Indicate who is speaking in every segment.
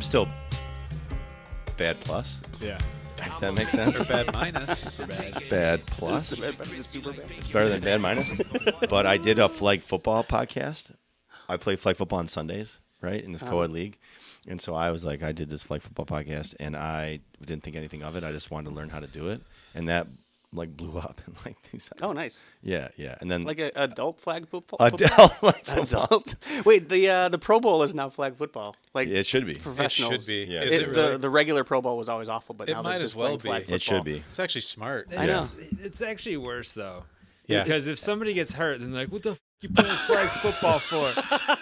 Speaker 1: still bad plus.
Speaker 2: Yeah.
Speaker 1: If that makes sense.
Speaker 3: Or bad minus.
Speaker 1: Bad plus.
Speaker 4: super bad.
Speaker 1: It's better than bad minus. But I did a flag football podcast. I play flag football on Sundays, right, in this co-ed league. And so I was like, I did this flag football podcast, and I didn't think anything of it. I just wanted to learn how to do it, and that like blew up in like two seconds.
Speaker 4: Oh, nice.
Speaker 1: Yeah, yeah. And then
Speaker 4: Like a adult flag football.
Speaker 1: Adele, like,
Speaker 4: Adult. Wait, the uh, the Pro Bowl is now flag football. Like
Speaker 1: it should be.
Speaker 3: It
Speaker 4: professionals.
Speaker 3: should be.
Speaker 1: Yeah.
Speaker 3: Is
Speaker 4: It-
Speaker 3: it
Speaker 4: the
Speaker 3: really?
Speaker 4: the regular Pro Bowl was always awful, but
Speaker 3: It
Speaker 4: now they're
Speaker 3: might as
Speaker 4: just playing
Speaker 3: well be.
Speaker 4: flag
Speaker 1: It
Speaker 4: football.
Speaker 1: should be.
Speaker 3: it's actually smart.
Speaker 4: I know.
Speaker 2: It's, it's actually worse though.
Speaker 3: Yeah.
Speaker 2: Because if somebody gets hurt, then they're like, what the f you playing flag football for?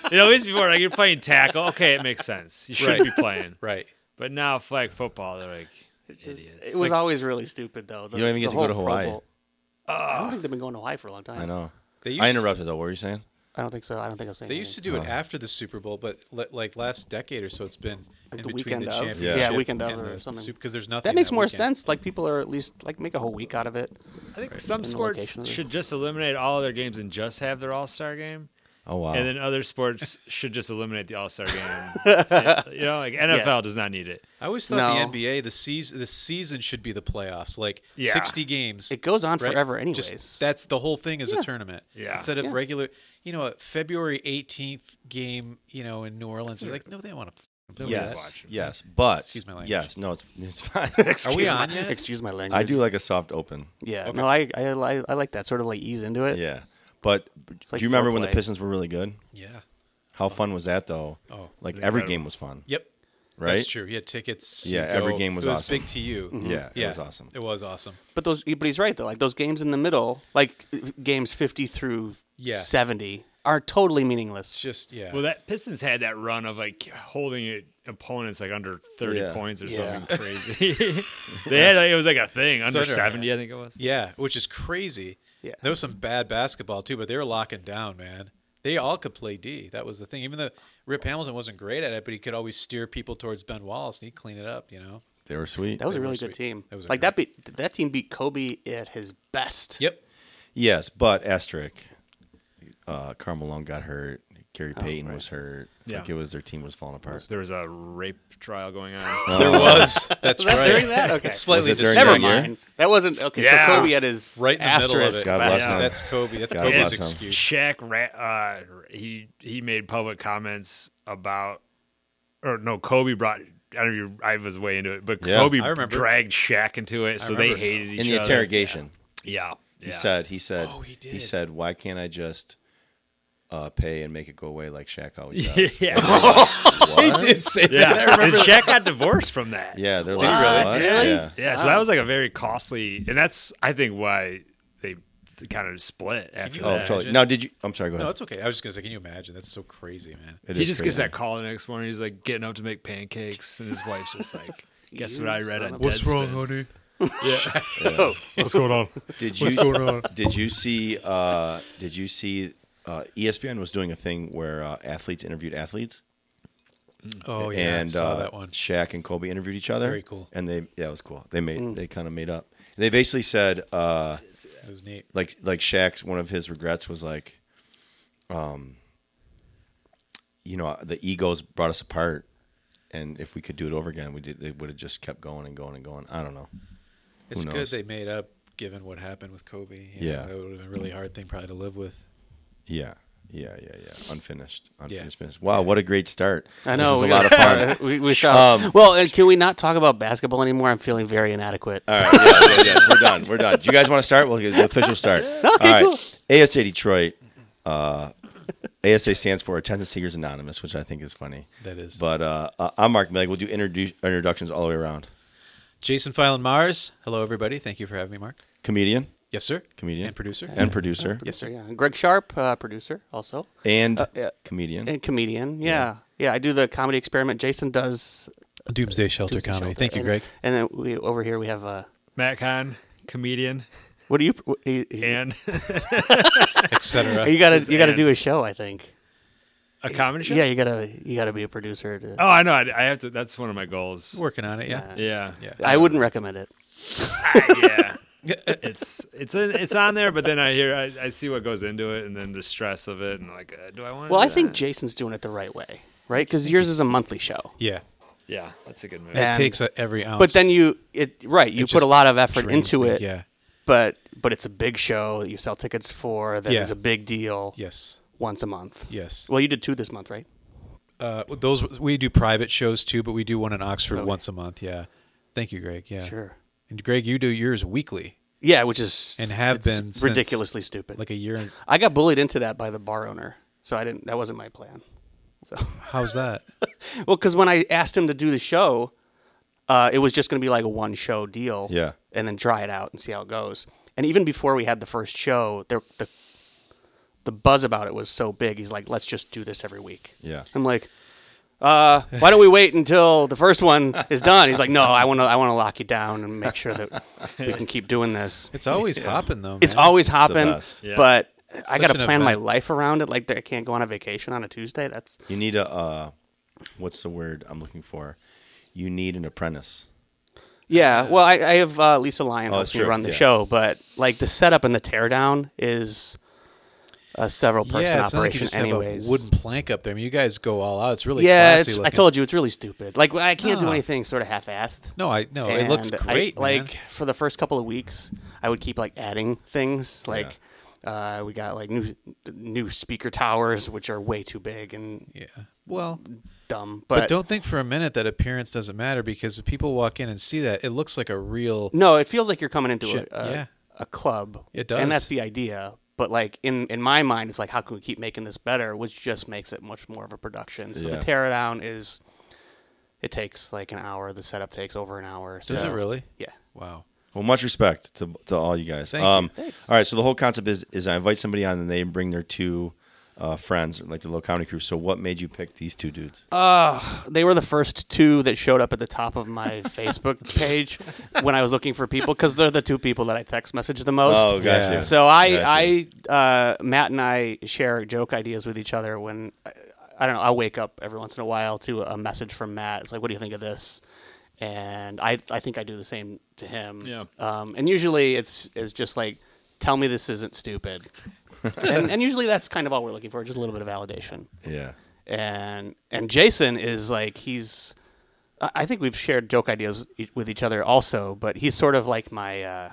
Speaker 2: You know, at least before, like you're playing tackle. Okay, it makes sense. You should
Speaker 3: Right.
Speaker 2: be playing.
Speaker 3: Right.
Speaker 2: But now flag football, they're like,
Speaker 4: Just-
Speaker 2: idiots.
Speaker 4: It was always really stupid though. The,
Speaker 1: You don't even get
Speaker 4: the
Speaker 1: to go to
Speaker 4: whole Pro
Speaker 1: Hawaii.
Speaker 4: Bowl. I don't think they've been going to Hawaii for a long time.
Speaker 1: I know.
Speaker 3: They used,
Speaker 1: I interrupted though. What were you saying?
Speaker 4: I don't think so. I don't think I was saying.
Speaker 3: They used to do it after the Super Bowl, but li- like last decade or so, it's been in
Speaker 4: the
Speaker 3: between the
Speaker 4: weekend of?
Speaker 3: championship.
Speaker 1: Yeah.
Speaker 4: Yeah, weekend of
Speaker 3: and
Speaker 4: or
Speaker 3: the
Speaker 4: something.
Speaker 3: Super, because there's nothing.
Speaker 4: That makes more
Speaker 3: weekend.
Speaker 4: sense. Like people are at least like make a whole week out of it.
Speaker 2: I think some
Speaker 4: the
Speaker 2: sports
Speaker 4: location of the-
Speaker 2: should just eliminate all their games and just have their All Star game,
Speaker 1: Oh wow.
Speaker 2: and then other sports should just eliminate the All Star game. you know, like NFL does not need it.
Speaker 3: I always thought
Speaker 4: No.
Speaker 3: the NBA, the season, the season should be the playoffs, like
Speaker 2: Yeah.
Speaker 3: 60 games.
Speaker 4: It goes on
Speaker 3: right?
Speaker 4: forever
Speaker 3: Just-
Speaker 4: anyways.
Speaker 3: that's the whole thing is a tournament.
Speaker 2: Yeah.
Speaker 3: Instead of
Speaker 4: Yeah.
Speaker 3: regular, you know, a February 18th game, you know, in New Orleans, it's like, no, they want to.
Speaker 1: yes,
Speaker 2: watching.
Speaker 1: yes, but
Speaker 3: Excuse my language.
Speaker 1: yes, no, it's it's fine.
Speaker 3: Are we
Speaker 4: Excuse
Speaker 3: on
Speaker 4: my,
Speaker 3: yet?
Speaker 4: Excuse my language.
Speaker 1: I do like a soft open.
Speaker 4: Yeah. No, I, I li- I like that sort of like ease into it.
Speaker 1: Yeah, but
Speaker 4: like
Speaker 1: do you remember when the
Speaker 4: foreplay.
Speaker 1: Pistons were really good?
Speaker 3: Yeah.
Speaker 1: How fun was that though?
Speaker 3: Oh,
Speaker 1: like every game was fun,
Speaker 3: Yep.
Speaker 1: right?
Speaker 3: That's true. Yeah, tickets. you
Speaker 1: Yeah, every
Speaker 3: go.
Speaker 1: game was
Speaker 3: it was
Speaker 1: awesome.
Speaker 3: big to you.
Speaker 4: Mm-hmm.
Speaker 1: Yeah,
Speaker 3: Yeah,
Speaker 1: it was awesome.
Speaker 3: It was awesome.
Speaker 4: But those but he's right though. Like those games in the middle, like games 50 through
Speaker 3: Yeah.
Speaker 4: 70 are totally
Speaker 3: It's
Speaker 4: meaningless.
Speaker 3: just yeah.
Speaker 2: Well, that Pistons had that run of like holding it, opponents like under thirty
Speaker 1: Yeah.
Speaker 2: points or
Speaker 4: Yeah.
Speaker 2: something crazy. they had like, it was like a thing under
Speaker 3: Such a-
Speaker 2: seventy, I think it was.
Speaker 3: yeah, which is crazy.
Speaker 4: Yeah.
Speaker 3: There was some bad basketball too, but they were locking down, man. They all could play D. That was the thing. Even though Rip Hamilton wasn't great at it, but he could always steer people towards Ben Wallace and he'd clean it up, you know.
Speaker 1: They were sweet.
Speaker 4: That was a
Speaker 3: were
Speaker 4: really
Speaker 3: sweet.
Speaker 4: good team.
Speaker 3: That was a
Speaker 4: like that beat that team beat Kobe at his best.
Speaker 3: Yep.
Speaker 1: yes, but asterisk. Uh, Karl Malone got hurt. Gary
Speaker 4: Oh,
Speaker 1: Payton was hurt.
Speaker 2: Yeah.
Speaker 1: Like it was their team was falling apart.
Speaker 2: There was a rape trial going on.
Speaker 3: There was. That's
Speaker 4: that
Speaker 3: right.
Speaker 4: during that? Okay.
Speaker 3: It's slightly
Speaker 1: Oh. Was it during
Speaker 3: distracting.
Speaker 4: Never
Speaker 1: that year?
Speaker 4: mind. That wasn't okay.
Speaker 2: Yeah.
Speaker 4: So Kobe at his
Speaker 3: Right in the middle of
Speaker 4: asterisk
Speaker 3: it.
Speaker 1: God
Speaker 4: best.
Speaker 1: bless
Speaker 3: That's,
Speaker 1: him.
Speaker 3: that's Kobe. That's
Speaker 1: God
Speaker 3: Kobe's
Speaker 1: bless him.
Speaker 3: excuse.
Speaker 2: Shaq ra- uh, he he made public comments about or no Kobe brought I don't know if you, I was way into it but
Speaker 1: Yeah.
Speaker 2: Kobe
Speaker 3: I remember.
Speaker 2: dragged Shaq into it so they
Speaker 3: remember.
Speaker 2: hated each
Speaker 1: In the
Speaker 2: other.
Speaker 1: interrogation,
Speaker 2: Yeah.
Speaker 1: he
Speaker 2: yeah.
Speaker 1: said, he said,
Speaker 3: Oh, he did.
Speaker 1: said, why can't I just uh, pay and make it go away like Shaq always does?
Speaker 2: yeah.
Speaker 1: What?
Speaker 3: say
Speaker 2: yeah. And Shaq got divorced from that.
Speaker 1: Yeah, they're
Speaker 3: really?
Speaker 1: like, what?
Speaker 4: Really?
Speaker 1: Yeah.
Speaker 2: Yeah, so that was like a very costly and that's I think why they kind of split after
Speaker 3: you
Speaker 1: Oh,
Speaker 2: that.
Speaker 1: totally. Now, did you? I'm sorry. Go ahead.
Speaker 3: No, it's okay. I was just gonna say, can you imagine? That's so crazy, man.
Speaker 4: Oh,
Speaker 1: It
Speaker 2: He
Speaker 1: is
Speaker 2: just gets
Speaker 1: crazy.
Speaker 2: that call the next morning. He's like getting up to make pancakes, and his wife's just like, "Guess what I read on Deadspin?"
Speaker 3: honey?
Speaker 5: What's going on?
Speaker 1: Did you did you see uh, did you see uh, ESPN was doing a thing where uh, athletes interviewed athletes
Speaker 3: Oh yeah,
Speaker 1: and
Speaker 3: I saw
Speaker 1: uh,
Speaker 3: that one.
Speaker 1: Shaq and Kobe interviewed each other.
Speaker 3: very cool. Mm.
Speaker 1: And they yeah, it was cool. They made they kind of made up. They basically said uh,
Speaker 3: It was neat.
Speaker 1: like like Shaq's one of his regrets was like, um, you know, the egos brought us apart, and if we could do it over again, we did. They would have just kept going and going and going. I don't know.
Speaker 3: It's good
Speaker 1: knows?
Speaker 3: they made up given what happened with Kobe. you
Speaker 1: Yeah.
Speaker 3: That would have been a really hard thing probably to live with.
Speaker 1: Yeah. Yeah, yeah, yeah. Unfinished, unfinished business. Wow, what a great start!
Speaker 4: I know
Speaker 1: this
Speaker 4: we
Speaker 1: is a lot of
Speaker 4: gotta-
Speaker 1: fun. Um,
Speaker 4: we, we found- well, and can we not talk about basketball anymore? I'm feeling very inadequate.
Speaker 3: Uh,
Speaker 1: All right, yeah, yeah, yeah. we're done. We're done. Do you guys want to start? We'll get the official start. All right, ASA Detroit. Uh, ASA stands for Attention Seekers Anonymous, which I think is funny.
Speaker 3: That is.
Speaker 1: But uh, uh, I'm Mark Millig. We'll do introdu- introductions all the way around.
Speaker 3: Jason Filan Mars. Hello everybody. Thank you for having me, Mark.
Speaker 1: Comedian
Speaker 3: Yes, sir.
Speaker 1: Comedian.
Speaker 3: And producer.
Speaker 1: and producer
Speaker 4: Yes, sir. Uh, Yeah, Greg Sharp, uh, producer, also
Speaker 1: and
Speaker 4: yeah.
Speaker 1: comedian.
Speaker 4: and comedian. Yeah. yeah, I do the comedy experiment. Jason does
Speaker 3: Doomsday Shelter
Speaker 4: does the
Speaker 3: Comedy.
Speaker 4: shelter.
Speaker 3: Thank you,
Speaker 4: And-
Speaker 3: Greg.
Speaker 4: And then we, over here we have uh,
Speaker 2: Matt Kahn, comedian,
Speaker 4: what do you? what- He, he's,
Speaker 2: and
Speaker 3: Etc.
Speaker 4: you gotta
Speaker 2: His
Speaker 4: you gotta
Speaker 2: and.
Speaker 4: do a show. I think.
Speaker 2: a comedy show.
Speaker 4: Yeah, you gotta you gotta be a producer. To,
Speaker 2: Oh, I know. I, I have to. That's one of my goals.
Speaker 3: Working on it, yeah.
Speaker 2: Yeah.
Speaker 3: Yeah.
Speaker 4: I wouldn't recommend it.
Speaker 2: yeah. it's it's in, it's on there, but then I hear I, I see what goes into it, and then the stress of it, and like, uh, do I want?
Speaker 4: Well, I think Jason's doing it the right way, right? Because yours is a monthly show.
Speaker 3: Yeah.
Speaker 2: Yeah, that's a good move.
Speaker 4: Yeah.
Speaker 3: it
Speaker 4: And-
Speaker 3: takes uh, every ounce.
Speaker 4: But then you it right, you put
Speaker 3: just
Speaker 4: a lot of effort
Speaker 3: drains
Speaker 4: into
Speaker 3: me,
Speaker 4: it.
Speaker 3: Yeah.
Speaker 4: But but it's a big show that you sell tickets for That is
Speaker 3: Yeah.
Speaker 4: a big deal
Speaker 3: Yes.
Speaker 4: once a month.
Speaker 3: Yes.
Speaker 4: Well, you did two this month, right?
Speaker 3: Uh, those we do private shows too, but we do one in Oxford
Speaker 4: Okay.
Speaker 3: once a month. Yeah. Thank you, Greg. Yeah.
Speaker 4: Sure.
Speaker 3: And Greg, you do yours weekly,
Speaker 4: Yeah, which is
Speaker 3: And have
Speaker 4: it's
Speaker 3: been since,
Speaker 4: ridiculously stupid.
Speaker 3: like a year.
Speaker 4: I got bullied into that by the bar owner, so I didn't. That wasn't my plan. So,
Speaker 3: How's that?
Speaker 4: well, because when I asked him to do the show, uh, it was just going to be like a one show deal.
Speaker 1: Yeah.
Speaker 4: and then try it out and see how it goes. And even before we had the first show, there the the buzz about it was so big. He's like, "Let's just do this every week."
Speaker 1: Yeah.
Speaker 4: I'm like, uh, "Why don't we wait until the first one is done?" He's like, "No, I want to. I want to lock you down and make sure that we can keep doing this."
Speaker 3: It's always hopping though. Man.
Speaker 4: It's always hopping,
Speaker 1: best.
Speaker 2: Yeah.
Speaker 4: but I
Speaker 3: Such
Speaker 4: got to
Speaker 3: an
Speaker 4: plan my
Speaker 3: event.
Speaker 4: life around it. Like I can't go on a vacation on a Tuesday. That's
Speaker 1: You need a uh, what's the word I'm looking for? You need an apprentice.
Speaker 4: yeah. Well, I, I have uh, Lisa Lyon
Speaker 1: Oh,
Speaker 4: helps
Speaker 1: that's
Speaker 4: me
Speaker 1: true.
Speaker 4: run the
Speaker 1: Yeah.
Speaker 4: show, but like the setup and the teardown is a several person
Speaker 3: yeah. It's not like you
Speaker 4: operation,
Speaker 3: just
Speaker 4: anyways.
Speaker 3: have a wooden plank up there. I mean, you guys go all out. It's really
Speaker 4: yeah,
Speaker 3: Classy
Speaker 4: it's, I
Speaker 3: looking.
Speaker 4: told you it's really stupid. Like I can't do
Speaker 3: No.
Speaker 4: anything sort of half-assed.
Speaker 3: No, I no. it looks
Speaker 4: And I-
Speaker 3: great. man.
Speaker 4: Like for the first couple of weeks, I would keep like adding things. Like uh, we got like new new speaker towers, which are way too big and
Speaker 3: yeah. Well,
Speaker 4: dumb.
Speaker 3: But,
Speaker 4: But,
Speaker 3: don't think for a minute that appearance doesn't matter because if people walk in and see that, it looks like a real.
Speaker 4: No, it feels like you're coming into
Speaker 3: Shit,
Speaker 4: a, a,
Speaker 3: yeah.
Speaker 4: a club.
Speaker 3: It does.
Speaker 4: and that's the idea. But like in in my mind, it's like how can we keep making this better, which just makes it much more of a production. So
Speaker 1: Yeah.
Speaker 4: the teardown is it takes like an hour. The setup takes over an hour. So,
Speaker 3: Does it really?
Speaker 4: Yeah.
Speaker 3: Wow.
Speaker 1: Well, much respect to, to all you guys. Um,
Speaker 3: Thank you.
Speaker 1: All right, so the whole concept is is I invite somebody on and they bring their two uh, friends, like the little comedy crew. So, what made you pick these two dudes?
Speaker 3: Uh,
Speaker 4: they were the first two that showed up at the top of my Facebook page when I was looking for people because they're the two people that I text message the most.
Speaker 1: oh, gotcha.
Speaker 3: yeah.
Speaker 4: So I,
Speaker 1: Gotcha.
Speaker 4: I, uh, Matt and I share joke ideas with each other. When I- I don't know, I wake up every once in a while to a message from Matt. It's like, "What do you think of this?" And I, I think I do the same to him.
Speaker 2: Yeah.
Speaker 4: Um, and usually it's it's just like, "Tell me this isn't stupid," and, and usually that's kind of all we're looking for, just a little bit of validation
Speaker 1: yeah,
Speaker 4: and and Jason is like he's I I think we've shared joke ideas e- with each other also, but he's sort of like my uh,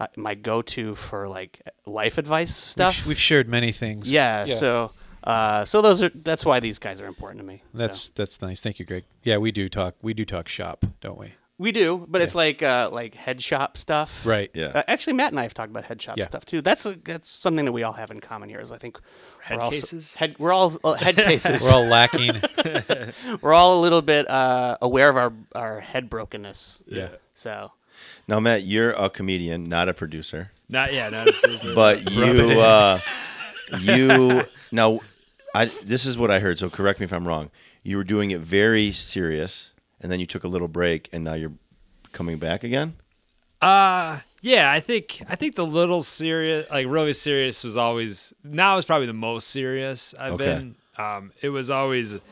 Speaker 4: uh, my go to for like life advice
Speaker 3: We've,
Speaker 4: stuff.
Speaker 3: sh- we've shared many things.
Speaker 4: yeah, so uh, so those are that's why these guys are important to me. so.
Speaker 3: That's that's nice. Thank you, Greg. Yeah, we do talk. We do talk shop, don't we?
Speaker 4: we do, but it's like uh, like head shop stuff,
Speaker 3: Right.
Speaker 1: Yeah.
Speaker 4: Uh, actually, Matt and I have talked about head shop
Speaker 3: Yeah.
Speaker 4: stuff too. That's a, that's something that we all have in common here. Is I think
Speaker 2: Head
Speaker 4: we're all s-
Speaker 2: cases?
Speaker 4: Head, we're all uh, head cases.
Speaker 3: We're all lacking.
Speaker 4: we're all a little bit uh, aware of our our head brokenness.
Speaker 3: yeah.
Speaker 4: So
Speaker 1: Now, Matt, you're a comedian, not a producer,
Speaker 2: Not yeah, not a-
Speaker 1: but you, uh, you now, I this is what I heard. So, correct me if I'm wrong. You were doing it very serious, and then you took a little break, and now you're coming back again.
Speaker 2: Uh yeah, I think I think the little serious like really serious was always now is probably the most serious I've
Speaker 1: Okay.
Speaker 2: been. Um it was always and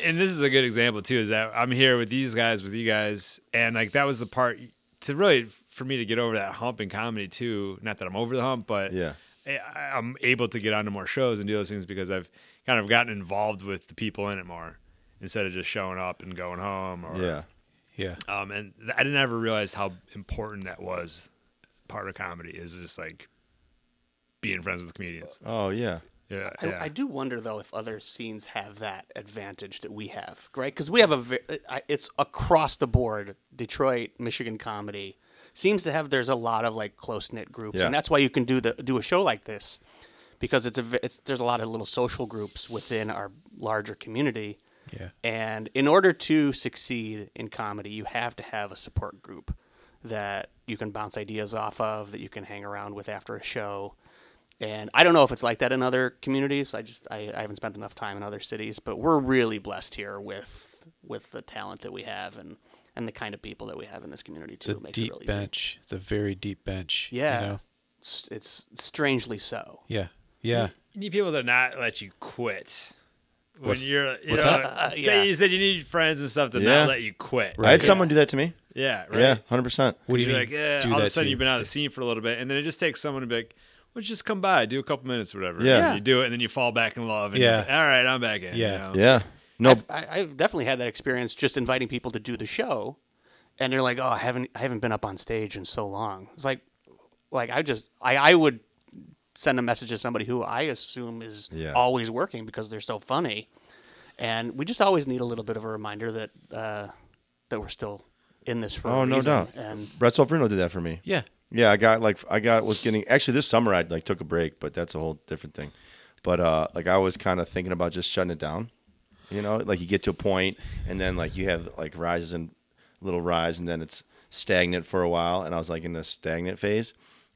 Speaker 2: and this is a good example too is that I'm here with these guys with you guys and like that was the part to really for me to get over that hump in comedy too, not that I'm over the hump but
Speaker 1: Yeah.
Speaker 2: I- I'm able to get onto more shows and do those things because I've kind of gotten involved with the people in it more instead of just showing up and going home or
Speaker 1: Yeah.
Speaker 3: Yeah.
Speaker 2: um, and th- I didn't ever realize how important that was. Part of comedy is just like being friends with comedians.
Speaker 1: Oh yeah.
Speaker 2: Yeah,
Speaker 4: I,
Speaker 2: yeah.
Speaker 4: I do wonder though if other scenes have that advantage that we have, right? Because we have a ve- uh, I- it's across the board. Detroit, Michigan comedy seems to have there's a lot of like close knit groups,
Speaker 1: Yeah.
Speaker 4: and that's why you can do the do a show like this because it's a ve- it's there's a lot of little social groups within our larger community.
Speaker 3: Yeah.
Speaker 4: And in order to succeed in comedy, you have to have a support group that you can bounce ideas off of, that you can hang around with after a show. And I don't know if it's like that in other communities. I just I, I haven't spent enough time in other cities, but we're really blessed here with with the talent that we have and and the kind of people that we have in this community
Speaker 3: It's
Speaker 4: too.
Speaker 3: a
Speaker 4: It makes it
Speaker 3: deep
Speaker 4: really easy.
Speaker 3: bench. It's a very deep bench. you
Speaker 4: Yeah,
Speaker 3: know?
Speaker 4: it's, it's strangely so.
Speaker 3: Yeah. Yeah.
Speaker 2: you need people to not let you quit. When
Speaker 3: What's-
Speaker 2: you're, you
Speaker 3: what's
Speaker 2: know,
Speaker 4: that? Uh, yeah.
Speaker 2: you said you need friends and stuff to
Speaker 1: Yeah.
Speaker 2: not let you quit.
Speaker 1: I had
Speaker 3: Right.
Speaker 1: someone do that to me.
Speaker 2: Yeah, right.
Speaker 1: Yeah, hundred percent.
Speaker 3: What do you
Speaker 2: You're
Speaker 3: mean?
Speaker 2: like, eh,
Speaker 3: do
Speaker 2: all of
Speaker 3: that
Speaker 2: a sudden
Speaker 3: to
Speaker 2: you've
Speaker 3: you?
Speaker 2: been out of the scene for a little bit, and then it just takes someone to be like, "Well, just come by, do a couple minutes, or whatever."
Speaker 1: Yeah.
Speaker 2: And you do it, and then you fall back in love. And
Speaker 3: Yeah.
Speaker 2: you're like, all right, I'm back in. you
Speaker 3: Yeah.
Speaker 2: know?
Speaker 1: Yeah. No.
Speaker 4: I've- I, I've definitely had that experience just inviting people to do the show, and they're like, "Oh, I haven't, I haven't been up on stage in so long." It's like, like I just, I, I would send a message to somebody who I assume is
Speaker 1: Yeah.
Speaker 4: always working because they're so funny, and we just always need a little bit of a reminder that uh, that we're still in this for a
Speaker 1: Oh, no
Speaker 4: reason.
Speaker 1: doubt.
Speaker 4: and
Speaker 1: Brett Solferino did that for me.
Speaker 3: Yeah.
Speaker 1: Yeah, I got like I got was getting actually this summer I like took a break, but that's a whole different thing. But uh like I was kind of thinking about just shutting it down. You know, like you get to a point and then like you have like rises and little rise and then it's stagnant for a while and I was like in a stagnant phase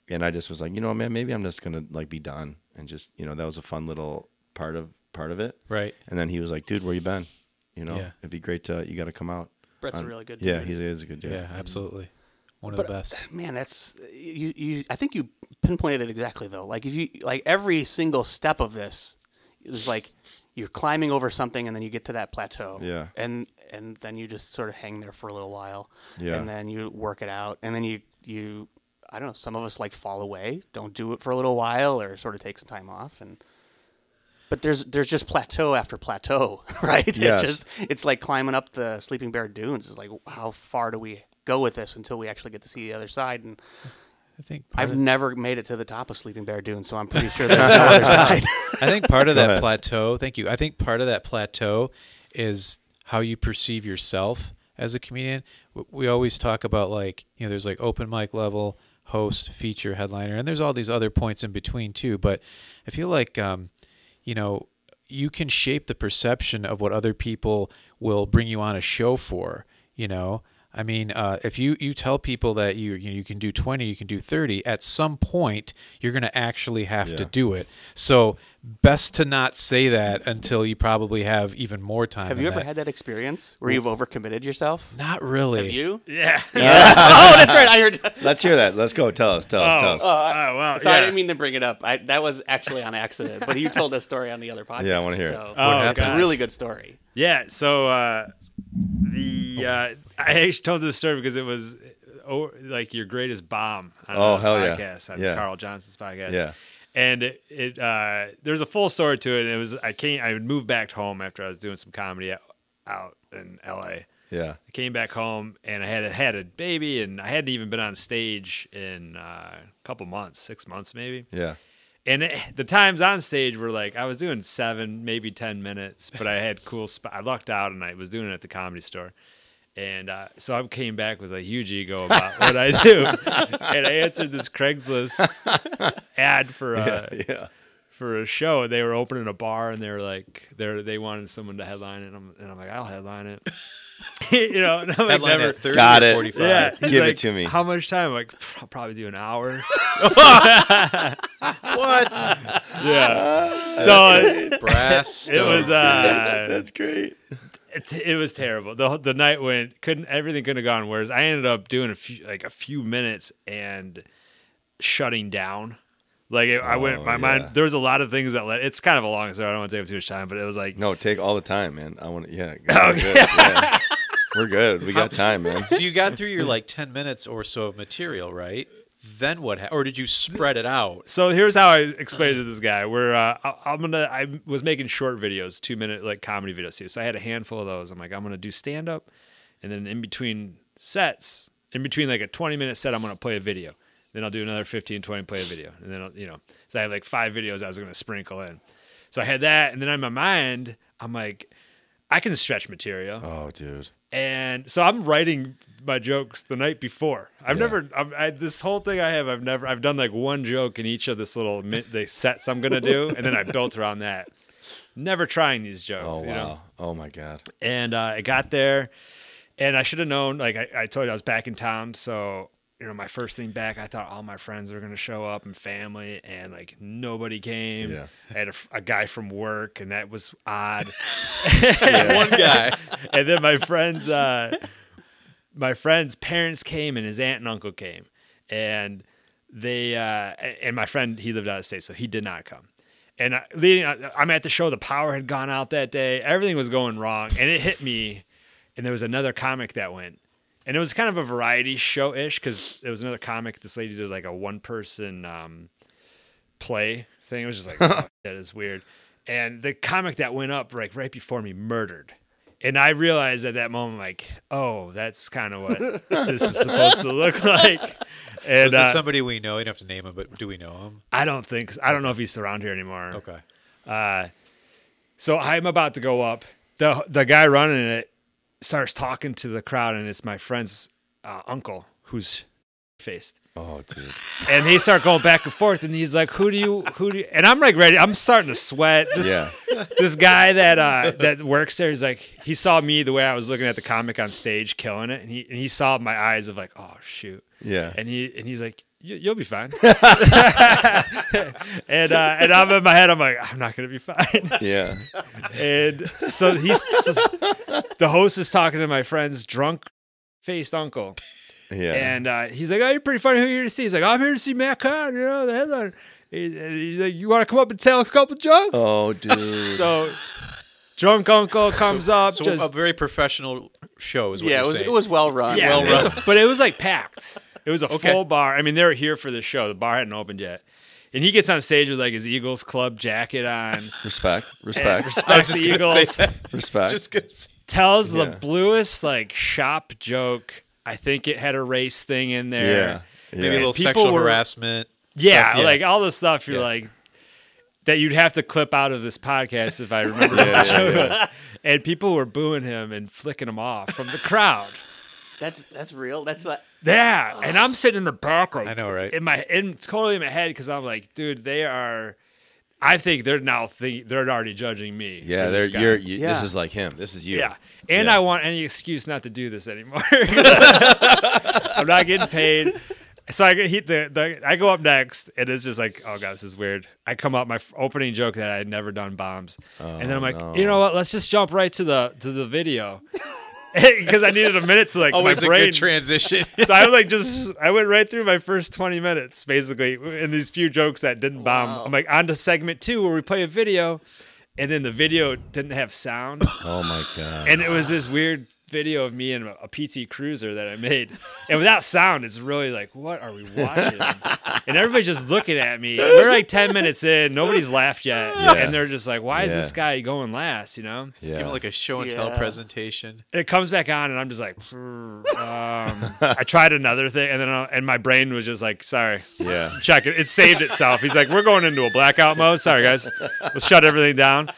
Speaker 1: and I just was like, you know, man, maybe I'm just going to like be done and just, you know, that was a fun little part of part of it.
Speaker 3: Right.
Speaker 1: And then he was like, dude, where you been? You know,
Speaker 3: Yeah.
Speaker 1: it'd be great to you got to come out.
Speaker 4: Brett's a
Speaker 1: On-
Speaker 4: really good
Speaker 1: Yeah,
Speaker 4: dude.
Speaker 1: he's, he's a good dude.
Speaker 3: Yeah, absolutely. One of
Speaker 4: But, uh,
Speaker 3: the best.
Speaker 4: man that's you, you i think you pinpointed it exactly though like if you like every single step of this is like you're climbing over something and then you get to that plateau
Speaker 1: Yeah.
Speaker 4: and and then you just sort of hang there for a little while
Speaker 1: Yeah.
Speaker 4: and then you work it out and then you you i don't know some of us like fall away don't do it for a little while or sort of take some time off and but there's there's just plateau after plateau, right?
Speaker 1: Yes.
Speaker 4: It's just it's like climbing up the Sleeping Bear Dunes. It's like how far do we go with this until we actually get to see the other side? And
Speaker 3: I think
Speaker 4: I've never made it to the top of Sleeping Bear Dunes, so I'm pretty sure there's no other side.
Speaker 3: I think part of that
Speaker 1: ahead.
Speaker 3: plateau. Thank you. I think part of that plateau is how you perceive yourself as a comedian. W- We always talk about like you know, there's like open mic level, host, feature, headliner, and there's all these other points in between too. But I feel like um, you know, you can shape the perception of what other people will bring you on a show for. You know. I mean, uh, if you, you tell people that you you, know, you can do twenty, you can do thirty, at some point you're going to actually have to
Speaker 1: Yeah.
Speaker 3: do it. So best to not say that until you probably have even more time.
Speaker 4: Have
Speaker 3: than
Speaker 4: you ever
Speaker 3: that.
Speaker 4: had that experience where you've overcommitted yourself?
Speaker 3: Not really.
Speaker 4: Have you?
Speaker 2: Yeah.
Speaker 4: oh, that's right. I heard.
Speaker 1: Let's hear that. Let's go. Tell us. Tell us. Tell us.
Speaker 2: Oh, oh, wow.
Speaker 4: So I
Speaker 2: yeah.
Speaker 4: didn't mean to bring it up. I, that was actually on accident. But you told this story on the other podcast.
Speaker 1: Yeah, I wanna hear it.
Speaker 4: so-
Speaker 2: Oh,
Speaker 4: it's a
Speaker 2: God.
Speaker 4: really good story.
Speaker 2: Yeah. So uh,
Speaker 1: Oh.
Speaker 2: the uh, I actually told this story because it was oh, like your greatest bomb on
Speaker 1: Oh,
Speaker 2: the
Speaker 1: hell yeah.
Speaker 2: podcast on
Speaker 1: Yeah.
Speaker 2: Carl Johnson's podcast.
Speaker 1: Yeah.
Speaker 2: And it, it uh, there's a full story to it. And it was I came I moved back home after I was doing some comedy out- out in L.A.
Speaker 1: Yeah.
Speaker 2: I came back home and I had had a baby and I hadn't even been on stage in uh, a couple months, six months maybe.
Speaker 1: Yeah.
Speaker 2: and it, the times on stage were like I was doing seven, maybe ten minutes, but I had cool. Sp- I lucked out, and I was doing it at the comedy store, and uh, so I came back with a huge ego about what I do, and I answered this Craigslist ad for a
Speaker 1: Yeah.
Speaker 2: for a show. They were opening a bar, and they were like they they wanted someone to headline it, and I'm, and I'm like I'll headline it, you know. And I'm like,
Speaker 3: Headline
Speaker 2: never-
Speaker 3: at 30
Speaker 1: Got
Speaker 3: or
Speaker 1: it.
Speaker 3: 45.
Speaker 2: yeah, he's
Speaker 1: Give it
Speaker 2: like,
Speaker 1: to me.
Speaker 2: How much time? I'm like, I'll probably do an hour.
Speaker 3: What?
Speaker 2: Yeah. So
Speaker 3: Brass.
Speaker 2: it was
Speaker 3: stones.
Speaker 2: uh,
Speaker 1: great.
Speaker 2: it, it was terrible. the The night went couldn't everything could have gone worse. I ended up doing a few like a few minutes and shutting down. Like it, I went,
Speaker 1: Oh,
Speaker 2: my
Speaker 1: yeah.
Speaker 2: mind. There was a lot of things that led. It's kind of a long story. I don't want to take up too much time, but it was like
Speaker 1: No, take all the time, man. I want to. Yeah. we're good, yeah. We're good. We got time, man.
Speaker 3: so you got through your like 10 minutes or so of material, right? Then what? Ha- or did you spread it out?
Speaker 2: So here's how I explained to this guy. Where uh, I, I'm gonna, I was making short videos, two minute like comedy videos too. So I had a handful of those. I'm like, I'm gonna do stand up, and then in between sets, in between like a 20 minute set, I'm gonna play a video. Then I'll do another 15, 20, play a video, and then I'll, you know, so I had like five videos I was gonna sprinkle in. So I had that, and then in my mind, I'm like, I can stretch material.
Speaker 1: Oh, dude.
Speaker 2: And so I'm writing my jokes the night before. I've
Speaker 1: Yeah.
Speaker 2: never I've, I, this whole thing I have. I've never I've done like one joke in each of this little mi- the sets I'm gonna do, and then I built around that. Never trying these jokes.
Speaker 1: Oh, wow.
Speaker 2: you know?
Speaker 1: Oh, my God.
Speaker 2: and uh, I got there, and I should have known. Like I, I told you, I was back in town, so you know my first thing back, I thought all my friends were gonna show up and family, and like nobody came.
Speaker 1: Yeah.
Speaker 2: I had a, f- a guy from work, and that was odd.
Speaker 3: One guy.
Speaker 2: and then my friends, uh, my friend's parents came, and his aunt and uncle came, and they uh, and my friend he lived out of state, so he did not come. And I, leading, I, I'm at the show. The power had gone out that day. Everything was going wrong, and it hit me. And there was another comic that went, and it was kind of a variety show ish because there was another comic. This lady did like a one person um, play thing. It was just like oh, that is weird. and the comic that went up like right before me murdered. And I realized at that moment, like, oh, that's kind of what this is supposed to look like. And
Speaker 3: Was it
Speaker 2: uh,
Speaker 3: somebody we know? You don't have to name him, but do we know him?
Speaker 2: I don't think I don't know if he's around here anymore.
Speaker 3: Okay.
Speaker 2: Uh, so I'm about to go up. the The guy running it starts talking to the crowd, and it's my friend's uh, uncle who's faced
Speaker 1: Oh, dude.
Speaker 2: and they start going back and forth and he's like who do you who do you and i'm like ready i'm starting to sweat this,
Speaker 1: Yeah.
Speaker 2: this guy that uh that works there he's like he saw me the way i was looking at the comic on stage killing it and he and he saw my eyes of like oh shoot
Speaker 1: Yeah.
Speaker 2: and he and he's like "You- you'll be fine and uh and i'm in my head i'm like i'm not gonna be fine
Speaker 1: Yeah.
Speaker 2: and so he's so the host is talking to my friend's drunk faced uncle
Speaker 1: Yeah.
Speaker 2: and uh, he's like, "Oh, you're pretty funny. Who are you here to see?" He's like, "I'm here to see Matt Kahn, you know, the headliner." He's, and he's like, "You want to come up and tell a couple jokes?"
Speaker 1: oh, dude.
Speaker 2: So, drunk uncle comes up,
Speaker 3: So
Speaker 2: just
Speaker 3: a very professional show is what
Speaker 4: yeah,
Speaker 3: you're
Speaker 4: it was,
Speaker 3: saying.
Speaker 4: it was well run.
Speaker 2: yeah,
Speaker 3: well
Speaker 2: it's a- but it was like packed. It was a
Speaker 3: Okay.
Speaker 2: full bar. I mean, they were here for the show. The bar hadn't opened yet, and he gets on stage with like his Eagles club jacket on.
Speaker 1: respect. Respect.
Speaker 3: I
Speaker 2: Respect
Speaker 3: was
Speaker 2: the
Speaker 3: just gonna
Speaker 2: Eagles.
Speaker 3: say that. I was
Speaker 1: Respect.
Speaker 3: Just gonna say.
Speaker 2: Tells
Speaker 1: Yeah.
Speaker 2: the bluest like shop joke. I think it had a race thing in there.
Speaker 1: yeah. Yeah.
Speaker 3: Maybe a little
Speaker 2: people
Speaker 3: sexual
Speaker 2: were-
Speaker 3: harassment.
Speaker 2: Yeah,
Speaker 3: stuff, yeah.
Speaker 2: like all the stuff you're
Speaker 3: Yeah.
Speaker 2: like that you'd have to clip out of this podcast if I remember.
Speaker 1: Yeah, yeah, yeah.
Speaker 2: And people were booing him and flicking him off from the crowd.
Speaker 4: That's that's real. That's like
Speaker 2: Yeah, and I'm sitting in the back, like,
Speaker 3: I know, right?
Speaker 2: In my in totally in my head because I'm like, dude, they are. I think they're now think they're already judging me.
Speaker 1: Yeah,
Speaker 2: for
Speaker 1: they're,
Speaker 2: this guy.
Speaker 1: you're, you, this
Speaker 4: Yeah.
Speaker 1: is like him. This is you.
Speaker 2: Yeah, and
Speaker 1: Yeah.
Speaker 2: I want any excuse not to do this anymore. I'm not getting paid. So I get- he, the, the I go up next, and it's just like, oh god, this is weird. I come up my f- opening joke that I had never done bombs, and then I'm like,
Speaker 1: no.
Speaker 2: you know what? Let's just jump right to the to the video because I needed a minute to like
Speaker 3: Always
Speaker 2: my
Speaker 3: a
Speaker 2: brain.
Speaker 3: good transition.
Speaker 2: so I was like, just I went right through my first 20 minutes basically in these few jokes that didn't bomb.
Speaker 4: Wow.
Speaker 2: I'm like on to segment two where we play a video, and then the video didn't have sound
Speaker 1: Oh my god.
Speaker 2: and it was this weird video of me in a PT Cruiser that I made, and without sound, it's really like, what are we watching? and everybody's just looking at me. We're like ten minutes in, nobody's laughed yet,
Speaker 1: Yeah.
Speaker 2: and they're just like, why is
Speaker 1: Yeah.
Speaker 2: this guy going last? You know?
Speaker 1: yeah.
Speaker 3: Give him like a show and tell
Speaker 4: Yeah.
Speaker 3: presentation.
Speaker 2: And it comes back on, and I'm just like, "Hmm, um, I tried another thing, and then I, and my brain was just like, sorry,
Speaker 1: yeah.
Speaker 2: check it. It saved itself. He's like, we're going into a blackout mode. Sorry, guys. Let's shut everything down.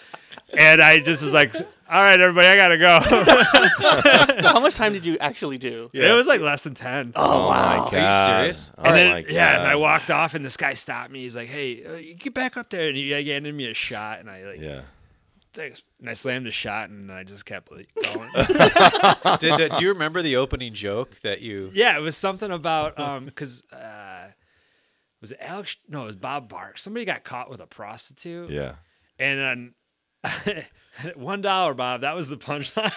Speaker 2: And I just was like, all right, everybody, I gotta go.
Speaker 4: how much time did you actually do?
Speaker 2: It was like less than 10.
Speaker 1: Oh, my
Speaker 4: wow.
Speaker 1: god.
Speaker 3: Are you serious?
Speaker 1: Oh
Speaker 2: and then,
Speaker 1: my god.
Speaker 2: yeah, and I walked off, and this guy stopped me. He's like, hey, uh, you get back up there. And he like, handed me a shot, and I like,
Speaker 1: Yeah.
Speaker 2: thanks. And I slammed the shot, and I just kept like, going.
Speaker 3: Did, uh, do you remember the opening joke that you?
Speaker 2: yeah, it was something about, um, because, uh, was it Alex? No, it was Bob Bark. Somebody got caught with a prostitute.
Speaker 1: Yeah.
Speaker 2: And then, one dollar, Bob. That was the punchline.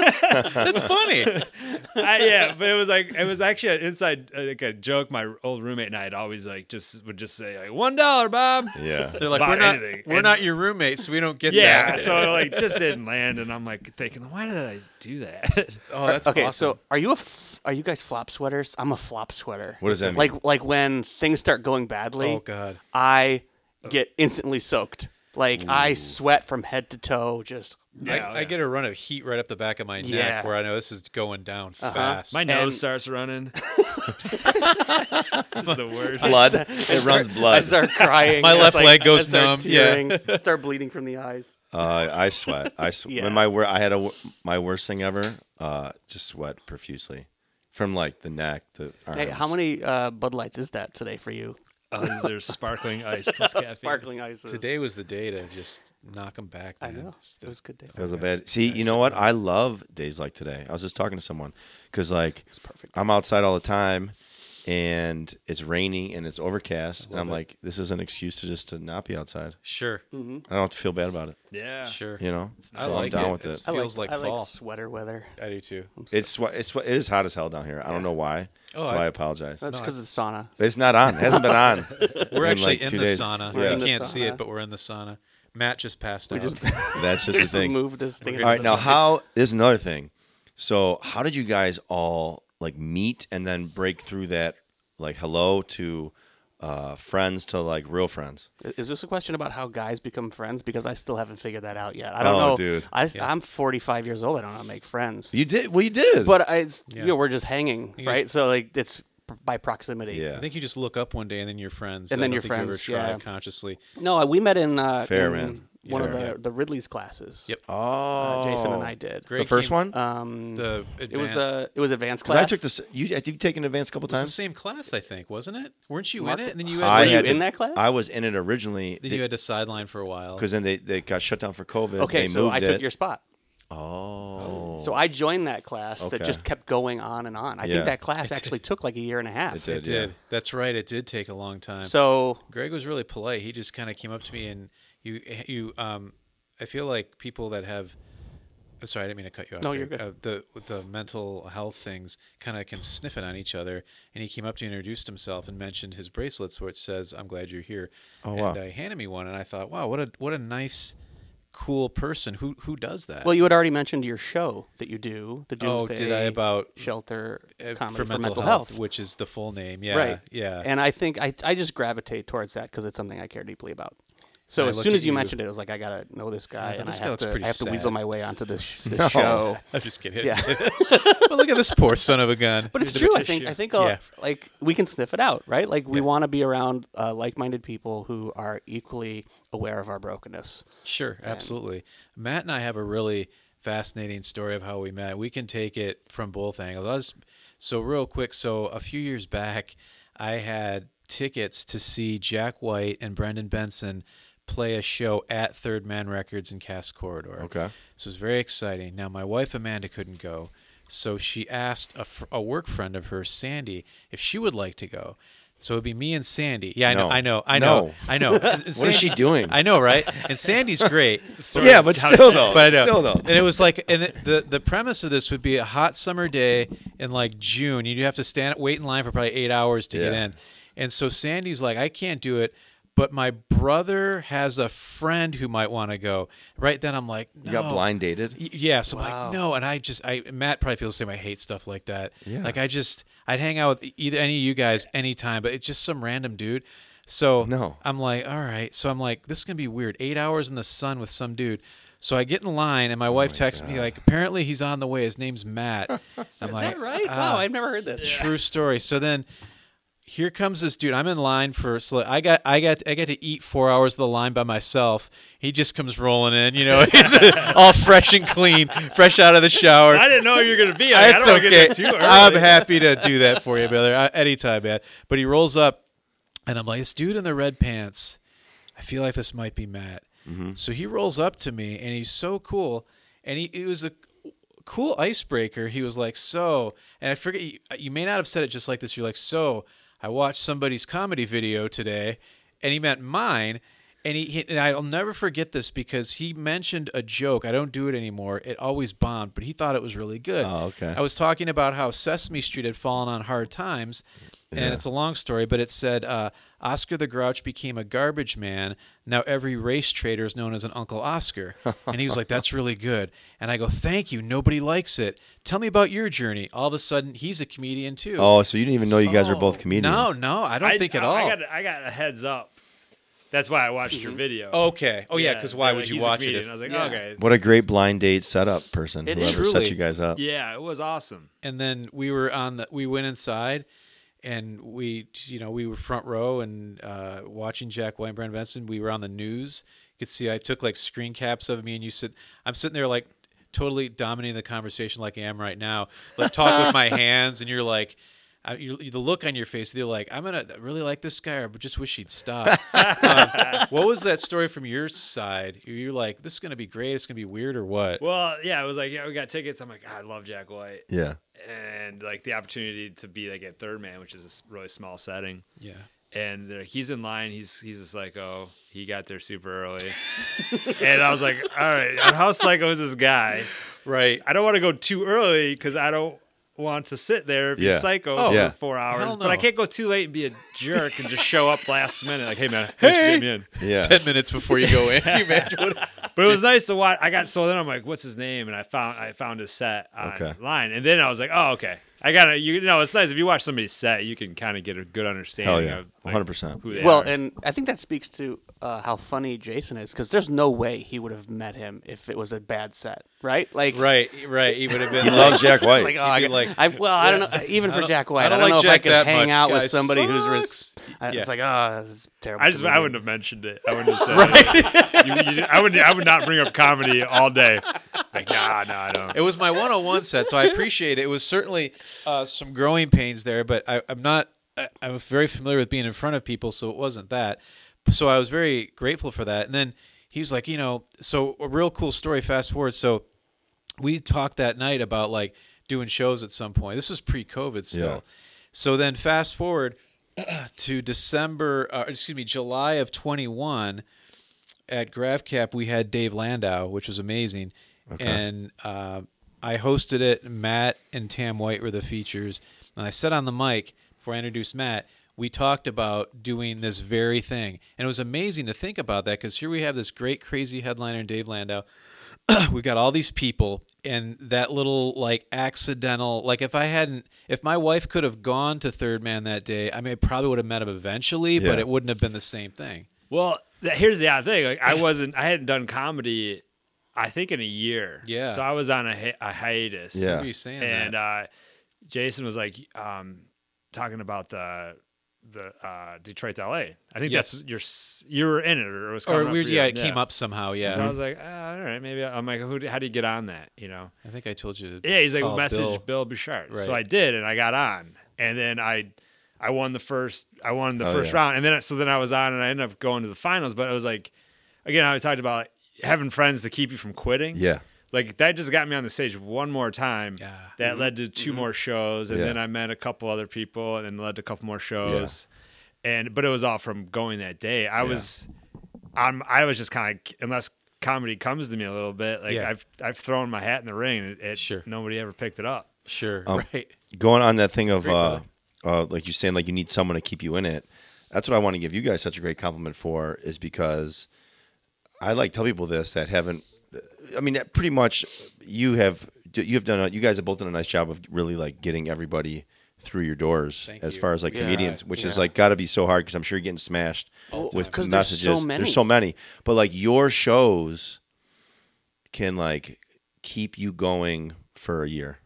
Speaker 3: That's funny.
Speaker 2: I, yeah, but it was like it was actually an inside uh, like a joke. My old roommate and I had always like just would just say like one dollar, Bob.
Speaker 1: Yeah.
Speaker 3: They're like,
Speaker 2: About
Speaker 3: we're not,
Speaker 2: anything.
Speaker 3: we're
Speaker 2: And-
Speaker 3: not your roommates, so we don't get
Speaker 2: Yeah,
Speaker 3: that.
Speaker 2: so like just didn't land, and I'm like thinking, why did I do that?
Speaker 3: oh, that's
Speaker 4: okay,
Speaker 3: awesome.
Speaker 4: so are you a f- are you guys flop sweaters? I'm a flop sweater.
Speaker 1: What does that mean?
Speaker 4: Like like when things start going badly,
Speaker 3: oh god,
Speaker 4: I get instantly soaked. Like I sweat from head to toe. Just
Speaker 2: Yeah,
Speaker 3: I, I
Speaker 2: yeah.
Speaker 3: get a run of heat right up the back of my
Speaker 4: Yeah. Uh-huh.
Speaker 3: neck where I know this is going down fast.
Speaker 2: My nose
Speaker 4: And-
Speaker 2: starts running. Just the worst.
Speaker 1: blood. It runs
Speaker 4: I
Speaker 1: blood.
Speaker 4: start crying.
Speaker 3: My
Speaker 4: It's
Speaker 3: left
Speaker 4: like-
Speaker 3: leg goes
Speaker 4: I start
Speaker 3: numb, yeah.
Speaker 4: tearing, start bleeding from the eyes.
Speaker 1: Uh, I sweat. I sweat.
Speaker 4: Yeah.
Speaker 1: My wor- I had a w- my worst thing ever. Uh, just sweat profusely from like the neck, the arms.
Speaker 4: Hey, how many uh, Bud Lights is that today for you?
Speaker 2: Is there sparkling ice? Plus caffeine?
Speaker 4: Sparkling ices.
Speaker 3: Today was the day to just knock them back.
Speaker 4: I
Speaker 3: Man.
Speaker 4: know.
Speaker 3: It's
Speaker 4: It
Speaker 3: the-
Speaker 4: was a good day.
Speaker 1: It was a bad. See, you know what? I love days like today. I was just talking to someone because like I'm outside all the time, and it's rainy and it's overcast, and I'm like, this is an excuse to just to not be outside.
Speaker 3: Sure,
Speaker 4: Mm-hmm.
Speaker 1: I don't have to feel bad about it.
Speaker 2: Yeah.
Speaker 3: sure.
Speaker 1: You know,
Speaker 3: I
Speaker 1: so
Speaker 3: like
Speaker 1: I'm down
Speaker 3: it.
Speaker 1: with it.
Speaker 3: It's-
Speaker 1: It's
Speaker 4: I
Speaker 3: Feels like
Speaker 4: I
Speaker 3: fall.
Speaker 4: like sweater weather.
Speaker 3: I do too.
Speaker 1: it's swe- it's swe- it is hot as hell down here. I don't know why.
Speaker 3: Oh,
Speaker 1: so I,
Speaker 3: I-
Speaker 1: apologize.
Speaker 4: That's because of the sauna.
Speaker 1: But It's not on. It hasn't been on.
Speaker 3: We're
Speaker 1: in,
Speaker 3: actually
Speaker 1: like,
Speaker 3: in
Speaker 1: two
Speaker 3: the
Speaker 1: days.
Speaker 3: sauna.
Speaker 1: We're in
Speaker 3: You
Speaker 4: the
Speaker 3: can't see
Speaker 4: sauna.
Speaker 3: it, but we're in the sauna. Matt just passed out.
Speaker 1: That's just the
Speaker 4: Just
Speaker 1: thing.
Speaker 4: move this thing.
Speaker 1: All right, now how? There's another thing. So how did you guys all like meet and then break through that like hello to uh, friends to like real friends.
Speaker 4: Is this a question about how guys become friends? Because I still haven't figured that out yet. I don't
Speaker 1: Oh,
Speaker 4: know,
Speaker 1: dude.
Speaker 4: I, am 45 years old. I don't know how to make friends.
Speaker 1: You did. Well, you did.
Speaker 4: But I, it's,
Speaker 3: Yeah.
Speaker 4: you know, we're just hanging,
Speaker 3: You
Speaker 4: right?
Speaker 3: just-
Speaker 4: so like it's p- by proximity.
Speaker 1: yeah.
Speaker 3: I think you just look up one day and then you're friends.
Speaker 4: And
Speaker 3: I
Speaker 4: then
Speaker 3: don't
Speaker 4: you're
Speaker 3: think you
Speaker 4: friends,
Speaker 3: ever try
Speaker 4: yeah.
Speaker 3: consciously.
Speaker 4: No, we met in, uh,
Speaker 1: Fair,
Speaker 4: in
Speaker 1: man.
Speaker 4: one of the
Speaker 1: Fair.
Speaker 4: the Ridley's classes.
Speaker 3: Yep.
Speaker 1: oh,
Speaker 4: uh, Jason and I did.
Speaker 1: The first
Speaker 3: came-
Speaker 1: one.
Speaker 4: Um,
Speaker 3: The
Speaker 4: it was
Speaker 3: advanced-
Speaker 4: uh, it was advanced
Speaker 1: Because
Speaker 4: class.
Speaker 1: I took this. You have you taken advanced a couple
Speaker 3: It was the
Speaker 1: times.
Speaker 3: same class, I think, wasn't it? Weren't you
Speaker 4: Mark-
Speaker 3: in it? And then you had,
Speaker 1: I
Speaker 4: Were you
Speaker 1: had to-
Speaker 4: in that class?
Speaker 1: I was in it originally.
Speaker 3: then you had to sideline for a while.
Speaker 1: Because then they, they got shut down for COVID.
Speaker 4: Okay,
Speaker 1: they
Speaker 4: so
Speaker 1: moved
Speaker 4: I took
Speaker 1: it.
Speaker 4: your spot.
Speaker 1: Oh,
Speaker 4: So I joined that class
Speaker 1: Okay.
Speaker 4: that just kept going on and on. I
Speaker 1: Yeah.
Speaker 4: think that class actually took like a year and a half.
Speaker 1: it did.
Speaker 3: It did. That's right. It did take a long time.
Speaker 4: So
Speaker 3: Greg was really polite. He just kind of came up to me and you you um I feel like people that have I'm sorry, I didn't mean to cut you off.
Speaker 4: No, you're
Speaker 3: Greg. Uh, the with the mental health things kind of can sniff it on each other. And he came up to me and introduced himself and mentioned his bracelets, where it says "I'm glad you're here." Oh
Speaker 1: wow.
Speaker 3: And uh, he handed me one, and I thought, wow, what a what a nice, cool person. Who who does that?
Speaker 4: Well, you had already mentioned your show that you do, the
Speaker 3: Oh,
Speaker 4: Doomsday
Speaker 3: did I about
Speaker 4: shelter
Speaker 3: uh,
Speaker 4: comedy
Speaker 3: for, mental, health,
Speaker 4: health.
Speaker 3: which is the full name. Yeah,
Speaker 4: right.
Speaker 3: yeah.
Speaker 4: And I think I I just gravitate towards that because it's something I care deeply about. So
Speaker 3: I
Speaker 4: as
Speaker 3: looked
Speaker 4: soon
Speaker 3: at
Speaker 4: as you,
Speaker 3: you.
Speaker 4: mentioned it, I was like, I gotta know this guy,
Speaker 3: thought,
Speaker 4: and
Speaker 3: this
Speaker 4: I
Speaker 3: guy
Speaker 4: have
Speaker 3: looks
Speaker 4: to I
Speaker 3: pretty
Speaker 4: have to weasel
Speaker 3: sad.
Speaker 4: my way onto this sh- this show.
Speaker 3: I'm just kidding.
Speaker 4: Yeah.
Speaker 3: well, look at this poor son of a gun.
Speaker 4: But it's
Speaker 2: He's a
Speaker 4: true. I
Speaker 2: tissue.
Speaker 4: think I think I'll-
Speaker 3: Yeah.
Speaker 4: like we can sniff it out, right? Like we
Speaker 3: Yeah.
Speaker 4: want to be around uh, like-minded people who are equally aware of our brokenness.
Speaker 3: Sure, absolutely. Matt and I have a really fascinating story of how we met. We can take it from both angles. I was, so real quick, so a few years back, I had tickets to see Jack White and Brendan Benson play a show at Third Man Records in Cass Corridor.
Speaker 1: Okay.
Speaker 3: So it was very exciting. Now, my wife Amanda couldn't go, so she asked a, fr- a work friend of hers, Sandy, if she would like to go. So it'd be me and Sandy. Yeah, I know,
Speaker 1: No.
Speaker 3: I know, I know,
Speaker 1: No.
Speaker 3: I know. What
Speaker 1: What is she doing?
Speaker 3: I know, right? And Sandy's great.
Speaker 1: Yeah, but still though.
Speaker 3: But I know.
Speaker 1: still though.
Speaker 3: And it was like, and it, the the premise of this would be a hot summer day in like June. You'd have to stand wait in line for probably eight hours to get
Speaker 1: Yeah.
Speaker 3: in. And so Sandy's like, I can't do it. But my brother has a friend who might want to go. Right then, I'm like, no.
Speaker 1: You got blind dated.
Speaker 3: Y- Yeah, so I'm like, no, and I just, I Matt probably feels the same. I hate stuff like that.
Speaker 1: Yeah.
Speaker 3: Like I just, I'd hang out with e-, either any of you guys anytime, but it's just some random dude. So
Speaker 1: No.
Speaker 3: I'm like, all right. So I'm like, this is gonna be weird. Eight hours in the sun with some dude. So I get in line,
Speaker 1: Oh
Speaker 3: and my wife texts me like, apparently he's on the way. His name's Matt. I'm like, uh,
Speaker 4: Right? wow, I've never heard this.
Speaker 3: True story. So then here comes this dude. I'm in line for so I got I got I got to eat four hours of the line by myself. He just comes rolling in, you know, he's all fresh and clean, fresh out of the shower.
Speaker 2: I didn't know you were gonna be. Like, I
Speaker 3: It's
Speaker 2: don't okay.
Speaker 3: okay.
Speaker 2: get there too early.
Speaker 3: I'm happy to do that for you, brother. I, anytime, man. But he rolls up, and I'm like, this dude in the red pants. I feel like this might be Matt.
Speaker 1: Mm-hmm.
Speaker 3: So he rolls up to me, and he's so cool, and he it was a cool icebreaker. He was like, so, and I forget you, uh, you may not have said it just like this. You're like, so, I watched somebody's comedy video today, and he meant mine. And he, he and I'll never forget this because he mentioned a joke. I don't do it anymore. It always bombed, but he thought it was really good.
Speaker 1: Oh, okay.
Speaker 3: I was talking about how Sesame Street had fallen on hard times, and it's a long story, but it said uh, Oscar the Grouch became a garbage man. Now every race trader is known as an Uncle Oscar. And he was like, That's really good. And I go, Thank you. Nobody likes it. Tell me about your journey. All of a sudden, he's a comedian too.
Speaker 1: Oh, so you didn't even know you guys were both
Speaker 3: So-
Speaker 1: comedians.
Speaker 3: No, no, I don't think at all.
Speaker 2: Oh. I got, I got a heads up. That's why I watched your video.
Speaker 3: okay. Oh, yeah, because why
Speaker 2: they're
Speaker 3: would
Speaker 2: like,
Speaker 3: you
Speaker 2: "He's a
Speaker 3: watch it?
Speaker 2: comedian."
Speaker 3: if-
Speaker 2: I was like,
Speaker 3: Yeah.
Speaker 2: okay.
Speaker 1: What a great blind date setup person.
Speaker 4: It is.
Speaker 1: whoever set
Speaker 3: Truly.
Speaker 1: you guys up.
Speaker 2: Yeah, it was awesome.
Speaker 3: and then we were on the we went inside and we you know we were front row and uh, watching jack white and brandon benson we were on the news you could see i took like screen caps of me and you sit i'm sitting there like totally dominating the conversation like i am right now like talk with my hands and you're like I, you, the look on your face they're like i'm gonna really like this guy or just wish he'd stop um, what was that story from your side you're like this is gonna be great it's gonna be weird or what
Speaker 2: Well, yeah, it was like, yeah, we got tickets. I'm like, "Ah, I love Jack White,
Speaker 1: Yeah.
Speaker 2: and like the opportunity to be like at Third Man, which is a s- really small setting.
Speaker 3: yeah
Speaker 2: and they're- he's in line. He's he's a psycho. He got there super early, and I was like, "All right, how psycho is this guy?
Speaker 3: right
Speaker 2: I don't want to go too early because I don't want to sit there if
Speaker 1: Yeah.
Speaker 2: he's psycho
Speaker 3: Oh,
Speaker 2: for
Speaker 1: yeah.
Speaker 2: four hours.
Speaker 3: Hell
Speaker 2: But I
Speaker 3: no.
Speaker 2: can't go too late and be a jerk and just show up last minute like, "Hey man, hey, get me in."
Speaker 1: Yeah.
Speaker 3: 10 minutes before you go in you imagine what-
Speaker 2: But it was nice to watch. I got so then I'm like, "What's his name?" And I found I found his set
Speaker 1: Okay.
Speaker 2: online, and then I was like, "Oh, okay." I gotta, you know, it's nice if you watch somebody's set, you can kind of get a good understanding
Speaker 1: yeah.
Speaker 2: of like,
Speaker 1: 100%.
Speaker 2: who they
Speaker 4: well,
Speaker 2: are.
Speaker 4: and I think that speaks to uh, how funny Jason is because there's no way he would have met him if it was a bad set, right? Like,
Speaker 3: Right, right. He would have been
Speaker 1: He loves Jack
Speaker 4: It's
Speaker 1: White.
Speaker 4: like, oh,
Speaker 3: He'd
Speaker 4: I,
Speaker 3: be
Speaker 4: got-
Speaker 3: like,
Speaker 4: I- well, I don't know. Even for
Speaker 3: don't-
Speaker 4: Jack White,
Speaker 3: I
Speaker 4: I
Speaker 3: don't
Speaker 4: don't,
Speaker 3: like
Speaker 4: know
Speaker 3: Jack
Speaker 4: if I could
Speaker 3: that
Speaker 4: hang
Speaker 3: much.
Speaker 4: out
Speaker 3: Guy
Speaker 4: with somebody who's.
Speaker 3: sucks.
Speaker 4: Res- I,
Speaker 3: Yeah.
Speaker 4: It's like, oh, this is terrible.
Speaker 2: I just I
Speaker 4: movie.
Speaker 2: wouldn't have mentioned it. I wouldn't have said it. You- you- I would I would not bring up comedy all day. Like nah, nah, I don't.
Speaker 3: It was my 101 set, so I appreciate it. It was certainly uh, some growing pains there, but I, I'm not. I, I'm very familiar with being in front of people, so it wasn't that. So I was very grateful for that. And then he was like, you know, so a real cool story. Fast forward, so we talked that night about like doing shows at some point. This was pre-COVID still.
Speaker 1: Yeah.
Speaker 3: So then fast forward to December, uh, excuse me, July of 21 at GravCap, we had Dave Landau, which was amazing. And uh, I hosted it. Matt and Tam White were the features. And I said on the mic before I introduced Matt, we talked about doing this very thing. And it was amazing to think about that because here we have this great, crazy headliner, Dave Landau. we got all these people and that little like accidental like if i hadn't if my wife could have gone to third man that day i mean i probably would have met him eventually but
Speaker 1: Yeah.
Speaker 3: it wouldn't have been the same thing
Speaker 2: Well, th- here's the odd thing. Like I wasn't I hadn't done comedy I think in a year.
Speaker 3: Yeah.
Speaker 2: So I was on a, hi- a hiatus.
Speaker 1: Yeah.
Speaker 3: What are you saying
Speaker 2: and
Speaker 3: that?
Speaker 2: uh, Jason was like um, talking about the the uh, Detroit to LA. I think
Speaker 3: Yes.
Speaker 2: that's your s- you were in it or it was
Speaker 3: or
Speaker 2: coming up
Speaker 3: weird
Speaker 2: for you.
Speaker 3: yeah it came up somehow yeah
Speaker 2: So I was like, ah, all right, maybe I'm like, who? do- How do you get on that? You know?
Speaker 3: I think I told you.
Speaker 2: Yeah, he's like,
Speaker 3: call
Speaker 2: message Bill,
Speaker 3: Bill.
Speaker 2: Bouchard.
Speaker 3: Right.
Speaker 2: So I did, and I got on, and then I, I won the first, I won the
Speaker 1: Oh,
Speaker 2: first
Speaker 1: yeah.
Speaker 2: round, and then so then I was on, and I ended up going to the finals. But it was like, again, I talked about like, having friends to keep you from quitting.
Speaker 1: Yeah.
Speaker 2: Like that just got me on the stage one more time.
Speaker 3: Yeah.
Speaker 2: That led to 2 more shows, and
Speaker 1: Mm-hmm. Yeah.
Speaker 2: then I met a couple other people, and then led to a couple more shows. And but it was all from going that day. I was, I'm, I was just kind of unless comedy comes to me a little bit. Like
Speaker 3: Yeah.
Speaker 2: I've I've thrown my hat in the ring. and It, it-
Speaker 3: Sure.
Speaker 2: Nobody ever picked it up.
Speaker 3: Sure.
Speaker 1: Oh.
Speaker 3: right.
Speaker 1: going on that thing of uh, uh, like you saying like you need someone to keep you in it that's what i want to give you guys such a great compliment for is because i like tell people this that haven't i mean that pretty much you have you have done a, you guys have both done a nice job of really like getting everybody through your doors as
Speaker 3: you.
Speaker 1: far as like comedians which is
Speaker 4: Yeah.
Speaker 1: like got to be so hard because i'm sure you're getting smashed
Speaker 4: Oh,
Speaker 1: with
Speaker 4: 'cause there's
Speaker 1: messages
Speaker 4: so many.
Speaker 1: there's so many but like your shows can like keep you going for a year.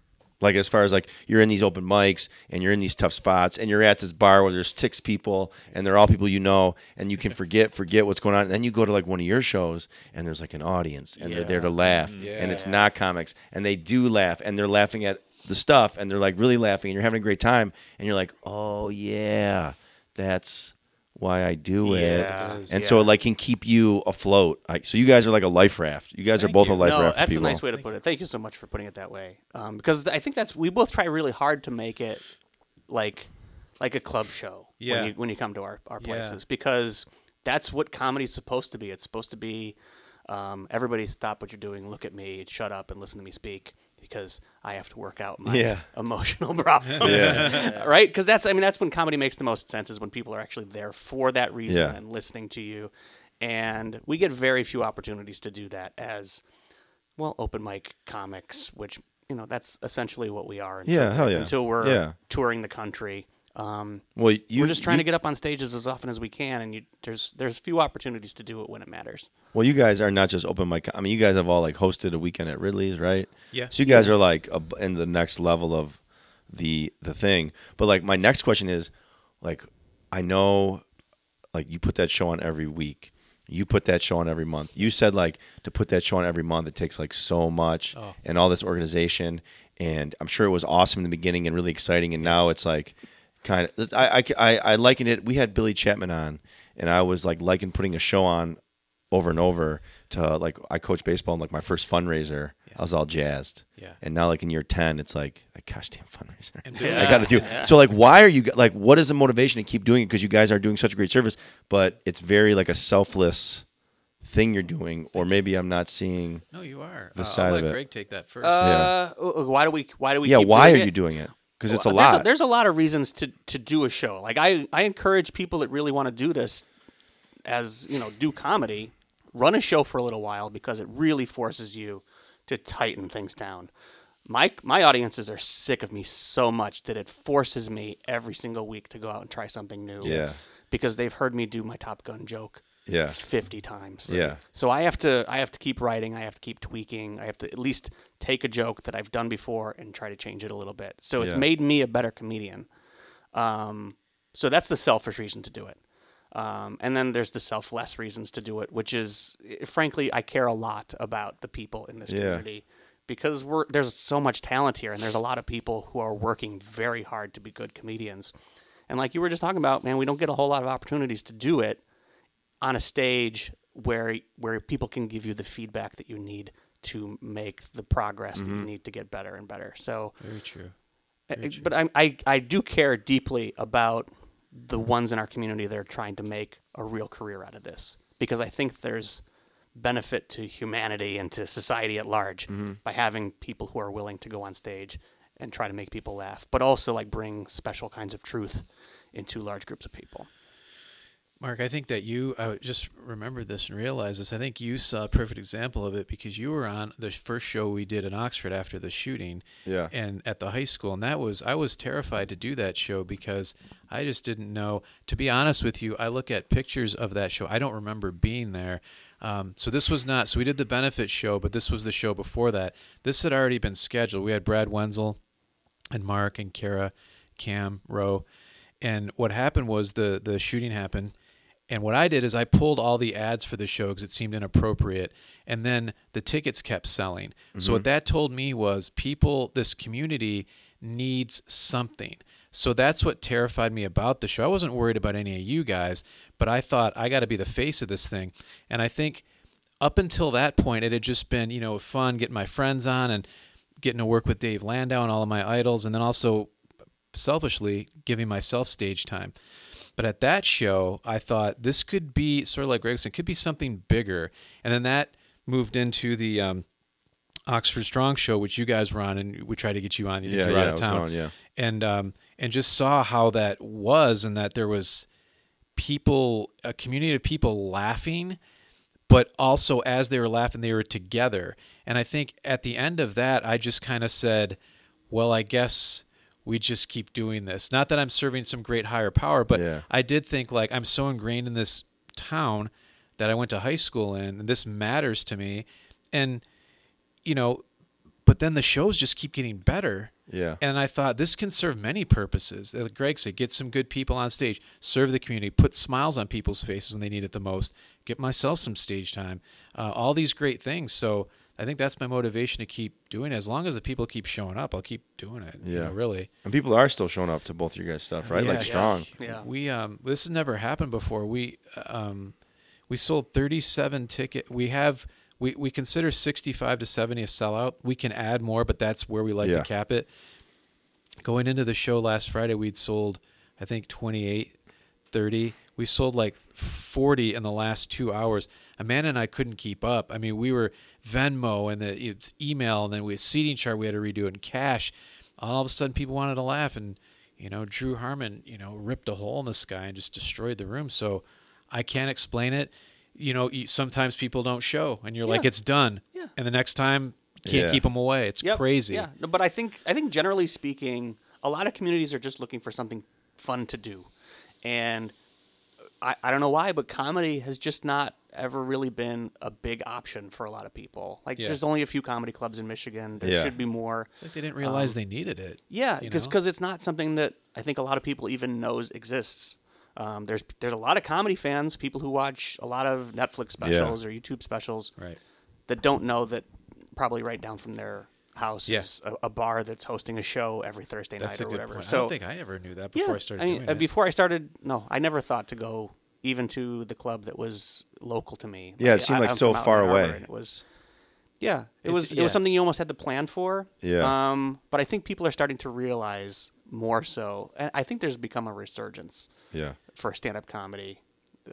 Speaker 1: Like as far as like you're in these open mics and you're in these tough spots and you're at this bar where there's six people and they're all people you know and you can forget forget what's going on and then you go to like one of your shows and there's like an audience and they're there to laugh and it's not comics and they do laugh and they're laughing at the stuff and they're like really laughing and you're having a great time and you're like oh yeah that's why I do it
Speaker 4: Yeah.
Speaker 1: and so it like can keep you afloat I, so you guys are like a life raft you guys are both a life
Speaker 4: no,
Speaker 1: raft for
Speaker 4: that's
Speaker 1: people.
Speaker 4: a nice way to put it. Thank you so much for putting it that way. Um, because I think that's we both try really hard to make it like like a club show
Speaker 3: Yeah.
Speaker 4: when you when you come to our, our
Speaker 3: Yeah.
Speaker 4: places because that's what comedy's supposed to be. It's supposed to be um, everybody stop what you're doing, look at me, shut up, and listen to me speak because I have to work out my
Speaker 1: Yeah.
Speaker 4: emotional problems, right? Because that's I mean that's when comedy makes the most sense is when people are actually there for that reason
Speaker 1: Yeah.
Speaker 4: and listening to you. And we get very few opportunities to do that as well, open mic comics, which you know that's essentially what we are. Until,
Speaker 1: Yeah, hell yeah.
Speaker 4: Until we're
Speaker 1: Yeah.
Speaker 4: touring the country, um,
Speaker 1: Well, you,
Speaker 4: we're just trying
Speaker 1: you-
Speaker 4: to get up on stages as often as we can, and you, there's there's few opportunities to do it when it matters.
Speaker 1: Well, you guys are not just open mic. I mean, you guys have all like hosted a weekend at Ridley's, right?
Speaker 3: Yeah.
Speaker 1: So you guys are like ab- in the next level of the the thing. But like, my next question is, like, I know, like, you put that show on every week. You put that show on every month. You said like to put that show on every month. It takes like so much and all this organization. And I'm sure it was awesome in the beginning and really exciting. And now it's like kind of I I I likened it. We had Billy Chapman on, and I was like liking putting a show on over and over to like I coached baseball and like my first fundraiser, I was all jazzed.
Speaker 3: Yeah.
Speaker 1: And now like in year ten, it's like, like gosh damn fundraiser.
Speaker 3: Billy-
Speaker 1: I gotta do it. So like why are you g- like what is the motivation to keep doing it? Because you guys are doing such a great service, but it's very like a selfless thing you're doing, or maybe I'm not seeing
Speaker 3: No, you are.
Speaker 1: The
Speaker 3: Uh,
Speaker 1: side
Speaker 3: I'll
Speaker 1: of
Speaker 3: let
Speaker 1: it.
Speaker 3: Greg take that first.
Speaker 4: Uh, uh, why do we? Why do we?
Speaker 1: Yeah,
Speaker 4: keep
Speaker 1: why
Speaker 4: doing
Speaker 1: are
Speaker 4: it?
Speaker 1: you doing it? Because it's a
Speaker 4: There's
Speaker 1: lot.
Speaker 4: there's a lot of reasons to to do a show. Like I I encourage people that really want to do this, as you know, do comedy, run a show for a little while because it really forces you to tighten things down. my my audiences are sick of me so much that it forces me every single week to go out and try something new.
Speaker 1: Yeah.
Speaker 4: Because they've heard me do my Top Gun joke
Speaker 1: Yeah.
Speaker 4: 50 times.
Speaker 1: Yeah.
Speaker 4: So I have to I have to keep writing, I have to keep tweaking, I have to at least take a joke that I've done before and try to change it a little bit. So it's
Speaker 1: Yeah.
Speaker 4: made me a better comedian. Um, so that's the selfish reason to do it. Um, and then there's the selfless reasons to do it, which is eh, frankly I care a lot about the people in this
Speaker 1: Yeah.
Speaker 4: community because we're there's so much talent here and there's a lot of people who are working very hard to be good comedians. And like you were just talking about, man, we don't get a whole lot of opportunities to do it on a stage where where people can give you the feedback that you need to make the progress that you need to get better and better. So,
Speaker 3: Very true.
Speaker 4: I- but I, I I do care deeply about the ones in our community that are trying to make a real career out of this because I think there's benefit to humanity and to society at large by having people who are willing to go on stage and try to make people laugh, but also like bring special kinds of truth into large groups of people.
Speaker 3: Mark, I think that you, I just remembered this and realized this. I think you saw a perfect example of it because you were on the first show we did in Oxford after the shooting.
Speaker 1: Yeah.
Speaker 3: And at the high school. And that was, I was terrified to do that show because I just didn't know. To be honest with you, I look at pictures of that show. I don't remember being there. Um, so this was not, so we did the benefit show, but this was the show before that. This had already been scheduled. We had Brad Wenzel and Mark and Kara, Cam, Roe. And what happened was the the shooting happened. And what I did is I pulled all the ads for the show because it seemed inappropriate. And then the tickets kept selling. So what that told me was people, this community needs something. So that's what terrified me about the show. I wasn't worried about any of you guys, but I thought I got to be the face of this thing. And I think up until that point, it had just been, you know, fun getting my friends on and getting to work with Dave Landau and all of my idols, and then also selfishly giving myself stage time. But at that show, I thought this could be sort of like Gregson, could be something bigger. And then that moved into the um, Oxford Strong show, which you guys were on, and we tried to get you on. You
Speaker 1: Yeah,
Speaker 3: you were
Speaker 1: yeah,
Speaker 3: out
Speaker 1: I
Speaker 3: of
Speaker 1: was
Speaker 3: town.
Speaker 1: gone, yeah.
Speaker 3: And um, and just saw how that was, and that there was people, a community of people laughing but also as they were laughing, they were together. And I think at the end of that, I just kind of said, well, I guess we just keep doing this. Not that I'm serving some great higher power, but
Speaker 1: Yeah.
Speaker 3: I did think like I'm so ingrained in this town that I went to high school in, and this matters to me. And, you know, but then the shows just keep getting better.
Speaker 1: Yeah.
Speaker 3: And I thought this can serve many purposes. Like Greg said, get some good people on stage, serve the community, put smiles on people's faces when they need it the most, get myself some stage time, uh, all these great things. So I think that's my motivation to keep doing it. As long as the people keep showing up, I'll keep doing it. you
Speaker 1: Yeah.
Speaker 3: know, really.
Speaker 1: And people are still showing up to both your guys' stuff, right?
Speaker 3: Yeah.
Speaker 1: like strong.
Speaker 4: Yeah.
Speaker 3: We um this has never happened before. We um we sold 37 ticket. We have we we consider 65 to 70 a sellout. We can add more, but that's where we like
Speaker 1: Yeah.
Speaker 3: to cap it. Going into the show last Friday, we'd sold I think 28 30. We sold like 40 in the last 2 hours. Amanda and I couldn't keep up. I mean, we were Venmo and the it's email and then we had seating chart we had to redo and cash. All of a sudden people wanted to laugh and you know, Drew Harmon, you know, ripped a hole in the sky and just destroyed the room. So I can't explain it. You know, you, sometimes people don't show and you're like,
Speaker 4: Yeah.
Speaker 3: it's done.
Speaker 4: Yeah.
Speaker 3: And the next time, can't
Speaker 1: Yeah.
Speaker 3: keep them away. It's
Speaker 4: Yep,
Speaker 3: crazy.
Speaker 4: Yeah, no, but I think I think generally speaking, a lot of communities are just looking for something fun to do, and I, I don't know why, but comedy has just not ever really been a big option for a lot of people. Like,
Speaker 3: Yeah.
Speaker 4: there's only a few comedy clubs in Michigan. There
Speaker 1: Yeah.
Speaker 4: should be more.
Speaker 3: It's like they didn't realize they needed it.
Speaker 4: Um, Yeah,
Speaker 3: you
Speaker 4: because
Speaker 3: know?
Speaker 4: it's not something that I think a lot of people even knows exists. Um, there's there's a lot of comedy fans, people who watch a lot of Netflix specials or YouTube specials,
Speaker 3: Right.
Speaker 4: that don't know that probably right down from their house
Speaker 3: Yeah.
Speaker 4: is a, a bar that's hosting a show every Thursday
Speaker 3: That's
Speaker 4: night
Speaker 3: a
Speaker 4: or
Speaker 3: good
Speaker 4: whatever.
Speaker 3: point.
Speaker 4: So
Speaker 3: I don't think I ever knew that before
Speaker 4: yeah,
Speaker 3: I started
Speaker 4: mean,
Speaker 3: doing
Speaker 4: uh,
Speaker 3: it.
Speaker 4: Before I started, no, I never thought to go even to the club that was local to me.
Speaker 1: Yeah, it seemed
Speaker 4: I-
Speaker 1: like
Speaker 4: I'm
Speaker 1: so
Speaker 4: from Outland
Speaker 1: far
Speaker 4: Harbor,
Speaker 1: away.
Speaker 4: and it was, yeah, it
Speaker 3: It's-
Speaker 4: was it
Speaker 3: yeah.
Speaker 4: was something you almost had to plan for.
Speaker 1: Yeah.
Speaker 4: Um, but I think people are starting to realize more so, and I think there's become a resurgence
Speaker 1: Yeah.
Speaker 4: for stand up comedy.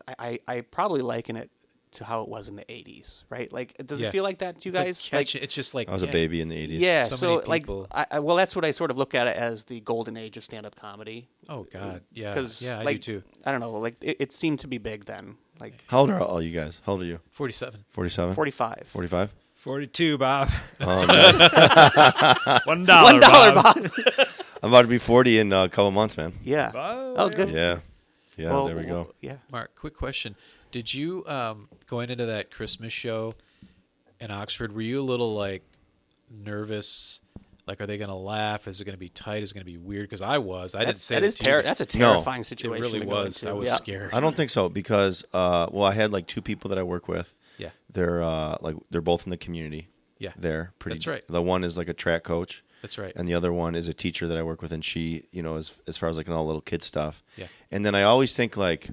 Speaker 4: I, I I probably liken it to how it was in the '80s, right? Like, does
Speaker 3: Yeah.
Speaker 4: it feel like that to you
Speaker 3: It's like
Speaker 4: guys?
Speaker 3: catch- it's just like
Speaker 1: I was
Speaker 3: yeah,
Speaker 1: a baby in the 80s.
Speaker 4: Yeah,
Speaker 3: so
Speaker 4: so,
Speaker 3: many
Speaker 4: like,
Speaker 3: people-
Speaker 4: I, I, well, that's what I sort of look at it as the golden age of stand-up comedy.
Speaker 3: Oh God, yeah,
Speaker 4: Because
Speaker 3: yeah, I
Speaker 4: like,
Speaker 3: do too.
Speaker 4: I don't know, like it, it seemed to be big then, like
Speaker 1: How old are all you guys? How old are you?
Speaker 3: Forty-seven.
Speaker 1: 47?
Speaker 4: forty-five.
Speaker 1: 45?
Speaker 2: Forty-two, Bob.
Speaker 1: Oh, no.
Speaker 2: One dollar.
Speaker 4: One dollar, Bob.
Speaker 1: I'm about to be 40 in uh, a couple months, man.
Speaker 4: Yeah.
Speaker 2: Bob.
Speaker 4: Oh, good.
Speaker 1: Yeah. Yeah,
Speaker 4: Well,
Speaker 1: there we go.
Speaker 4: Yeah.
Speaker 3: Mark, quick question. Did you, um, going into that Christmas show in Oxford, were you a little like nervous? Like, are they going to laugh? Is it going to be tight? Is it going to be weird? Because I was. I didn't
Speaker 4: That's,
Speaker 3: say
Speaker 4: that
Speaker 3: that
Speaker 4: is
Speaker 3: to you,
Speaker 4: ter- That's a
Speaker 1: No.
Speaker 4: terrifying
Speaker 3: but
Speaker 4: situation.
Speaker 3: It really
Speaker 4: to go
Speaker 3: was.
Speaker 4: into.
Speaker 3: I was
Speaker 4: Yeah.
Speaker 3: scared.
Speaker 1: I don't think so because, uh, well, I had like two people that I work with.
Speaker 3: Yeah.
Speaker 1: They're uh, like they're both in the community.
Speaker 3: Yeah.
Speaker 1: There, pretty.
Speaker 3: That's right.
Speaker 1: The one is like a track coach.
Speaker 3: That's right.
Speaker 1: And the other one is a teacher that I work with, and she, you know, as as far as like all little kid stuff.
Speaker 3: Yeah.
Speaker 1: And then I always think like,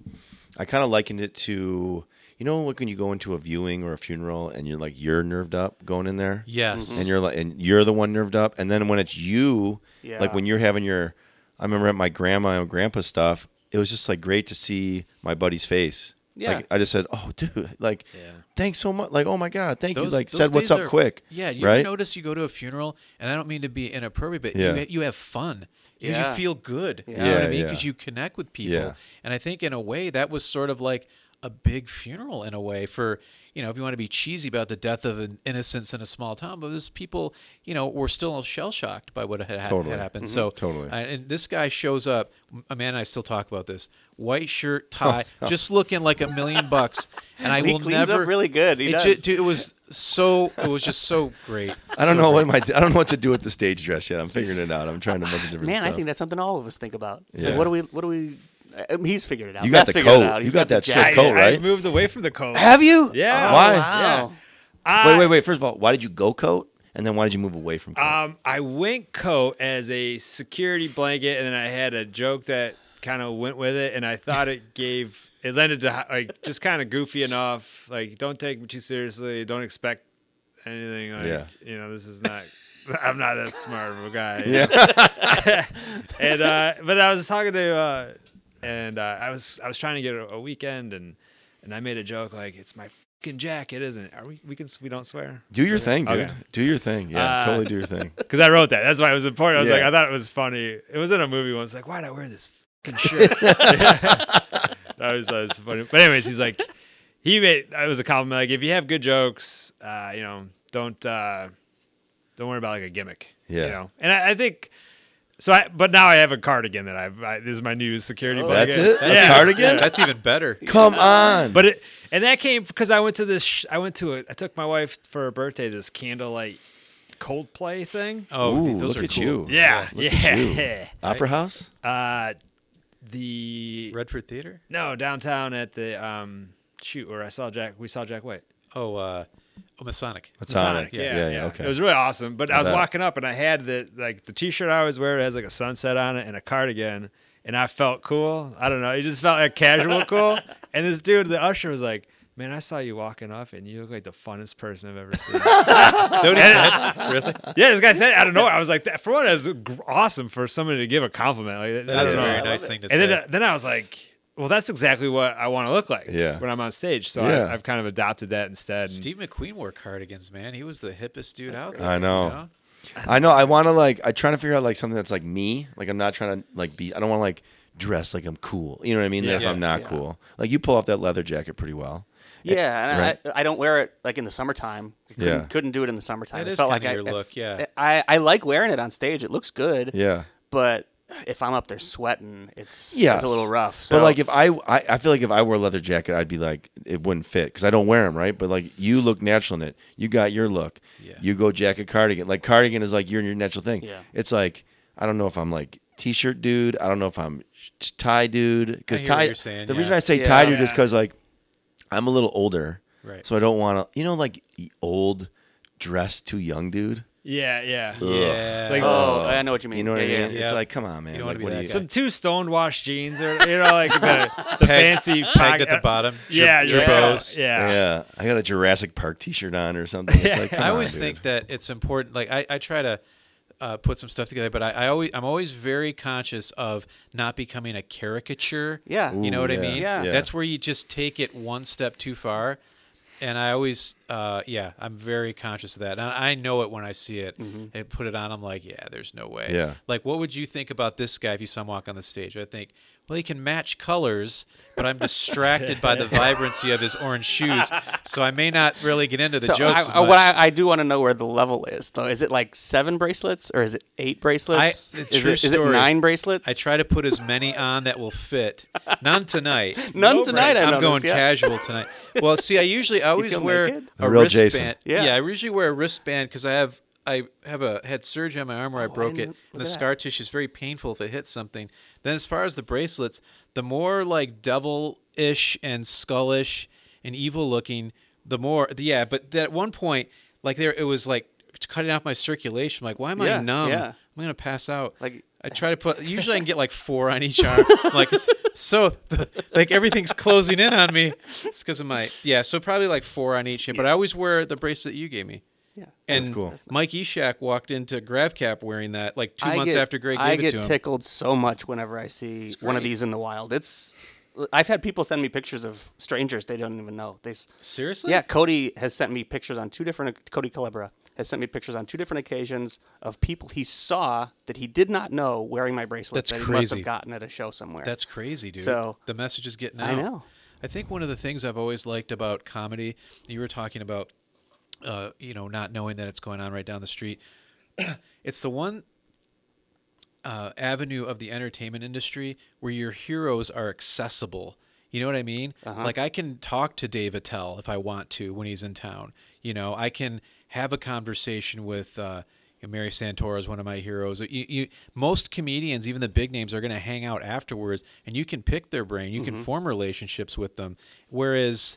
Speaker 1: I kind of likened it to, you know, when you go into a viewing or a funeral and you're like you're nerved up going in there.
Speaker 3: Yes.
Speaker 1: and you're like, and you're the one nerved up. And then when it's you,
Speaker 4: Yeah.
Speaker 1: like when you're having your, I remember at my grandma and grandpa stuff, it was just like great to see my buddy's face.
Speaker 4: Yeah.
Speaker 1: Like, I just said, oh, dude, like, thanks so much. Like, oh my God, thank
Speaker 3: Those-
Speaker 1: you. Like,
Speaker 3: those
Speaker 1: said what's
Speaker 3: days
Speaker 1: up
Speaker 3: are-
Speaker 1: quick.
Speaker 3: Yeah, you
Speaker 1: right?
Speaker 3: notice you go to a funeral, and I don't mean to be inappropriate, but
Speaker 1: Yeah.
Speaker 3: you, you have fun. 'Cause
Speaker 4: Yeah.
Speaker 3: you feel good. You know
Speaker 1: Yeah.
Speaker 3: what I
Speaker 1: Yeah,
Speaker 3: mean?
Speaker 1: yeah.
Speaker 3: Because you connect with people.
Speaker 1: Yeah.
Speaker 3: And I think in a way that was sort of like a big funeral in a way for, you know, if you want to be cheesy about the death of an innocence in a small town, but those people, you know, were still shell shocked by what had, hap-
Speaker 1: Totally.
Speaker 3: had happened.
Speaker 4: Mm-hmm.
Speaker 3: So
Speaker 1: Totally.
Speaker 3: I- and this guy shows up, Amanda and I still talk about this. White shirt, tie, just looking like a million bucks. And I
Speaker 4: He
Speaker 3: will
Speaker 4: cleans up
Speaker 3: never
Speaker 4: really good. He
Speaker 3: it ju-
Speaker 4: does.
Speaker 3: dude, it was so it was just so great.
Speaker 1: I don't know what my, I don't know what to do with the stage dress yet. I'm figuring it out. I'm trying to bunch of different
Speaker 4: Man,
Speaker 1: stuff.
Speaker 4: I think that's something all of us think about. It's
Speaker 1: Yeah.
Speaker 4: like, what do we? What do we? I mean, he's figured it out.
Speaker 1: You got
Speaker 4: Matt's
Speaker 1: the
Speaker 4: figured it
Speaker 1: coat.
Speaker 4: out.
Speaker 1: You
Speaker 4: He's
Speaker 1: got that
Speaker 4: the
Speaker 1: slick
Speaker 4: jacket.
Speaker 1: coat,
Speaker 2: I
Speaker 1: right?
Speaker 2: moved away from the coat.
Speaker 4: Have you?
Speaker 2: Yeah.
Speaker 4: Oh,
Speaker 1: Why?
Speaker 4: Wow.
Speaker 2: I,
Speaker 1: wait, wait, wait. First of all, why did you go coat? And then why did you move away from coat?
Speaker 3: Uh,
Speaker 2: Um, I went coat as a security blanket, and then I had a joke that kind of went with it, and I thought it gave it lended to ho- like just kind of goofy enough. Like, don't take me too seriously. Don't expect anything. Like,
Speaker 1: Yeah.
Speaker 2: you know, this is not. I'm not that smart of a guy.
Speaker 1: yeah.
Speaker 2: and uh, but I was talking to, uh, and uh, I was I was trying to get a, a weekend, and and I made a joke like it's my fucking jacket, isn't it? Are we we can we don't swear
Speaker 1: Do your thing, dude.
Speaker 2: Okay.
Speaker 1: Do your thing. Yeah,
Speaker 2: Uh,
Speaker 1: totally do your thing.
Speaker 2: because I wrote that. That's why it was important. I was
Speaker 1: Yeah.
Speaker 2: like I thought it was funny. It was in a movie once. Like why would I wear this fucking shirt? I always thought it was funny. But anyways, he's like he made it was a compliment. Like if you have good jokes, uh, you know don't uh, don't worry about like a gimmick.
Speaker 1: Yeah.
Speaker 2: You know, and I, I think. So I, but now I have a cardigan that I've. I, this is my new security.
Speaker 1: Oh, That's
Speaker 2: blanket.
Speaker 1: it. That's
Speaker 2: Yeah.
Speaker 1: cardigan.
Speaker 3: That's even better.
Speaker 1: Come on.
Speaker 2: But it, and that came because I went to this. Sh- I went to a. I took my wife for her birthday this candlelight Coldplay thing.
Speaker 3: Oh,
Speaker 1: Ooh,
Speaker 3: th- those
Speaker 1: look
Speaker 3: are
Speaker 1: at
Speaker 3: cool.
Speaker 1: you.
Speaker 2: yeah,
Speaker 1: look
Speaker 2: yeah.
Speaker 1: at you. Opera House?
Speaker 2: Uh, the
Speaker 3: Redford Theater.
Speaker 2: no downtown at the um shoot where I saw Jack. We saw Jack White.
Speaker 3: Oh, uh, oh, Masonic.
Speaker 1: Masonic.
Speaker 2: Yeah,
Speaker 1: yeah, Okay.
Speaker 2: It was really awesome. But I was
Speaker 1: bet.
Speaker 2: walking up and I had the like the T-shirt I always wear. It has like a sunset on it and a cardigan, and I felt cool. I don't know. It just felt like casual cool. And this dude, the usher, was like. Man, I saw you walking up, and you look like the funnest person I've ever seen.
Speaker 3: really?
Speaker 2: Yeah, this guy said it out of nowhere. I was like, that, for one, that's gr- awesome for somebody to give a compliment. Like, that
Speaker 3: That is
Speaker 2: is
Speaker 3: a very
Speaker 4: I
Speaker 3: nice
Speaker 4: love
Speaker 3: thing to
Speaker 2: And
Speaker 3: say.
Speaker 2: then, uh, then I was like, well, that's exactly what I want to look like
Speaker 1: Yeah.
Speaker 2: when I'm on stage. So
Speaker 1: Yeah.
Speaker 2: I, I've kind of adopted that instead. and-
Speaker 3: Steve McQueen wore cardigans, man. He was the hippest dude out there.
Speaker 1: I
Speaker 3: you
Speaker 1: know. I know. I want to like. I trying to figure out like something that's like me. Like I'm not trying to like be. I don't want to like dress like I'm cool. You know what I mean?
Speaker 3: Yeah.
Speaker 1: if I'm not
Speaker 4: Yeah.
Speaker 1: cool, like you pull off that leather jacket pretty well.
Speaker 4: Yeah, and
Speaker 1: Right.
Speaker 4: I, I don't wear it like in the summertime. I couldn't,
Speaker 1: Yeah.
Speaker 4: couldn't do it in the summertime.
Speaker 3: That
Speaker 4: It
Speaker 3: is
Speaker 4: felt like
Speaker 3: kinda
Speaker 4: I,
Speaker 3: your
Speaker 4: I-
Speaker 3: look, yeah.
Speaker 4: I, I like wearing it on stage. It looks good.
Speaker 1: Yeah.
Speaker 4: But if I'm up there sweating, it's
Speaker 1: Yeah.
Speaker 4: it's a little rough. So
Speaker 1: But like if I, I, I feel like if I wore a leather jacket, I'd be like it wouldn't fit because I don't wear them, right? But like you look natural in it. You got your look.
Speaker 3: Yeah.
Speaker 1: You go jacket cardigan. Like cardigan is like your your natural thing.
Speaker 4: Yeah.
Speaker 1: It's like I don't know if I'm like t-shirt dude. I don't know if I'm sh- tie dude because
Speaker 3: I hear what
Speaker 1: tie.
Speaker 3: you're saying,
Speaker 1: the
Speaker 3: yeah.
Speaker 1: reason I say
Speaker 4: Yeah.
Speaker 1: tie dude is
Speaker 2: Yeah.
Speaker 1: because like I'm a little older,
Speaker 3: Right.
Speaker 1: So I don't want to, you know, like y- old dressed too young dude.
Speaker 2: yeah, yeah.
Speaker 1: Ugh.
Speaker 3: Yeah.
Speaker 2: Like,
Speaker 4: oh, I know what you mean.
Speaker 1: You know what
Speaker 4: yeah,
Speaker 1: I mean?
Speaker 4: Yeah.
Speaker 1: It's
Speaker 3: Yeah.
Speaker 1: like, come on, man.
Speaker 3: You don't
Speaker 1: like,
Speaker 3: wanna be
Speaker 1: what
Speaker 3: that
Speaker 1: do you-
Speaker 3: guy.
Speaker 2: Some two stone wash jeans or, you know, like the, the fancy
Speaker 3: Pegged
Speaker 2: pocket.
Speaker 3: at the bottom.
Speaker 2: Yeah,
Speaker 3: Jab-
Speaker 2: yeah,
Speaker 3: jabos.
Speaker 2: Yeah.
Speaker 1: Yeah, I got a Jurassic Park T-shirt on or something. It's like, come
Speaker 3: Ah. I
Speaker 1: on,
Speaker 3: always
Speaker 1: dude.
Speaker 3: think that it's important. Like I, I try to uh, put some stuff together, but I, I always I'm always very conscious of not becoming a caricature.
Speaker 4: Yeah.
Speaker 3: you know what
Speaker 1: Ooh,
Speaker 3: I
Speaker 1: yeah,
Speaker 3: mean.
Speaker 4: yeah.
Speaker 3: that's where you just take it one step too far. And I always, uh, yeah, I'm very conscious of that. And I know it when I see it
Speaker 4: Mm-hmm.
Speaker 3: and put it on. I'm like, yeah, there's no way.
Speaker 1: Yeah.
Speaker 3: Like, what would you think about this guy if you saw him walk on the stage? I think, well, he can match colors, but I'm distracted by the vibrancy of his orange shoes, so I may not really get into the
Speaker 4: So
Speaker 3: jokes.
Speaker 4: I, I-
Speaker 3: as
Speaker 4: what
Speaker 3: much.
Speaker 4: I, I do want to know where the level is, though. Is it like seven bracelets or is it eight bracelets?
Speaker 3: I-
Speaker 4: is,
Speaker 3: true
Speaker 4: it, is it
Speaker 3: story.
Speaker 4: nine bracelets?
Speaker 3: I try to put as many on that will fit. None tonight.
Speaker 4: None tonight, I
Speaker 3: am
Speaker 4: noticed,
Speaker 3: going
Speaker 4: yeah.
Speaker 3: casual tonight. Well, see, I usually I always
Speaker 4: feel
Speaker 3: wear
Speaker 4: naked?
Speaker 3: a
Speaker 1: Real Jason.
Speaker 3: wristband.
Speaker 4: Yeah.
Speaker 3: Yeah. I usually wear a wristband because I have I have a had surgery on my arm where I broke
Speaker 4: didn't
Speaker 3: it,
Speaker 4: Oh, look at
Speaker 3: and the
Speaker 4: that.
Speaker 3: scar tissue is very painful if it hits something. Then, as far as the bracelets, the more like devil-ish and skullish and evil-looking, the more yeah. But at one point, like there, it was like cutting off my circulation. like, why am
Speaker 4: Yeah,
Speaker 3: I numb?
Speaker 4: yeah.
Speaker 3: I'm gonna pass out.
Speaker 4: Like-
Speaker 3: I try to put. Usually, I can get like four on each arm. like it's so, like everything's closing in on me. It's because of my yeah. So probably like four on each. But I always wear the bracelet you gave me.
Speaker 4: yeah.
Speaker 3: And
Speaker 1: cool. That's
Speaker 3: Mike Eshak walked into GravCap wearing that like two
Speaker 4: I
Speaker 3: months
Speaker 4: get-
Speaker 3: after Greg gave
Speaker 4: I
Speaker 3: it
Speaker 4: get
Speaker 3: to him.
Speaker 4: tickled so much whenever I see one of
Speaker 3: great.
Speaker 4: these in the wild. It's I've had people send me pictures of strangers they don't even know. They s-
Speaker 3: Seriously?
Speaker 4: yeah, Cody has sent me pictures on two different Cody Calabra has sent me pictures on two different occasions of people he saw that he did not know wearing my bracelet
Speaker 3: That's
Speaker 4: that he must
Speaker 3: crazy.
Speaker 4: have gotten at a show somewhere.
Speaker 3: That's crazy, dude.
Speaker 4: So-
Speaker 3: the message is getting out.
Speaker 4: I know.
Speaker 3: I think one of the things I've always liked about comedy, you were talking about, uh, you know, not knowing that it's going on right down the street. it's the one uh, avenue of the entertainment industry where your heroes are accessible. You know what I mean?
Speaker 4: Uh-huh.
Speaker 3: Like I can talk to Dave Attell if I want to when he's in town. You know, I can have a conversation with uh, Mary Santora is one of my heroes. You, you, most comedians, even the big names, are going to hang out afterwards, and you can pick their brain. You
Speaker 4: Mm-hmm.
Speaker 3: can form relationships with them. Whereas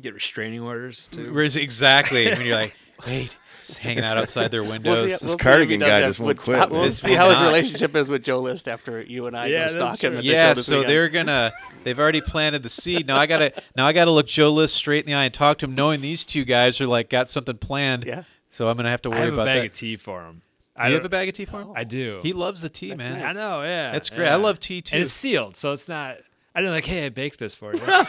Speaker 2: Get restraining orders too.
Speaker 3: Whereas exactly when you're like, wait, it's hanging out outside their windows.
Speaker 4: We'll see- we'll see if he
Speaker 1: Cardigan
Speaker 4: does
Speaker 1: guy
Speaker 4: that
Speaker 1: just won't
Speaker 4: with-
Speaker 1: quit,
Speaker 4: how- We'll
Speaker 1: man.
Speaker 4: see how his
Speaker 3: Not.
Speaker 4: relationship is with Joe List after you and I
Speaker 2: Yeah,
Speaker 4: go
Speaker 2: that's
Speaker 4: stalk him.
Speaker 2: true.
Speaker 4: At the
Speaker 3: yeah,
Speaker 4: show this
Speaker 3: so
Speaker 4: weekend.
Speaker 3: they're gonna they've already planted the seed. Now I gotta now I gotta look Joe List straight in the eye and talk to him, knowing these two guys are like got something planned.
Speaker 4: Yeah.
Speaker 3: So I'm gonna have to
Speaker 2: I
Speaker 3: worry
Speaker 2: have a
Speaker 3: about
Speaker 2: bag
Speaker 3: that.
Speaker 2: of tea for him.
Speaker 3: do you have a bag of tea for him?
Speaker 2: I do.
Speaker 3: He loves the tea, man.
Speaker 2: I know, yeah.
Speaker 3: That's great.
Speaker 2: yeah.
Speaker 3: I love tea too.
Speaker 2: And it's sealed, so it's not. I didn't like. Hey, I baked this for you.
Speaker 3: that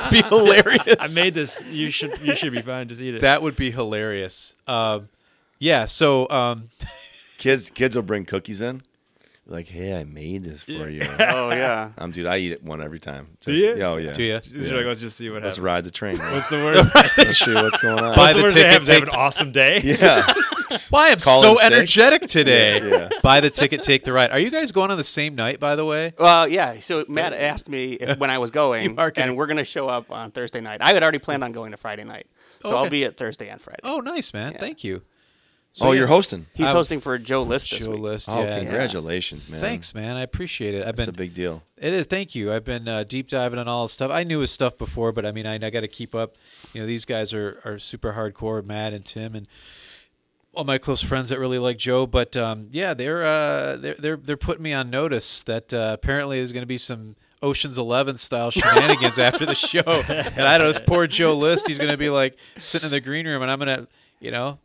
Speaker 3: would be hilarious.
Speaker 2: I made this. You should. You should be fine. Just eat it.
Speaker 3: that would be hilarious. Um, yeah. So um,
Speaker 1: Kids, kids will bring cookies in. Like, hey, I made this for you.
Speaker 4: Oh yeah.
Speaker 1: I'm dude. I eat it one every time. Just,
Speaker 2: you?
Speaker 1: Oh yeah.
Speaker 3: Do you?
Speaker 2: Just
Speaker 1: Yeah.
Speaker 2: like, let's just see what
Speaker 1: Let's
Speaker 2: happens.
Speaker 1: ride the train. man.
Speaker 2: What's the worst? What's
Speaker 1: Let's see what's going on.
Speaker 3: Buy
Speaker 2: the
Speaker 3: the
Speaker 2: worst that
Speaker 3: ticket,
Speaker 2: happens? Have
Speaker 3: take
Speaker 2: an awesome day.
Speaker 1: yeah.
Speaker 3: Why I'm
Speaker 1: Call
Speaker 3: so
Speaker 1: in sick?
Speaker 3: energetic today.
Speaker 1: Yeah.
Speaker 3: Buy the ticket, take the ride. Are you guys going on the same night, by the way?
Speaker 4: Well, yeah. So Matt asked me if, when I was going,
Speaker 3: are kidding.
Speaker 4: and we're going to show up on Thursday night. I had already planned on going to Friday night, so I'll
Speaker 3: Okay.
Speaker 4: be at Thursday and Friday.
Speaker 3: Oh, nice, man. Thank you. So,
Speaker 1: Oh,
Speaker 3: yeah,
Speaker 1: you're hosting.
Speaker 4: He's
Speaker 3: I-
Speaker 4: hosting for Joe List this
Speaker 3: show
Speaker 4: week.
Speaker 3: list.
Speaker 1: Oh,
Speaker 3: yeah.
Speaker 1: congratulations, man.
Speaker 3: Thanks, man. I appreciate it. I've
Speaker 1: That's a
Speaker 3: been.
Speaker 1: big deal.
Speaker 3: It is. Thank you. I've been uh, deep diving on all his stuff. I knew his stuff before, but I mean, I, I got to keep up. You know, these guys are are super hardcore. Matt and Tim and all my close friends that really like Joe. But um, yeah, they're uh, they're they're they're putting me on notice that uh, apparently there's going to be some. Ocean's Eleven style shenanigans after the show, and I don't know. This poor Joe List, he's gonna be like sitting in the green room, and I'm gonna, you know,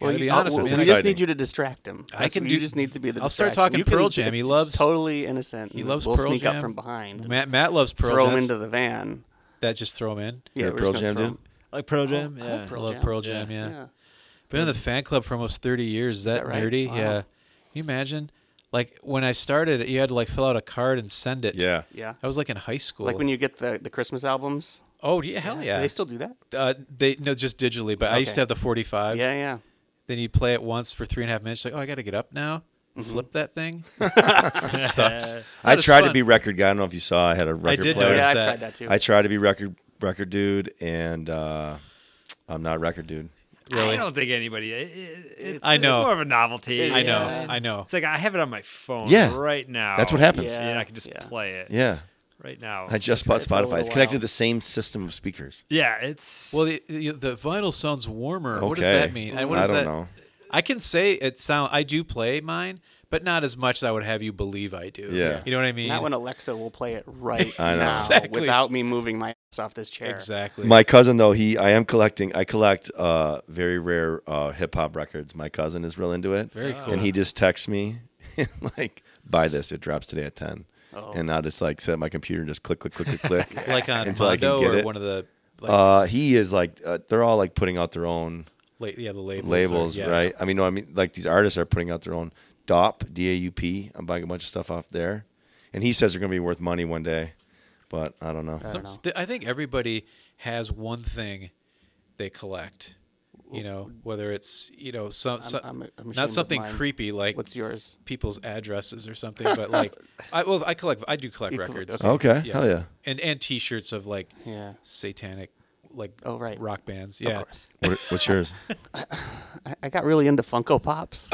Speaker 4: Well,
Speaker 3: gotta
Speaker 4: you-
Speaker 3: be honest
Speaker 4: we
Speaker 1: it's
Speaker 3: with you. man.
Speaker 4: we just
Speaker 1: exciting.
Speaker 4: need you to distract him.
Speaker 3: I
Speaker 4: That's-
Speaker 3: can
Speaker 4: you
Speaker 3: do-
Speaker 4: just need to be the.
Speaker 3: I'll start
Speaker 4: distraction.
Speaker 3: talking
Speaker 4: You can-
Speaker 3: Pearl Jam.
Speaker 4: it's
Speaker 3: He
Speaker 4: just
Speaker 3: loves-
Speaker 4: totally innocent.
Speaker 3: He
Speaker 4: and
Speaker 3: loves
Speaker 4: We'll
Speaker 3: Pearl
Speaker 4: sneak
Speaker 3: Jam.
Speaker 4: up from behind, and
Speaker 3: Matt, Matt loves Pearl
Speaker 4: throw
Speaker 3: Jam.
Speaker 4: him into
Speaker 3: That's-
Speaker 4: the van.
Speaker 3: that just throw him in.
Speaker 4: Yeah,
Speaker 1: You're a
Speaker 4: we're
Speaker 1: Pearl
Speaker 4: just gonna
Speaker 1: Jam
Speaker 4: tham.
Speaker 1: dude?
Speaker 2: Like Pearl Jam.
Speaker 4: I
Speaker 2: yeah.
Speaker 4: like
Speaker 3: I love Pearl Jam, yeah. Been in the fan club for almost 30 years. Is that,
Speaker 4: that right?
Speaker 3: nerdy?
Speaker 4: Wow.
Speaker 3: Yeah. Can you imagine? Like when I started, you had to like fill out a card and send it.
Speaker 1: Yeah.
Speaker 4: Yeah.
Speaker 3: I was like in high school.
Speaker 4: Like when you get the, the Christmas albums.
Speaker 3: Oh yeah, hell yeah.
Speaker 4: Do they still do that?
Speaker 3: uh, they no just digitally, but I used
Speaker 4: Okay.
Speaker 3: to have the 45s.
Speaker 4: Yeah, yeah.
Speaker 3: Then you play it once for three and a half minutes. Like oh, I got to get up now. and
Speaker 4: Mm-hmm.
Speaker 3: Flip that thing. It sucks. It's
Speaker 1: I
Speaker 3: not as
Speaker 1: tried to
Speaker 3: fun.
Speaker 1: be record guy. I don't know if you saw. I had a record
Speaker 3: did
Speaker 1: player.
Speaker 3: notice
Speaker 4: yeah, I've
Speaker 3: that.
Speaker 4: tried that too.
Speaker 1: I tried to be record record dude, and uh, I'm not a record dude.
Speaker 2: I
Speaker 3: Really?
Speaker 2: don't think anybody. It, it, it's-
Speaker 3: I know.
Speaker 2: It's more of a novelty.
Speaker 3: I know.
Speaker 4: Yeah.
Speaker 3: I know.
Speaker 2: It's like I have it on my phone.
Speaker 1: Yeah.
Speaker 2: Right now.
Speaker 1: That's what happens.
Speaker 4: Yeah.
Speaker 2: And I can just
Speaker 4: Yeah.
Speaker 2: play it.
Speaker 1: Yeah.
Speaker 2: Right now.
Speaker 1: I just bought
Speaker 4: for a little
Speaker 1: Spotify. It's
Speaker 4: while.
Speaker 1: connected to the same system of speakers.
Speaker 2: yeah. It's.
Speaker 3: Well, the, the, the vinyl sounds warmer. What does
Speaker 1: Okay.
Speaker 3: that mean?
Speaker 4: Mm-hmm.
Speaker 3: And what
Speaker 1: I
Speaker 3: is
Speaker 1: don't
Speaker 3: that?
Speaker 1: know.
Speaker 3: I can say it sound. I do play mine, but not as much as I would have you believe I do.
Speaker 1: Yeah.
Speaker 3: You know what I mean?
Speaker 4: Not when Alexa will play it right
Speaker 1: I know.
Speaker 4: now
Speaker 3: Exactly.
Speaker 4: without me moving my ass off this chair.
Speaker 3: exactly.
Speaker 1: My cousin though, he I am collecting. I collect uh, very rare uh, hip hop records. My cousin is real into it.
Speaker 3: Very cool.
Speaker 1: And he just texts me like, "Buy this. It drops today at 10.
Speaker 3: Oh.
Speaker 1: And I'll just like set up my computer and just click, click, click, click, click.
Speaker 3: like on
Speaker 1: until I can
Speaker 3: Mondo
Speaker 1: get
Speaker 3: or
Speaker 1: it.
Speaker 3: one of the like,
Speaker 1: uh, he is like, uh, they're all like putting out their own
Speaker 3: la- yeah the labels, or-
Speaker 1: labels,
Speaker 3: yeah.
Speaker 1: right? I mean, no, I mean, like these artists are putting out their own Daup, D A U P. I'm buying a bunch of stuff off there, and he says they're going to be worth money one day, but I don't know.
Speaker 4: I don't know.
Speaker 3: St- I think everybody has one thing they collect. You know, whether it's you know some, some
Speaker 4: I'm- I'm ashamed
Speaker 3: not
Speaker 4: of
Speaker 3: something
Speaker 4: mine.
Speaker 3: creepy like
Speaker 4: What's yours?
Speaker 3: people's addresses or something, but like I well I collect I do collect
Speaker 4: You collect-
Speaker 3: records.
Speaker 1: Okay, Oh, hell yeah.
Speaker 3: And and T-shirts of like
Speaker 4: Yeah.
Speaker 3: satanic like
Speaker 4: Oh, right.
Speaker 3: rock bands. Yeah,
Speaker 4: Of course.
Speaker 1: What, what's yours?
Speaker 4: I, I got really into Funko Pops.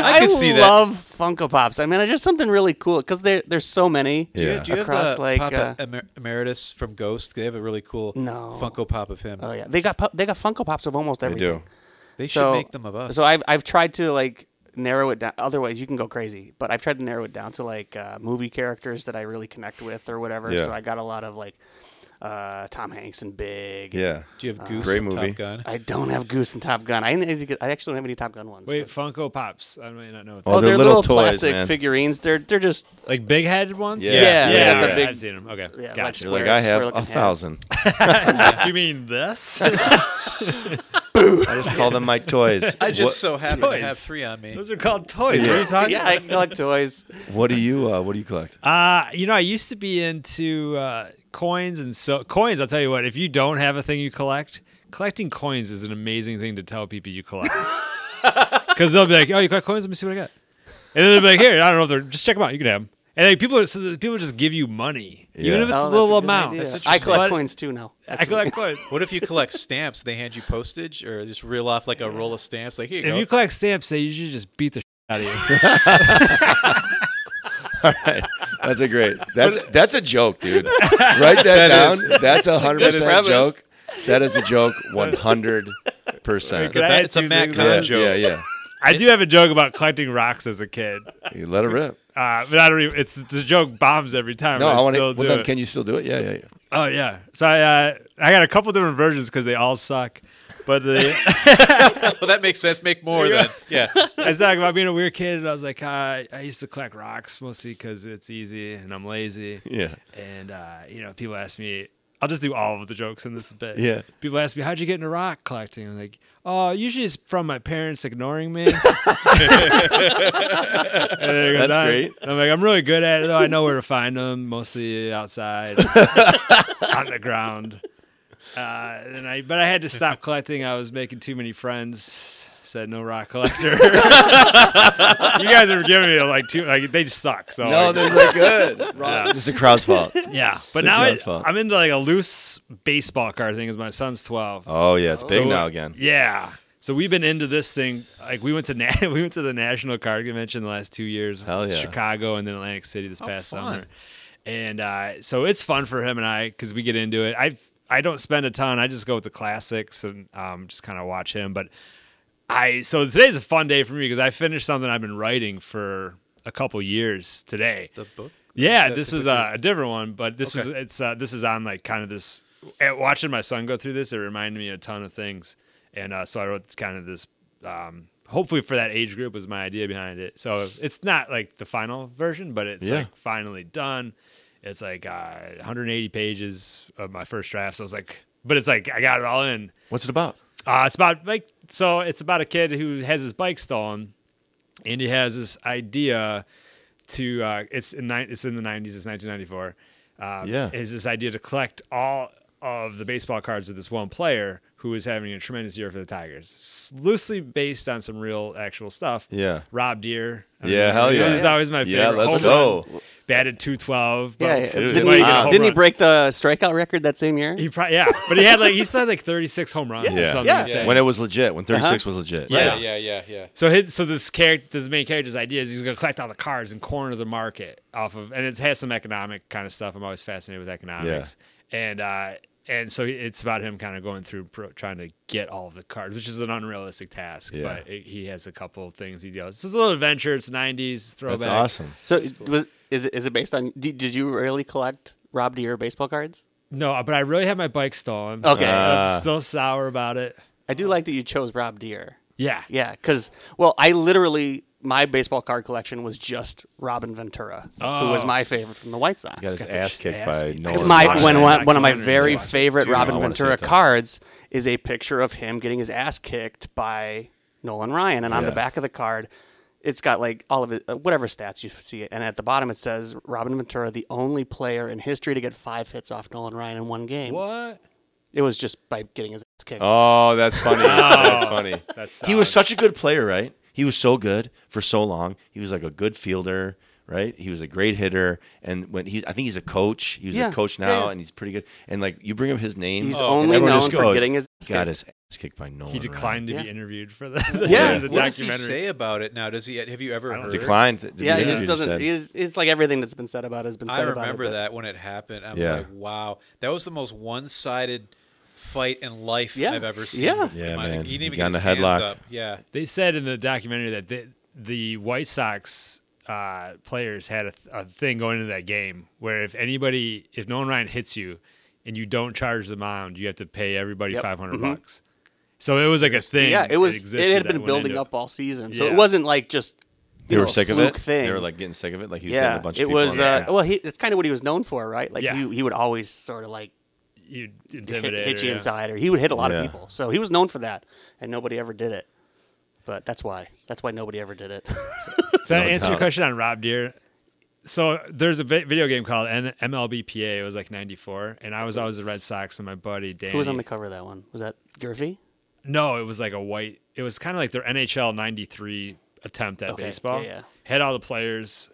Speaker 3: I could see that.
Speaker 4: love Funko Pops. I mean, it's just something really cool because there there's so many.
Speaker 1: Yeah.
Speaker 3: Do you, do you
Speaker 4: Across,
Speaker 3: have the
Speaker 4: like,
Speaker 3: Pop
Speaker 4: uh,
Speaker 3: Emer- Emeritus from Ghost? They have a really cool
Speaker 4: No.
Speaker 3: Funko Pop of him.
Speaker 4: Oh yeah, they got pu- they got Funko Pops of almost
Speaker 1: I
Speaker 4: everything.
Speaker 1: do.
Speaker 3: They should
Speaker 4: So
Speaker 3: make them of us.
Speaker 4: So I've I've tried to like narrow it down. Otherwise, you can go crazy. But I've tried to narrow it down to like uh, movie characters that I really connect with or whatever.
Speaker 1: Yeah.
Speaker 4: So I got a lot of like uh, Tom Hanks and Big. and-
Speaker 1: Yeah.
Speaker 3: do you have Goose
Speaker 1: Great
Speaker 3: from
Speaker 1: movie.
Speaker 3: Top Gun?
Speaker 4: I don't have Goose and Top Gun. I need to get, I actually don't have any Top Gun ones. but-
Speaker 2: Wait, Funko Pops. I might not know. What
Speaker 1: Oh,
Speaker 4: oh,
Speaker 1: they're
Speaker 4: they're,
Speaker 1: little
Speaker 4: little,
Speaker 1: toys,
Speaker 4: plastic
Speaker 1: man.
Speaker 4: figurines. They're they're just
Speaker 2: Like big headed ones?
Speaker 1: Yeah. Yeah,
Speaker 4: Yeah,
Speaker 1: yeah,
Speaker 2: I've
Speaker 1: yeah.
Speaker 4: big-
Speaker 2: seen them. Okay.
Speaker 4: yeah, like
Speaker 2: gotcha.
Speaker 1: You're like
Speaker 4: square-
Speaker 1: I have
Speaker 4: square-looking
Speaker 1: a
Speaker 4: heads.
Speaker 1: thousand.
Speaker 2: you mean this?
Speaker 1: I just call them my toys.
Speaker 3: I just
Speaker 1: what,
Speaker 3: so happen to
Speaker 2: Toys.
Speaker 3: have three on me.
Speaker 2: Those are called toys. What are you talking
Speaker 4: yeah, I collect toys.
Speaker 1: what do you uh, what do you collect?
Speaker 2: Uh, you know, I used to be into uh, coins and so coins. I'll tell you what, if you don't have a thing you collect, collecting coins is an amazing thing to tell people you collect. Because they'll be like, "Oh, you collect coins? Let me see what I got." And then they'll be like, "Here, I don't know if they're just check them out. You can have them." And like people, so the people just give you money, even
Speaker 1: Yeah.
Speaker 2: if it's
Speaker 4: Oh,
Speaker 2: a
Speaker 4: that's
Speaker 2: little
Speaker 4: good
Speaker 2: amount.
Speaker 4: idea.
Speaker 2: That's
Speaker 4: I collect
Speaker 2: But
Speaker 4: coins too now.
Speaker 2: I collect coins.
Speaker 3: What if you collect stamps? They hand you postage, or just reel off like a roll of stamps. Like here you
Speaker 2: If
Speaker 3: go.
Speaker 2: you collect stamps, they usually just beat the shit out of you.
Speaker 1: That's a great. That's that's a joke, dude. Write that, down. That's a hundred
Speaker 3: good
Speaker 1: percent
Speaker 3: premise.
Speaker 1: joke. That is a joke, one hundred percent.
Speaker 2: Good
Speaker 3: That- it's a
Speaker 2: attitude
Speaker 3: Matt
Speaker 2: thing,
Speaker 3: Kahn
Speaker 1: Yeah,
Speaker 2: man.
Speaker 3: joke.
Speaker 1: yeah, yeah.
Speaker 2: I do have a joke about collecting rocks as a kid, uh,
Speaker 1: You let it rip.
Speaker 2: but I don't. Even, it's the joke bombs every time.
Speaker 1: No,
Speaker 2: but
Speaker 1: I,
Speaker 2: I,
Speaker 1: want
Speaker 2: still
Speaker 1: to.
Speaker 2: do
Speaker 1: Well, then,
Speaker 2: it.
Speaker 1: can you still do it? Yeah, yeah, yeah.
Speaker 2: Oh yeah. So I uh, I got a couple different versions because they all suck. But the,
Speaker 3: well, that makes sense. Make more then. Yeah.
Speaker 2: I was talking about being a weird kid, and I was like, uh, I used to collect rocks mostly because it's easy and I'm lazy.
Speaker 1: Yeah.
Speaker 2: And uh, you know, people ask me, I'll just do all of the jokes in this bit.
Speaker 1: Yeah.
Speaker 2: People ask me, how'd you get into rock collecting? I'm like, oh, usually it's from my parents ignoring me. And there goes
Speaker 1: That's
Speaker 2: on.
Speaker 1: great.
Speaker 2: And I'm like, I'm really good at it though. I know where to find them, mostly outside, on the ground. Uh, and I, but I had to stop collecting. I was making too many friends. Said no rock collector. you guys are giving me like two. Like they just suck. So
Speaker 1: No,
Speaker 2: like,
Speaker 1: those are good. It's the crowd's fault.
Speaker 2: yeah, but
Speaker 1: It's
Speaker 2: now
Speaker 1: John's
Speaker 2: it-
Speaker 1: fault.
Speaker 2: I'm into like a loose baseball card thing. Because my son's 12.
Speaker 1: Oh yeah, it's big
Speaker 2: So-
Speaker 1: now again.
Speaker 2: Yeah. So we've been into this thing. Like we went to na- we went to the National Card Convention the last two years.
Speaker 1: Hell yeah.
Speaker 2: Chicago and then Atlantic City this past
Speaker 3: fun.
Speaker 2: summer. And uh, so it's fun for him and I because we get into it. I I don't spend a ton. I just go with the classics and um, just kind of watch him. But I so today's a fun day for me because I finished something I've been writing for a couple years today.
Speaker 3: The book.
Speaker 2: Yeah,
Speaker 3: that
Speaker 2: this
Speaker 3: the
Speaker 2: was
Speaker 3: book
Speaker 2: uh, a different one, but this was
Speaker 3: Okay.
Speaker 2: it's uh, this is on like kind of this. At watching my son go through this, it reminded me a ton of things, and uh, so I wrote kind of this. Um, hopefully, for that age group was my idea behind it. So it's not like the final version, but it's
Speaker 1: Yeah.
Speaker 2: like finally done. It's like uh, 180 pages of my first draft. So I was like, but it's like I got it all in.
Speaker 1: What's it about?
Speaker 2: Uh, it's about like so. It's about a kid who has his bike stolen, and he has this idea to. Uh, it's in ni- it's in the nineties. It's nineteen ninety four. Um,
Speaker 1: Yeah.
Speaker 2: is this idea to collect all of the baseball cards of this one player who is having a tremendous year for the Tigers, S- loosely based on some real actual stuff.
Speaker 1: Yeah.
Speaker 2: Rob Deere. I don't
Speaker 1: Yeah,
Speaker 2: know.
Speaker 1: hell
Speaker 2: He
Speaker 1: yeah.
Speaker 2: was always my favorite.
Speaker 1: Yeah, let's
Speaker 2: Home
Speaker 1: go.
Speaker 2: run, batted two twelve.
Speaker 4: Yeah,
Speaker 2: but
Speaker 1: Dude,
Speaker 4: didn't,
Speaker 1: why
Speaker 4: he,
Speaker 1: you get a home
Speaker 4: didn't he
Speaker 2: run.
Speaker 4: break the strikeout record that same year?
Speaker 2: He probably yeah, but he had like he still had like thirty six home runs or
Speaker 1: Yeah.
Speaker 2: something.
Speaker 4: Yeah.
Speaker 2: insane.
Speaker 1: When it was legit. When 36 was legit.
Speaker 3: Yeah. Yeah.
Speaker 2: Yeah.
Speaker 3: Yeah. Yeah.
Speaker 2: So his, so this character, this main character's idea is he's going to collect all the cards and corner the market off of, and it has some economic kind of stuff. I'm always fascinated with economics, and uh, and so it's about him kind of going through pro- trying to get all of the cards, which is an unrealistic task.
Speaker 1: Yeah.
Speaker 2: But it, he has a couple of things he does. So it's a little adventure. It's 90s throwback.
Speaker 1: That's awesome.
Speaker 4: so was, is it is it based on? Did, did you really collect Rob Deere baseball cards?
Speaker 2: No, but I really had my bike stolen.
Speaker 4: Okay.
Speaker 1: Ah.
Speaker 2: I'm still sour about it.
Speaker 4: I
Speaker 2: Uh,
Speaker 4: do like that you chose Rob Deere.
Speaker 2: Yeah.
Speaker 4: Yeah, because well, I literally my baseball card collection was just Robin Ventura, who was
Speaker 2: Oh.
Speaker 4: my favorite from the White Sox.
Speaker 1: He got his ass kicked
Speaker 2: ass
Speaker 1: by
Speaker 2: beat.
Speaker 1: Nolan.
Speaker 2: It's
Speaker 4: my
Speaker 2: watch
Speaker 4: when
Speaker 2: that
Speaker 4: one, one of my
Speaker 2: documentary.
Speaker 4: very
Speaker 2: Watch it.
Speaker 4: favorite
Speaker 1: Dude, I
Speaker 4: Robin
Speaker 1: wanna see
Speaker 4: Ventura
Speaker 1: it, though.
Speaker 4: cards is a picture of him getting his ass kicked by Nolan Ryan, and on the
Speaker 1: Yes.
Speaker 4: back of the card it's got like all of it, uh, whatever stats you see it, and at the bottom it says Robin Ventura, the only player in history to get five hits off Nolan Ryan in one game.
Speaker 2: What?
Speaker 4: It was just by getting his ass kicked.
Speaker 1: Oh, that's funny. that's funny.
Speaker 2: That's
Speaker 1: He was such a good player, right? He was so good for so long. He was like a good fielder, right? He was a great hitter, and when he, I think he's a coach. He was
Speaker 4: Yeah,
Speaker 1: a coach
Speaker 4: yeah,
Speaker 1: now,
Speaker 4: yeah.
Speaker 1: and he's pretty good. And like you bring up his name,
Speaker 4: He's
Speaker 1: and
Speaker 4: only
Speaker 1: everyone
Speaker 4: known
Speaker 1: just
Speaker 4: for
Speaker 1: goes,
Speaker 4: getting his ass
Speaker 1: "He got
Speaker 4: kicked."
Speaker 1: his ass kicked by Nolan.
Speaker 2: he
Speaker 1: Ryan."
Speaker 2: declined to be
Speaker 4: Yeah.
Speaker 2: interviewed for the, the,
Speaker 4: Yeah.
Speaker 2: the
Speaker 3: what does he
Speaker 2: documentary.
Speaker 3: say about it now? Does he? Have you ever heard?
Speaker 1: Declined. The- the
Speaker 4: yeah, he
Speaker 1: interview
Speaker 4: just doesn't.
Speaker 1: said.
Speaker 4: He is, it's like everything that's been said about has been said
Speaker 3: I
Speaker 4: about it,
Speaker 3: remember
Speaker 4: but-
Speaker 3: that when it happened. I'm
Speaker 1: Yeah.
Speaker 3: like, wow, that was the most one-sided fight in life
Speaker 4: Yeah.
Speaker 3: I've ever seen.
Speaker 4: Yeah.
Speaker 1: Yeah,
Speaker 3: in my-
Speaker 1: man.
Speaker 3: He didn't
Speaker 1: He
Speaker 3: even
Speaker 1: got
Speaker 3: get
Speaker 1: in
Speaker 3: his
Speaker 1: a headlock.
Speaker 3: hands up. Yeah,
Speaker 2: They said in the documentary that the, the White Sox uh, players had a, th- a thing going into that game where if anybody, if Nolan Ryan hits you and you don't charge the mound, you have to pay everybody
Speaker 4: Yep.
Speaker 2: 500 bucks. So it was like a thing.
Speaker 4: Yeah, it
Speaker 2: that
Speaker 4: was. It,
Speaker 2: existed
Speaker 4: had
Speaker 2: that
Speaker 4: been
Speaker 2: went
Speaker 4: building
Speaker 2: into it.
Speaker 4: up all season, so
Speaker 2: Yeah.
Speaker 4: it wasn't like just you
Speaker 1: They
Speaker 4: know,
Speaker 1: were
Speaker 4: a
Speaker 1: sick of
Speaker 4: fluke
Speaker 1: it.
Speaker 4: Thing.
Speaker 1: They were like getting sick of it. Like he was
Speaker 4: yeah,
Speaker 1: hitting a bunch
Speaker 4: it
Speaker 1: of people.
Speaker 4: was.
Speaker 1: on the
Speaker 4: Uh,
Speaker 1: track.
Speaker 4: well, he, it's kind of what he was known for, right? Like
Speaker 2: Yeah.
Speaker 4: he, he would always sort of like
Speaker 2: You'd
Speaker 4: hit,
Speaker 2: intimidate.
Speaker 4: hit
Speaker 2: her,
Speaker 4: you
Speaker 2: yeah.
Speaker 4: inside, or he would hit a lot
Speaker 1: Yeah.
Speaker 4: of people. So he was known for that, and nobody ever did it. But that's why. That's why nobody ever did it.
Speaker 2: So I
Speaker 1: No
Speaker 2: answer your
Speaker 1: doubt.
Speaker 2: question on Rob Deer. So there's a vi- video game called N- MLBPA. It was like '94, and I was always the Red Sox, and my buddy Danny.
Speaker 4: Who was on the cover of that one? Was that Durfee?
Speaker 2: No, it was like a white. It was kind of like their NHL '93 attempt at
Speaker 4: Okay,
Speaker 2: baseball.
Speaker 4: yeah, yeah.
Speaker 2: Had all the players,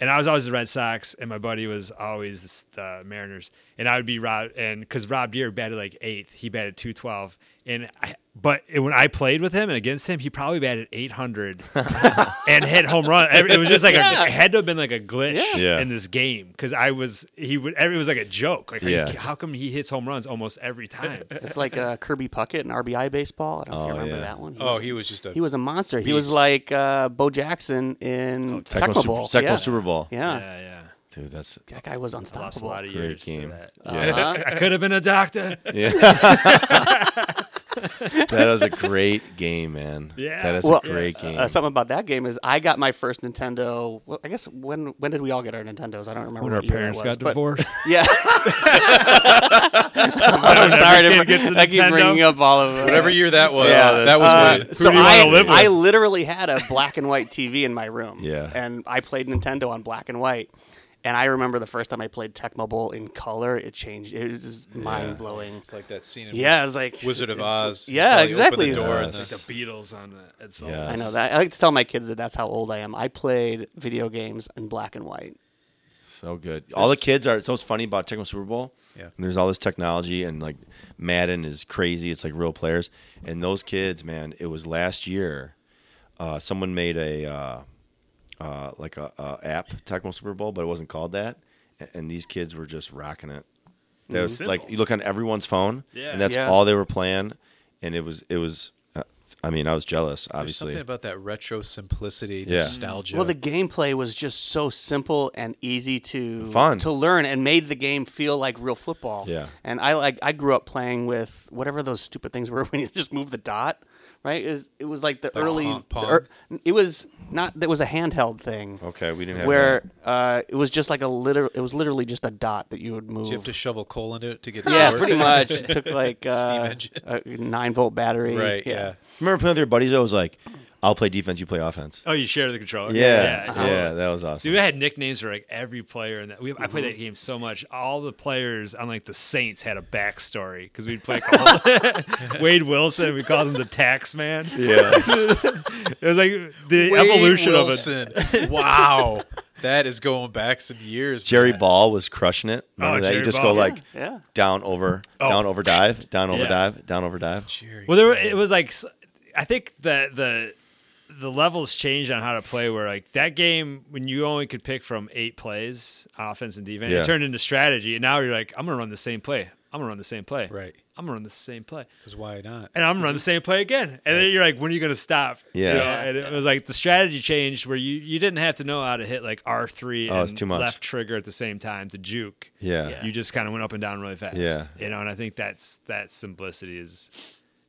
Speaker 2: and I was always the Red Sox, and my buddy was always the, s- the Mariners, and I would be Rob, and because Rob Deere batted like eighth, he batted two twelve, and I, but it- when I played with him and against him, he probably batted eight hundred and hit home run. Every- It was just like a, it had to have been like a glitch
Speaker 1: Yeah.
Speaker 2: in this game because I was he would every- it was like a joke. Like are you
Speaker 1: Yeah.
Speaker 2: ki- how come he hits home runs almost every time?
Speaker 4: It's like uh, Kirby Puckett in RBI baseball. I don't know if you
Speaker 1: Oh,
Speaker 4: remember
Speaker 1: yeah.
Speaker 4: that one. He
Speaker 3: Oh,
Speaker 4: was,
Speaker 3: he was just a
Speaker 4: he was a monster. He was
Speaker 3: beast.
Speaker 4: like uh, Bo Jackson in
Speaker 1: Oh, Tecmo
Speaker 4: Tecmo
Speaker 1: Super-
Speaker 4: Bowl.
Speaker 1: Tecmo
Speaker 4: yeah.
Speaker 1: Super Bowl.
Speaker 4: Yeah.
Speaker 2: yeah, yeah.
Speaker 1: Dude, that's
Speaker 4: that guy was
Speaker 2: Lost a
Speaker 4: unstoppable.
Speaker 2: lot of
Speaker 1: Great
Speaker 2: years. to
Speaker 1: game.
Speaker 2: that.
Speaker 4: Uh,
Speaker 1: yeah.
Speaker 2: I could have been a doctor.
Speaker 1: Yeah. that was a great game, man.
Speaker 2: Yeah.
Speaker 1: That is
Speaker 4: Well,
Speaker 1: a great game.
Speaker 4: Uh, something about that game is I got my first Nintendo. Well, I guess when when did we all get our Nintendos? I don't remember. what year that was, but-
Speaker 2: divorced.
Speaker 4: Yeah. I'm sorry
Speaker 2: kid
Speaker 4: to
Speaker 2: gets a
Speaker 4: bring, I keep
Speaker 2: Nintendo.
Speaker 4: bringing up all of uh,
Speaker 3: whatever year that was.
Speaker 4: Yeah,
Speaker 3: that was
Speaker 4: uh,
Speaker 3: weird.
Speaker 4: so
Speaker 2: do you
Speaker 4: I,
Speaker 2: wanna live with?
Speaker 4: I literally had a black and white TV in my room.
Speaker 1: Yeah.
Speaker 4: And I played Nintendo on black and white. And I remember the first time I played Tecmo Bowl in color, it changed. It was just mind blowing.
Speaker 3: It's like that scene. In
Speaker 4: Yeah, it was like
Speaker 3: Wizard of
Speaker 4: it's-
Speaker 3: Oz. You
Speaker 4: yeah,
Speaker 3: saw, like,
Speaker 4: exactly.
Speaker 3: Open the door and
Speaker 1: Yes.
Speaker 3: the-
Speaker 2: the Beatles on the at some
Speaker 1: Yeah.
Speaker 4: I know that. I like to tell my kids that that's how old I am. I played video games in black and white.
Speaker 1: So good. All the kids are. So it's funny about Tecmo Super Bowl.
Speaker 3: Yeah.
Speaker 1: And there's all this technology, and like Madden is crazy. It's like real players, and those kids, man. It was last year. Uh, someone made a uh, uh, like a, a app Tecmo Super Bowl, but it wasn't called that. And, and these kids were just rocking it. That was
Speaker 2: Simple.
Speaker 1: like you look on everyone's phone,
Speaker 2: Yeah.
Speaker 1: and that's
Speaker 4: Yeah.
Speaker 1: all they were playing. And it was it was. Uh, I mean, I was jealous,
Speaker 3: There's
Speaker 1: obviously.
Speaker 3: something about that retro simplicity,
Speaker 1: Yeah.
Speaker 3: nostalgia.
Speaker 4: Well, the gameplay was just so simple and easy to
Speaker 1: Fun.
Speaker 4: to learn, and made the game feel like real football.
Speaker 1: Yeah.
Speaker 4: and I like I grew up playing with whatever those stupid things were when you just move the dot. Right, it was, it was like the early.
Speaker 3: pong-
Speaker 4: the
Speaker 3: pong?
Speaker 4: er- it was not. It was a handheld thing.
Speaker 1: Okay, we didn't have
Speaker 4: where
Speaker 1: that.
Speaker 4: uh, it was just like a literal. It was literally just a dot that you would move.
Speaker 3: you have to shovel coal into it to get.
Speaker 4: yeah,
Speaker 3: the
Speaker 4: pretty much. It took like uh,
Speaker 3: engine.
Speaker 4: a nine volt battery.
Speaker 3: Right. Yeah.
Speaker 1: Remember playing with your buddies? I was like, I'll play defense, you play offense.
Speaker 2: Oh, you share the controller.
Speaker 1: Yeah, yeah,
Speaker 2: totally.
Speaker 1: that was Mm-hmm. awesome.
Speaker 2: Dude, I had nicknames for like every player in that. We, I played that game so much. All the players on like the Saints had a backstory because we'd play all, Wade Wilson. We called him the Tax Man.
Speaker 1: yeah,
Speaker 2: It was like the evolution of it.
Speaker 3: of it. wow, that is going back some years.
Speaker 1: Jerry Ball was crushing it. Remember
Speaker 2: Oh,
Speaker 1: that?
Speaker 2: Jerry
Speaker 1: you just
Speaker 2: Ball. Oh.
Speaker 1: go like
Speaker 4: yeah.
Speaker 1: down over, down over dive, down over
Speaker 2: Yeah.
Speaker 1: dive, down over dive.
Speaker 3: Jerry.
Speaker 2: Well, there were, it was like s- I think the the the levels changed on how to play. Where like that game when you only could pick from eight plays, offense and defense,
Speaker 1: Yeah.
Speaker 2: it turned into strategy. And now you're like, I'm gonna run the same play. I'm gonna run the same play.
Speaker 3: Right.
Speaker 2: I'm gonna run the same play.
Speaker 3: Because why not?
Speaker 2: And I'm gonna run the same play again. And then you're like, when are you gonna stop? You
Speaker 1: Yeah.
Speaker 2: know,
Speaker 1: Yeah,
Speaker 2: And it was like the strategy changed where you you didn't have to know how to hit like R three
Speaker 1: Oh,
Speaker 2: and
Speaker 1: it's too much.
Speaker 2: left trigger at the same time to juke.
Speaker 1: Yeah.
Speaker 2: You just kind of went up and down really fast.
Speaker 1: Yeah.
Speaker 2: You know, and I think that's that simplicity is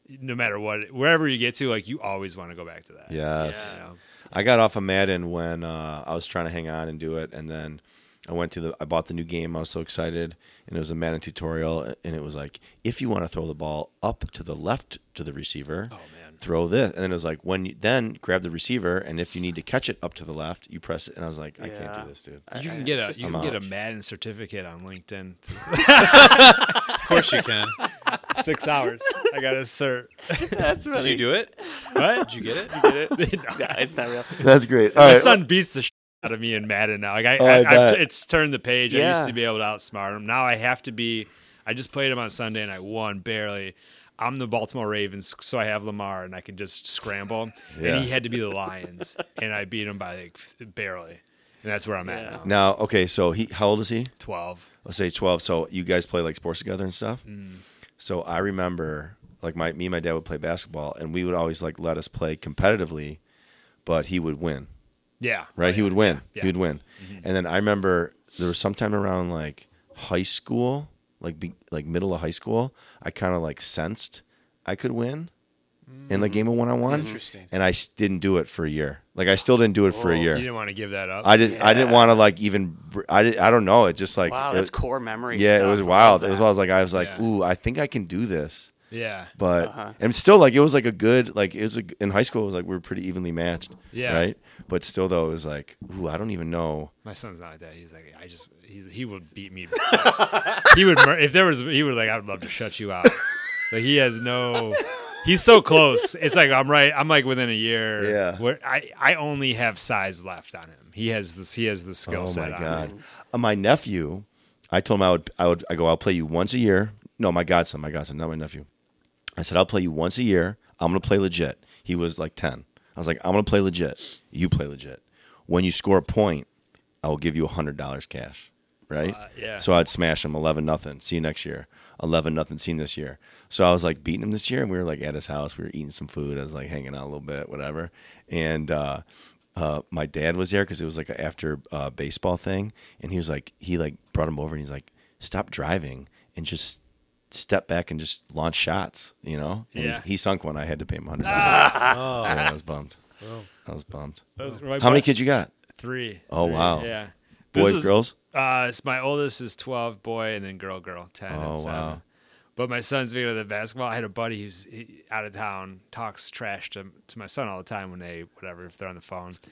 Speaker 2: no matter what wherever you get to, like you always want to go back to that.
Speaker 1: Yes.
Speaker 2: You know?
Speaker 1: I got off of Madden when uh, I was trying to hang on and do it, and then I went to the. I bought the new game. I was so excited, and it was a Madden tutorial, and it was like, if you want to throw the ball up to the left to the receiver, oh man,
Speaker 2: on.
Speaker 1: throw this, and then it was like when you then grab the receiver, and if you need to catch it up to the left, you press it. And I was like, I can't
Speaker 4: Yeah.
Speaker 1: do this, dude.
Speaker 2: You can get a
Speaker 4: it's
Speaker 2: you
Speaker 1: just-
Speaker 2: can get a
Speaker 1: I'm out.
Speaker 2: Madden certificate on LinkedIn.
Speaker 3: Of course you can.
Speaker 2: Six hours. I got a cert.
Speaker 4: That's
Speaker 3: Did you
Speaker 4: really.
Speaker 3: do it?
Speaker 2: What?
Speaker 3: Did you get it?
Speaker 4: Yeah, it's not real.
Speaker 1: That's great. All
Speaker 2: My
Speaker 1: right,
Speaker 2: son beats the shit out of me in Madden now. Like I,
Speaker 1: Oh, I
Speaker 2: I, I,
Speaker 1: bet.
Speaker 2: it's turned the page. I
Speaker 4: Yeah.
Speaker 2: used to be able to outsmart him. Now I have to be. I just played him on Sunday and I won barely. I'm the Baltimore Ravens, so I have Lamar and I can just scramble.
Speaker 1: Yeah.
Speaker 2: And he had to be the Lions, and I beat him by like f- barely. And that's where I'm at now.
Speaker 1: Now, okay, so he, how old is he?
Speaker 2: Twelve.
Speaker 1: let's say 12 so you guys play like sports together and stuff
Speaker 2: Mm.
Speaker 1: so i remember like my me and my dad would play basketball and we would always like let us play competitively but he would win
Speaker 2: Oh, Yeah.
Speaker 1: right he would win
Speaker 2: yeah. Mm-hmm.
Speaker 1: he would win and then i remember there was sometime around like high school like be, like middle of high school i kind of like sensed i could win in
Speaker 2: Mm.
Speaker 1: the game of one-on-one
Speaker 3: interesting.
Speaker 1: and i s- didn't do it for a year like i still didn't do it for a
Speaker 2: You
Speaker 1: year
Speaker 2: didn't want to give that up.
Speaker 1: I didn't. I didn't
Speaker 4: Yeah.
Speaker 1: want to like even. br- I did, I don't know. It just like
Speaker 4: Wow,
Speaker 1: it-
Speaker 4: that's core memory.
Speaker 1: yeah,
Speaker 4: stuff.
Speaker 1: it was
Speaker 4: I love
Speaker 1: wild. It was.
Speaker 4: that.
Speaker 1: I was like, I was like,
Speaker 2: Yeah.
Speaker 1: ooh, I think I can do this.
Speaker 2: yeah.
Speaker 1: But
Speaker 4: Uh-huh.
Speaker 1: and still, like, it was like a good, like, it was a, in high school. It was like we were pretty evenly matched.
Speaker 2: Yeah.
Speaker 1: Right. But still, though, it was like, ooh, I don't even know.
Speaker 2: My son's not like that. He's like, I just, he's, he would beat me. he would, mur- if there was, he would like, I'd love to shut you out. Like he has no, he's so close. It's like I'm right. I'm like within a year.
Speaker 1: Yeah.
Speaker 2: Where I, I only have size left on him. He has this. He has the skill
Speaker 1: Oh my
Speaker 2: set. On
Speaker 1: god.
Speaker 2: him.
Speaker 1: Uh, my nephew, I told him I would, I would, I go, I'll play you once a year. No, my godson, my godson, not my nephew. I said, I'll play you once a year. I'm gonna play legit. He was like ten. I was like, I'm gonna play legit. You play legit. When you score a point, I will give you hundred dollars cash. Right.
Speaker 2: Uh, yeah.
Speaker 1: So I'd smash him eleven nothing. See you next year. Eleven nothing. See him this year. So I was like beating him this year, and we were like at his house. We were eating some food. I was like hanging out a little bit, whatever. And uh, uh, my dad was there because it was like a after uh, baseball thing, and he was like he like brought him over, and he's like, stop driving and just step back and just launch shots, you know. And
Speaker 2: Yeah.
Speaker 1: He, he sunk one. I had to pay him hundred. dollars. yeah, I was bummed. I was bummed.
Speaker 2: Those were my
Speaker 1: How many
Speaker 2: bu-
Speaker 1: kids you got?
Speaker 2: Three.
Speaker 1: Oh,
Speaker 2: Three,
Speaker 1: wow.
Speaker 2: Yeah. This
Speaker 1: Boys,
Speaker 2: was-
Speaker 1: girls.
Speaker 2: Uh, it's my oldest is 12, boy, and then girl, girl, 10. and
Speaker 1: Oh,
Speaker 2: seven.
Speaker 1: wow.
Speaker 2: But my son's big into the basketball. I had a buddy who's he, out of town, talks trash to, to my son all the time when they, whatever, if they're on the phone.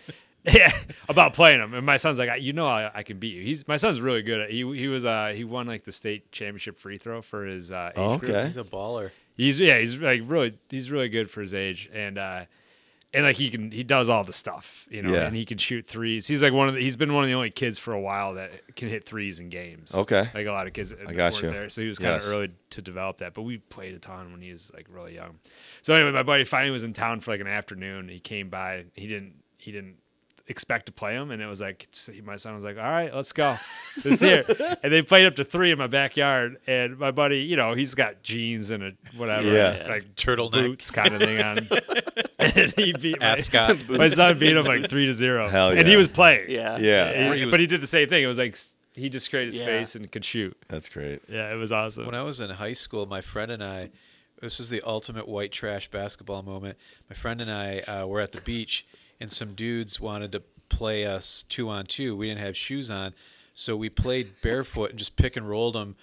Speaker 2: Yeah, about playing him, and my son's like, "I- you know, I, I can beat you. He's my son's really good. At, he he was uh he won like the state championship free throw for his uh, age
Speaker 1: Oh,
Speaker 2: group.
Speaker 1: okay.
Speaker 3: He's a baller.
Speaker 2: He's yeah, he's like really he's really good for his age and uh and like he can he does all the stuff, you know,
Speaker 1: Yeah.
Speaker 2: and he can shoot threes. He's like one of the he's been one of the only kids for a while that can hit threes in games.
Speaker 1: Okay.
Speaker 2: Like a lot of kids
Speaker 1: I got
Speaker 2: weren't
Speaker 1: you.
Speaker 2: there. So he was kind
Speaker 1: Yes.
Speaker 2: of early to develop that, but we played a ton when he was like really young. So anyway, my buddy finally was in town for like an afternoon. He came by. He didn't he didn't expect to play him, and it was like my son was like, "All right, let's go." It's here, and they played up to three in my backyard. And my buddy, you know, he's got jeans and a whatever,
Speaker 1: Yeah.
Speaker 2: like
Speaker 3: Turtleneck.
Speaker 2: boots kind of thing on. and he beat my,
Speaker 3: Ascot.
Speaker 2: my son beat him like three to zero,
Speaker 1: Hell
Speaker 2: and he
Speaker 1: yeah.
Speaker 2: was playing.
Speaker 4: Yeah.
Speaker 1: Yeah,
Speaker 2: And- but he did the same thing. It was like s- he just created
Speaker 4: Yeah.
Speaker 2: space and could shoot.
Speaker 1: that's great.
Speaker 2: Yeah, it was awesome.
Speaker 3: When I was in high school, my friend and I, this is the ultimate white trash basketball moment. My friend and I uh, were at the beach, and some dudes wanted to play us two on two. We didn't have shoes on, so we played barefoot and just pick and rolled them.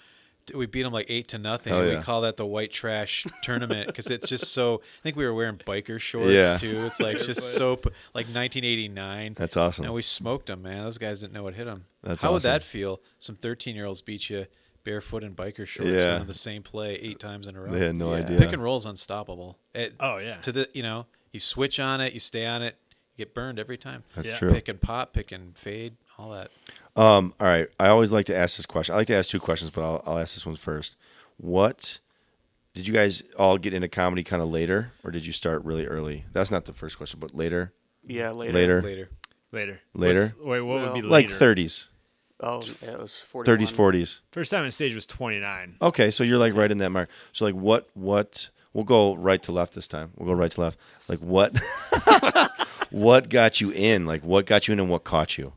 Speaker 3: We beat them like eight to nothing.
Speaker 1: Oh,
Speaker 3: and
Speaker 1: yeah.
Speaker 3: We call that the white trash tournament because it's just so. I think we were wearing biker shorts
Speaker 1: Yeah.
Speaker 3: too. It's like just so p- like 1989.
Speaker 1: That's awesome.
Speaker 3: And we smoked them, man. Those guys didn't know what hit them.
Speaker 1: That's
Speaker 3: How would
Speaker 1: awesome.
Speaker 3: that feel? Some 13 year olds beat you barefoot in biker shorts
Speaker 1: Yeah.
Speaker 3: running the same play eight times in a row.
Speaker 1: They had no
Speaker 4: Yeah.
Speaker 1: idea.
Speaker 3: Pick and roll's unstoppable. It-
Speaker 2: Oh, yeah.
Speaker 3: To the you know you switch on it, you stay on it, you get burned every time.
Speaker 1: That's
Speaker 2: Yeah.
Speaker 1: true.
Speaker 3: Pick and pop, pick and fade, all that.
Speaker 1: Um, all right. I always like to ask this question. I like to ask two questions, but I'll, I'll ask this one first. What did you guys all get into comedy kind of later, or did you start really early? That's not the first question, but later,
Speaker 4: Yeah, later.
Speaker 1: later,
Speaker 3: Later.
Speaker 2: later,
Speaker 1: Later?
Speaker 2: What's- wait, what would be
Speaker 4: Well,
Speaker 1: like
Speaker 2: later?
Speaker 1: thirties,
Speaker 4: Oh, yeah, it was 41.
Speaker 1: thirties, forties.
Speaker 2: First time on stage was twenty nine.
Speaker 1: Okay, so you're like right in that mark. So like, what, what? We'll go right to left this time. We'll go right to left. Like what? what got you in? Like what got you in, and what caught you?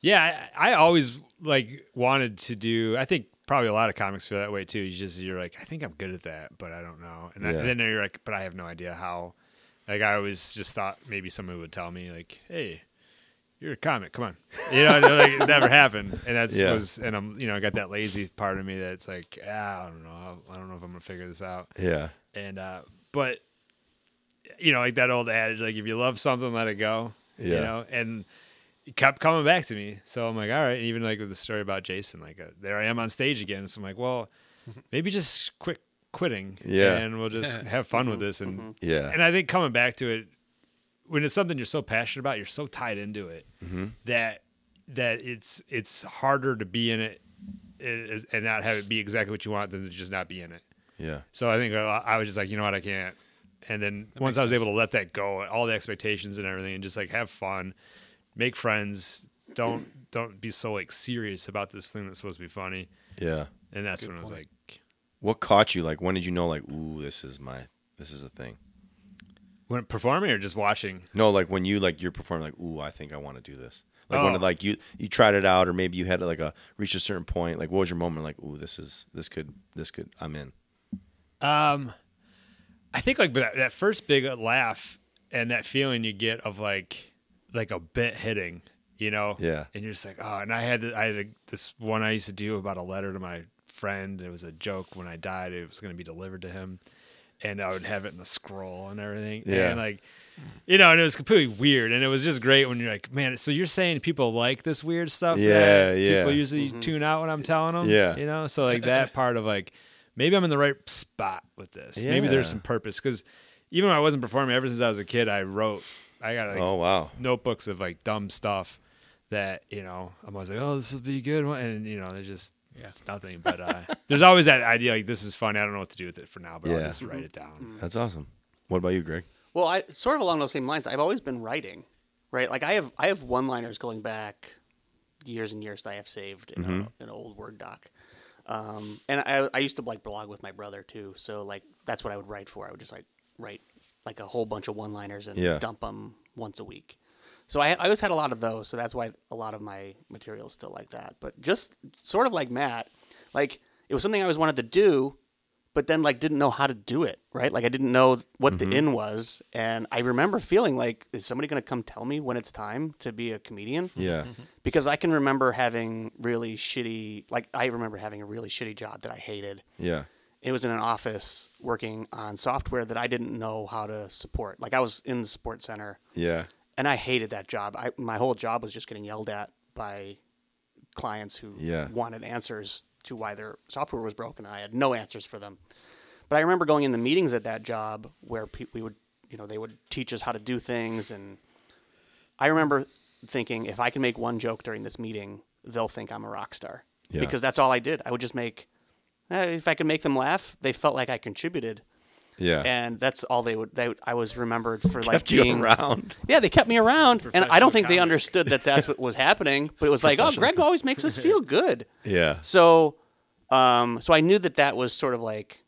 Speaker 2: Yeah, I, I always like wanted to do. I think probably a lot of comics feel that way too. You just you're like, I think I'm good at that, but I don't know. And I-
Speaker 1: Yeah.
Speaker 2: then you're like, but I have no idea how. Like I always just thought maybe somebody would tell me like, hey, you're a comic, come on. You know, and, like it never happened. And that's
Speaker 1: Yeah.
Speaker 2: was and I'm you know I got that lazy part of me that's like, ah, I don't know, I don't know if I'm gonna figure this out
Speaker 1: Yeah.
Speaker 2: and uh but you know, like that old adage, like if you love something, let it go. You
Speaker 1: Yeah.
Speaker 2: know, and it kept coming back to me. So I'm like, all right. And even like with the story about Jason, like uh, there I am on stage again. So I'm like, well, maybe just quit quitting.
Speaker 1: Yeah.
Speaker 2: And we'll just have fun with this. And
Speaker 1: Yeah.
Speaker 2: and I think coming back to it, when it's something you're so passionate about, you're so tied into it
Speaker 1: Mm-hmm.
Speaker 2: that that it's it's harder to be in it is- and not have it be exactly what you want than to just not be in it.
Speaker 1: yeah.
Speaker 2: So I think a lot- I was just like, you know what, I can't. And then once I was able to let that go, all the expectations and everything, and just like have fun, make friends. Don't don't be so like serious about this thing that's supposed to be funny.
Speaker 1: Yeah.
Speaker 2: And that's when I was like,
Speaker 1: What caught you? Like, when did you know? Like, ooh, this is my, this is a thing.
Speaker 2: when performing or just watching.
Speaker 1: No, like when you like you're performing, like, ooh, I think I want to do this. Like when
Speaker 2: Oh.
Speaker 1: like you you tried it out, or maybe you had like a reach a certain point. Like, what was your moment? Like, ooh, this is this could this could I'm in.
Speaker 2: Um, I think like that, that first big laugh and that feeling you get of like like a bit hitting, you know?
Speaker 1: Yeah.
Speaker 2: And you're just like, oh. And I had I had a, this one I used to do about a letter to my friend. It was a joke when I died. It was going to be delivered to him, and I would have it in a scroll and everything.
Speaker 1: Yeah.
Speaker 2: And like. You know, and it was completely weird, and it was just great when you're like, "Man, so you're saying people like this weird stuff?"
Speaker 1: Yeah,
Speaker 2: that
Speaker 1: yeah.
Speaker 2: People usually tune out when I'm telling them.
Speaker 1: Mm-hmm. Yeah.
Speaker 2: you know, so like that part of like, maybe I'm in the right spot with this. Maybe there's
Speaker 1: Yeah.
Speaker 2: some purpose because even when I wasn't performing, ever since I was a kid, I wrote. I got like
Speaker 1: oh wow,
Speaker 2: notebooks of like dumb stuff that you know I'm always like, oh, this will be a good one, and you know, there's just it's nothing. But uh, there's always that idea like, this is fun. I don't know what to do with it for now, but I'll
Speaker 1: Yeah.
Speaker 2: just write it down.
Speaker 1: that's awesome. What about you, Greg?
Speaker 4: Well, I sort of along those same lines. I've always been writing, right? Like I have I have one-liners going back years and years that I have saved in a, an old Word doc. Um, and I, I used to like blog with my brother too, so like that's what I would write for. I would just like write like a whole bunch of one-liners and
Speaker 1: Yeah.
Speaker 4: dump them once a week. So I, I always had a lot of those, so that's why a lot of my material is still like that. But just sort of like Matt, like it was something I always wanted to do, but then like didn't know how to do it right like i didn't know what the in was and i remember feeling like is somebody going to come tell me when it's time to be a comedian
Speaker 1: Yeah,
Speaker 4: because i can remember having really shitty like i remember having a really shitty job that i hated
Speaker 1: yeah,
Speaker 4: it was in an office working on software that i didn't know how to support like i was in the support center
Speaker 1: yeah,
Speaker 4: and i hated that job I, my whole job was just getting yelled at by clients who
Speaker 1: Yeah.
Speaker 4: wanted answers to why their software was broken and i had no answers for them but I remember going in the meetings at that job where pe- we would, you know, they would teach us how to do things, and I remember thinking if I can make one joke during this meeting, they'll think I'm a rock star
Speaker 1: Yeah.
Speaker 4: because that's all I did. I would just make. eh, If I could make them laugh, they felt like I contributed,
Speaker 1: yeah.
Speaker 4: and that's all they would. They would- I was remembered for like
Speaker 1: Kept you
Speaker 4: being
Speaker 1: around.
Speaker 4: yeah, they kept me around, and I don't think they
Speaker 2: comic.
Speaker 4: understood that that's what was happening. But it was like, oh, Greg always makes us feel good.
Speaker 1: Yeah,
Speaker 4: So, um, so I knew that that was sort of like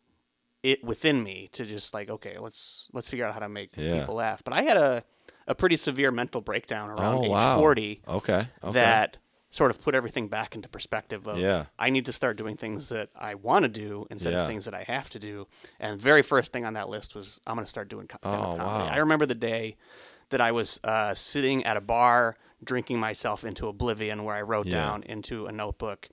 Speaker 4: it within me to just like, okay, let's let's figure out how to make
Speaker 1: Yeah.
Speaker 4: people laugh. But I had a a pretty severe mental breakdown around
Speaker 1: Oh,
Speaker 4: age
Speaker 1: wow.
Speaker 4: forty
Speaker 1: Okay, okay.
Speaker 4: that sort of put everything back into perspective of
Speaker 1: Yeah.
Speaker 4: I need to start doing things that I want to do instead
Speaker 1: Yeah.
Speaker 4: of things that I have to do. And the very first thing on that list was I'm going to start doing co- stand-up
Speaker 1: Oh,
Speaker 4: comedy.
Speaker 1: wow.
Speaker 4: I remember the day that I was uh, sitting at a bar drinking myself into oblivion where I wrote
Speaker 1: Yeah.
Speaker 4: down into a notebook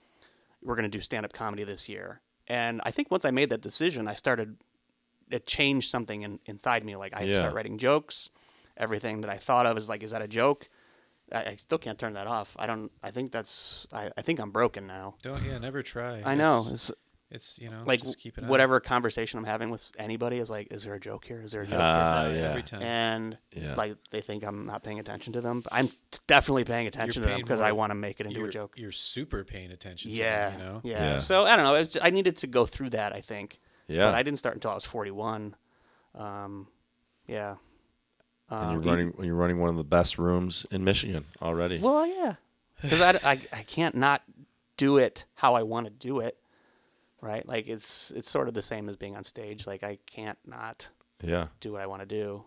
Speaker 4: we're going to do stand-up comedy this year. And I think once I made that decision, I started it changed something in, inside me. Like I
Speaker 1: Yeah.
Speaker 4: start writing jokes. Everything that I thought of is like, is that a joke? I, I still can't turn that off. I don't. I think that's. I, I think I'm broken now.
Speaker 3: Don't yeah, never try.
Speaker 4: I know.
Speaker 3: It's,
Speaker 4: It's
Speaker 3: it's, you know,
Speaker 4: like
Speaker 3: just keep it on.
Speaker 4: whatever conversation I'm having with anybody is like, is there a joke here? Is there a joke?
Speaker 1: Ah,
Speaker 3: Every
Speaker 1: yeah.
Speaker 3: time.
Speaker 4: here? And
Speaker 1: Yeah.
Speaker 4: like they think I'm not paying attention to them, but I'm t- definitely paying attention to them
Speaker 3: paying
Speaker 4: because
Speaker 3: more-
Speaker 4: I want to make it into
Speaker 3: you're,
Speaker 4: a joke.
Speaker 3: You're super paying attention. To
Speaker 4: Yeah,
Speaker 3: them, you know.
Speaker 4: yeah.
Speaker 1: Yeah.
Speaker 4: So I don't know. It was, I needed to go through that. I think.
Speaker 1: Yeah.
Speaker 4: But I didn't start until I was 41. Um, yeah.
Speaker 1: And you're
Speaker 4: Um,
Speaker 1: running. You're running one of the best rooms in Michigan already.
Speaker 4: Well, yeah, because I, I, I can't not do it how I want to do it, right? Like it's it's sort of the same as being on stage. Like I can't not
Speaker 1: yeah.
Speaker 4: do what I want to do.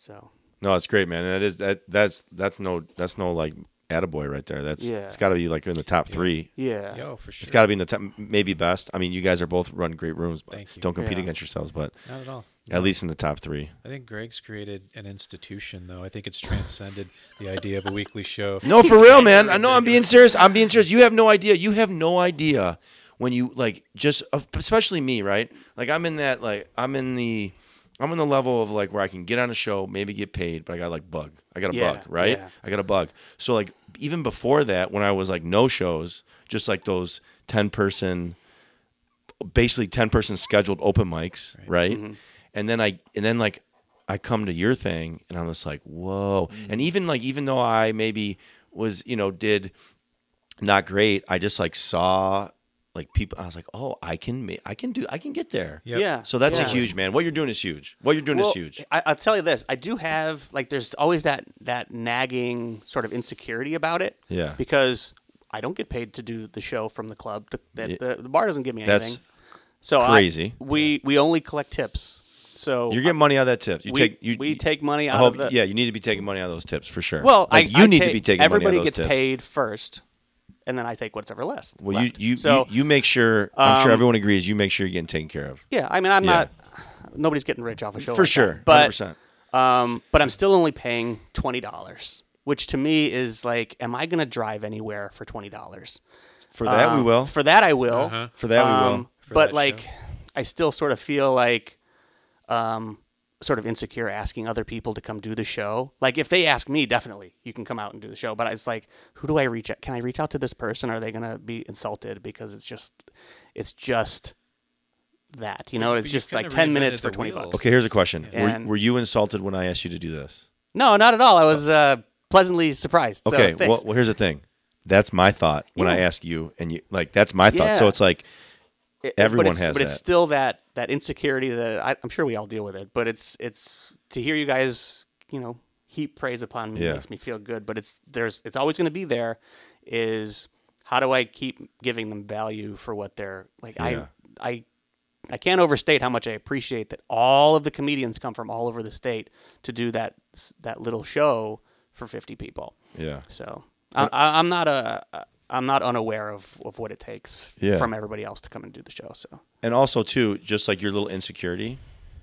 Speaker 4: So
Speaker 1: No, it's great, man. That is that. That's that's no. That's no like attaboy right there. That's
Speaker 4: Yeah.
Speaker 1: It's got to be like in the top three
Speaker 4: yeah,
Speaker 3: Yo, for sure.
Speaker 1: It's got to be in the top, maybe best. I mean, you guys are both run great rooms. but
Speaker 3: Thank you.
Speaker 1: Don't compete
Speaker 4: Yeah.
Speaker 1: against yourselves, but
Speaker 3: Not at all.
Speaker 1: at least in the top three.
Speaker 3: I think Greg's created an institution, though. I think it's transcended the idea of a weekly show.
Speaker 1: No, for real, man. I know I'm being serious. I'm being serious. You have no idea. You have no idea uh, when you like just, especially me, right? Like I'm in that, like I'm in the, I'm on the level of like where I can get on a show, maybe get paid, but I got like bug. I got a
Speaker 4: Yeah,
Speaker 1: bug, right?
Speaker 4: yeah.
Speaker 1: I got a bug. So like even before that, when I was like no shows, just like those ten person, basically ten person scheduled open mics, right?
Speaker 4: Mm-hmm.
Speaker 1: And then I and then like I come to your thing, and I'm just like whoa.
Speaker 4: Mm.
Speaker 1: And even like even though I maybe was you know did not great, I just like saw like people. I was like oh I can ma- I can do I can get there.
Speaker 3: Yep.
Speaker 4: Yeah.
Speaker 1: So that's
Speaker 4: yeah.
Speaker 1: a huge man. What you're doing is huge. What you're doing
Speaker 4: Well, eh,
Speaker 1: is huge.
Speaker 4: I, I'll tell you this: I do have like there's always that that nagging sort of insecurity about it.
Speaker 1: Yeah.
Speaker 4: Because I don't get paid to do the show from the club. The the,
Speaker 1: Yeah.
Speaker 4: the, the bar doesn't give me anything.
Speaker 1: That's
Speaker 4: so I-
Speaker 1: crazy.
Speaker 4: we we only collect tips. So
Speaker 1: You're getting money out of that tip. You
Speaker 4: we,
Speaker 1: take you,
Speaker 4: we take money
Speaker 1: I
Speaker 4: out
Speaker 1: hope-
Speaker 4: of the
Speaker 1: yeah, you need to be taking money out of those tips for sure.
Speaker 4: Well,
Speaker 1: Like,
Speaker 4: I,
Speaker 1: you
Speaker 4: I
Speaker 1: need to
Speaker 4: take-
Speaker 1: be taking money out of
Speaker 4: Everybody
Speaker 1: those
Speaker 4: gets
Speaker 1: tips.
Speaker 4: paid first, and then I take what's ever less.
Speaker 1: Well, you
Speaker 4: left.
Speaker 1: you,
Speaker 4: so um,
Speaker 1: you you make sure. I'm sure everyone agrees. You make sure you're getting taken care of
Speaker 4: yeah. I mean, I'm
Speaker 1: Yeah.
Speaker 4: not. Nobody's getting rich off a show
Speaker 1: for
Speaker 4: like that.
Speaker 1: sure.
Speaker 4: but
Speaker 1: 100%.
Speaker 4: Um, but I'm still only paying twenty dollars, which to me is like, am I going to drive anywhere for twenty dollars?
Speaker 1: For that we will. For,
Speaker 4: um, For that, I will.
Speaker 1: that we
Speaker 4: Um,
Speaker 1: will.
Speaker 3: that
Speaker 4: but
Speaker 3: show.
Speaker 4: like, I still sort of feel like, um, sort of insecure asking other people to come do the show. Like, if they ask me, definitely you can come out and do the show. But it's like, who do I reach? out? Can I reach out to this person? Are they going to be insulted because it's just, it's just that you know?
Speaker 3: But
Speaker 4: It's
Speaker 3: you've
Speaker 4: just
Speaker 3: kinda
Speaker 4: like ten
Speaker 3: reinvented
Speaker 4: minutes for
Speaker 3: the
Speaker 4: twenty
Speaker 3: wheels.
Speaker 4: bucks.
Speaker 1: Okay, here's a question. Were,
Speaker 4: And-
Speaker 1: were you insulted when I asked you to do this?
Speaker 4: No, not at all. I was uh, pleasantly surprised. So,
Speaker 1: Okay. well,
Speaker 4: thanks.
Speaker 1: well, here's the thing. That's my thought when I
Speaker 4: Yeah.
Speaker 1: ask you, and you like that's my thought. So
Speaker 4: Yeah.
Speaker 1: it's like
Speaker 4: It-
Speaker 1: everyone
Speaker 4: but it's,
Speaker 1: has
Speaker 4: but it's
Speaker 1: that.
Speaker 4: still that that insecurity that I, I'm sure we all deal with it. But it's it's to hear you guys, you know, heap praise upon me
Speaker 1: Yeah.
Speaker 4: makes me feel good. But it's there's it's always going to be there. Is how do I keep giving them value for what they're like?
Speaker 1: Yeah.
Speaker 4: I I I can't overstate how much I appreciate that all of the comedians come from all over the state to do that s- that little show for 50 people.
Speaker 1: yeah.
Speaker 4: So I, I, I'm not a I'm not unaware of, of what it takes
Speaker 1: Yeah.
Speaker 4: from everybody else to come and do the show. So
Speaker 1: and also too, just like your little insecurity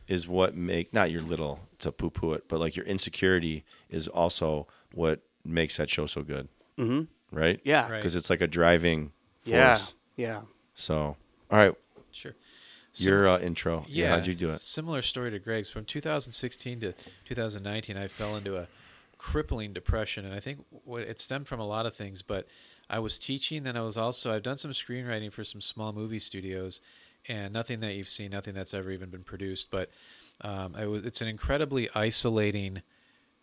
Speaker 1: is what make not your little to poo poo it, but like your insecurity is also what makes that show so good. Mm-hmm. Right?
Speaker 4: yeah,
Speaker 3: Right.
Speaker 1: Because it's like a driving force.
Speaker 4: yeah, yeah.
Speaker 1: So, all right,
Speaker 3: Sure.
Speaker 1: your uh, intro. Yeah.
Speaker 3: yeah,
Speaker 1: How'd you do it?
Speaker 3: Similar story to Greg's. From 2016 to 2019, I fell into a crippling depression, and I think what it stemmed from a lot of things. But I was teaching, then I was also I've done some screenwriting for some small movie studios, and nothing that you've seen, nothing that's ever even been produced. But um, I was, it's an incredibly isolating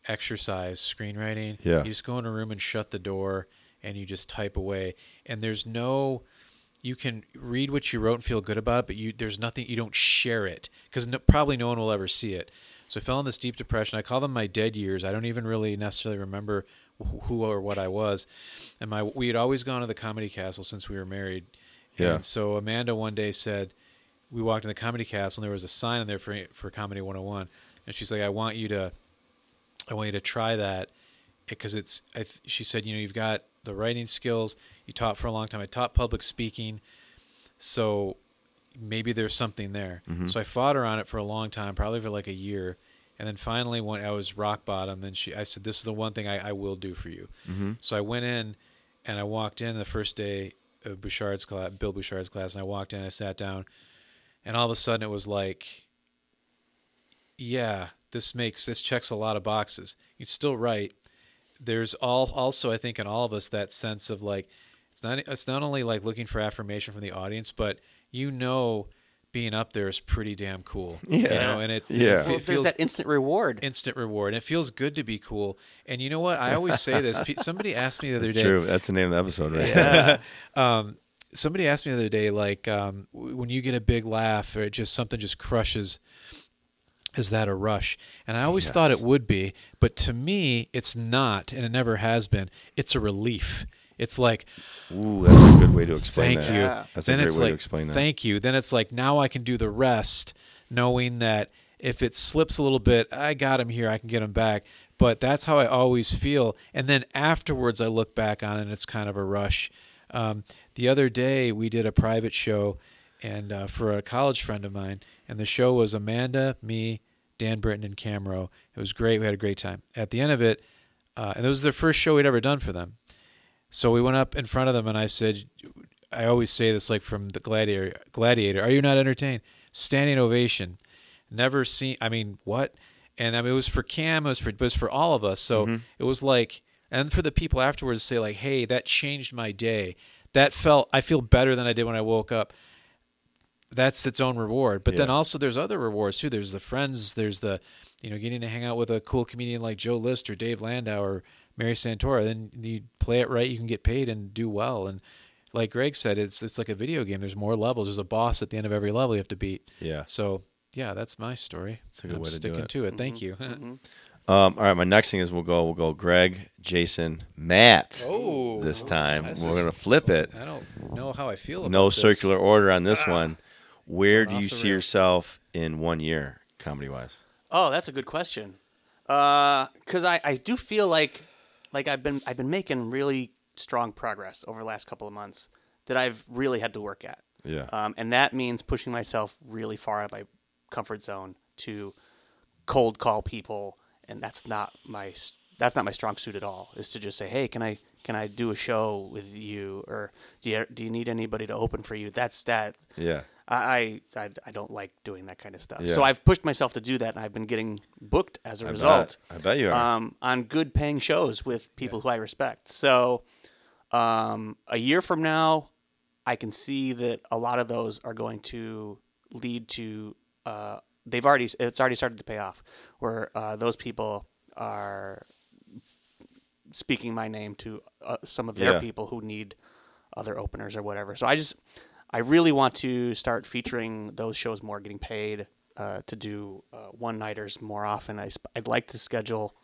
Speaker 3: exercise screenwriting.
Speaker 1: Yeah.
Speaker 3: You just go in a room and shut the door and you just type away. And there's no you can read what you wrote and feel good about it, but you there's nothing you don't share it because no, probably no one will ever see it. So I fell in this deep depression. I call them my dead years. I don't even really necessarily remember wh- who or what I was. And my we had always gone to the comedy castle since we were married.
Speaker 1: Yeah.
Speaker 3: And so Amanda one day said, we walked in the comedy castle and there was a sign in there for for comedy 101 and she's like i want you to i want you to try that because it's I th- she said you know you've got the writing skills you taught for a long time i taught public speaking so maybe there's something there so i fought her on it for a long time probably for like a year and then finally when i was rock bottom then she i said this is the one thing i, I will do for you so i went in and i walked in the first day of bouchard's class bill bouchard's class and i walked in i sat down and all of a sudden it was like yeah this makes this checks a lot of boxes you still right there's all also i think in all of us that sense of like it's not it's not only like looking for affirmation from the audience but you know being up there is pretty damn cool yeah you know and it's
Speaker 1: Yeah.
Speaker 3: it, fe-
Speaker 1: Well,
Speaker 4: Well, there's
Speaker 3: feels
Speaker 4: that instant reward.
Speaker 3: instant reward and it feels good to be cool and you know what i always say this Pe- somebody asked me the other
Speaker 1: That's
Speaker 3: day
Speaker 1: true. That's the name of the episode, right?
Speaker 3: Um, somebody asked me the other day, like, um, w- when you get a big laugh or it just something just crushes, is that a rush? And I always thought it would be, but to me, it's not, and it never has been. It's a relief. It's like,
Speaker 1: Ooh, that's a good way to explain
Speaker 3: thank
Speaker 1: that.
Speaker 3: you.
Speaker 1: That's
Speaker 3: then
Speaker 1: a great
Speaker 3: it's
Speaker 1: way
Speaker 3: like,
Speaker 1: to explain that.
Speaker 3: Thank you. Then it's like, now I can do the rest, knowing that if it slips a little bit, I got him here. I can get him back. But that's how I always feel. And then afterwards, I look back on it and it's kind of a rush. Um, the other day, we did a private show and uh, for a college friend of mine, and the show was Amanda, me, Dan Britton, and Camro. It was great. We had a great time. At the end of it, uh, and it was their first show we'd ever done for them. So we went up in front of them, and I said, "I always say this, like from the Gladiator. Gladiator, are you not entertained? Standing ovation." never seen. I mean, what? And I mean, it was for Cam. It was for it was for all of us. So it was like, and for the people afterwards to say like, hey, that changed my day. That felt I feel better than I did when I woke up. That's its own reward. But then
Speaker 1: Yeah.
Speaker 3: also there's other rewards too. There's the friends. There's the you know getting to hang out with a cool comedian like Joe List or Dave Landau or Mary Santora. Then you play it right, you can get paid and do well. And like Greg said, it's it's like a video game. There's more levels. There's a boss at the end of every level you have to beat.
Speaker 1: Yeah.
Speaker 3: So yeah, that's my story.
Speaker 1: a good
Speaker 3: I'm
Speaker 1: way to do
Speaker 3: sticking
Speaker 1: it.
Speaker 3: to it. Thank you.
Speaker 1: Um, all right, my next thing is we'll go we'll go Greg, Jason, Matt. Oh, this time
Speaker 3: This
Speaker 1: we're
Speaker 3: is-
Speaker 1: gonna flip it.
Speaker 3: I don't know how I feel about
Speaker 1: No
Speaker 3: this. Ah.
Speaker 1: circular order on this one. Where do
Speaker 3: off
Speaker 1: you
Speaker 3: the
Speaker 1: see
Speaker 3: rails.
Speaker 1: yourself in one year, comedy wise?
Speaker 4: Oh, that's a good question. Because I, I do feel like like I've been I've been making really strong progress over the last couple of months that I've really had to work at.
Speaker 1: Yeah.
Speaker 4: Um, and that means pushing myself really far out of my comfort zone to cold call people, and that's not my s- that's not my strong suit at all. Is to just say, hey, can I can I do a show with you, or do you do you need anybody to open for you? That's that.
Speaker 1: Yeah.
Speaker 4: I, I I don't like doing that kind of stuff.
Speaker 1: Yeah.
Speaker 4: So I've pushed myself to do that, and I've been getting booked as a
Speaker 1: bet.
Speaker 4: result.
Speaker 1: I bet you are.
Speaker 4: um, on good paying shows with people who I respect. So um, a year from now, I can see that a lot of those are going to lead to. Uh, they've already it's already started to pay off, where uh, those people are speaking my name to uh, some of their
Speaker 1: Yeah.
Speaker 4: people who need other openers or whatever. So I just, I really want to start featuring those shows more, getting paid uh, to do uh, one nighters more often. I, sp- I'd like to schedule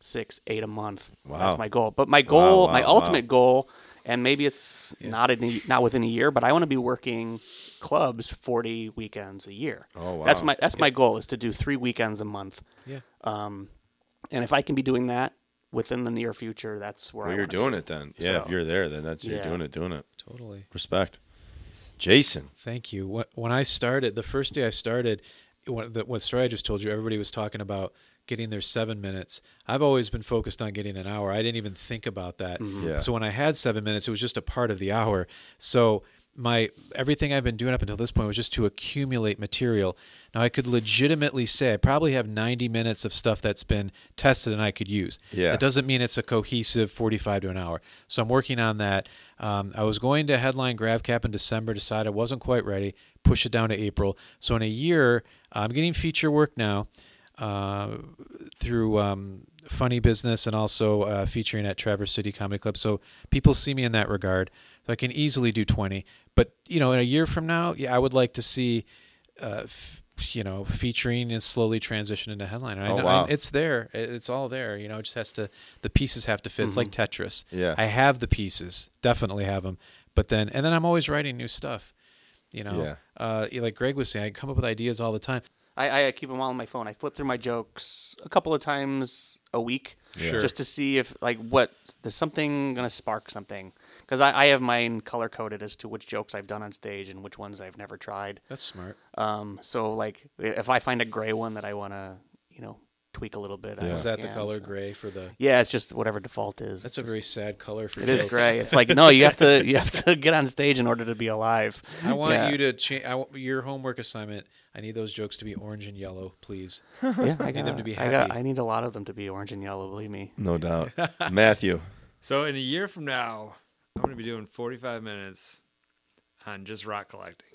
Speaker 4: six, eight a month.
Speaker 1: Wow.
Speaker 4: That's my goal. But my goal,
Speaker 1: wow,
Speaker 4: my
Speaker 1: wow.
Speaker 4: ultimate goal, and maybe it's not in a, not within a year, but I want to be working clubs 40 weekends a year.
Speaker 1: Oh, wow.
Speaker 4: That's my that's my goal is to do 3 weekends a month.
Speaker 3: Yeah.
Speaker 4: Um, and if I can be doing that within the near future, that's where
Speaker 1: Well,
Speaker 4: I
Speaker 1: you're
Speaker 4: wanna
Speaker 1: doing
Speaker 4: be.
Speaker 1: it then. Yeah, if
Speaker 4: So-
Speaker 1: you're there, then that's you're
Speaker 4: Yeah.
Speaker 1: doing it, doing it.
Speaker 3: Totally.
Speaker 1: Respect. Jason.
Speaker 3: Thank you. Wh- When I started, the first day I started, what, the, what story I just told you, everybody was talking about getting their seven minutes. I've always been focused on getting an hour. I didn't even think about that.
Speaker 1: Yeah.
Speaker 3: So when I had seven minutes, it was just a part of the hour. So my everything I've been doing up until this point was just to accumulate material. Now I could legitimately say I probably have 90 minutes of stuff that's been tested and I could use.
Speaker 1: Yeah.
Speaker 3: That doesn't doesn't mean it's a cohesive 45 to an hour. So I'm working on that. Um, I was going to headline Grav Cap in December, decide I wasn't quite ready, push it down to April. So in a year, I'm getting feature work now uh, through um, Funny Business and also uh, featuring at Traverse City Comedy Club. So people see me in that regard. So I can easily do 20. But, you know, in a year from now, yeah, I would like to see. Uh, f- you know, featuring and slowly transition into headliner. I
Speaker 1: Oh,
Speaker 3: know,
Speaker 1: wow.
Speaker 3: I- it's there. It- It's all there. You know, it just has to. The pieces have to fit. It's like
Speaker 4: Mm-hmm.
Speaker 3: Tetris.
Speaker 1: Yeah.
Speaker 3: I have the pieces. Definitely have them. But then, and then I'm always writing new stuff. You know,
Speaker 1: Yeah.
Speaker 3: uh, you- like Greg was saying, I come up with ideas all the time.
Speaker 4: I, I keep them all on my phone. I flip through my jokes a couple of times a week
Speaker 3: Sure.
Speaker 4: just to see if like what there's something gonna spark something because I, I have mine color coded as to which jokes I've done on stage and which ones I've never tried.
Speaker 3: That's smart.
Speaker 4: Um, so like if I find a gray one that I wanna you know tweak a little bit, I
Speaker 3: Is that the
Speaker 4: can,
Speaker 3: color
Speaker 4: so-
Speaker 3: gray for the?
Speaker 4: Yeah, it's just whatever default is.
Speaker 3: That's a very sad color for.
Speaker 4: it is
Speaker 3: jokes.
Speaker 4: gray. It's like no, you have to you have to get on stage in order to be alive.
Speaker 3: I want
Speaker 4: Yeah.
Speaker 3: you to change I want your homework assignment. I need those jokes to be orange and yellow, please.
Speaker 4: Yeah, I
Speaker 3: need them to
Speaker 4: gotta-
Speaker 3: be
Speaker 4: I, got,
Speaker 3: happy.
Speaker 4: I need a lot of them to be orange and yellow. Believe me.
Speaker 1: No doubt. Matthew.
Speaker 2: So in a year from now, I'm going to be doing 45 minutes on just rock collecting.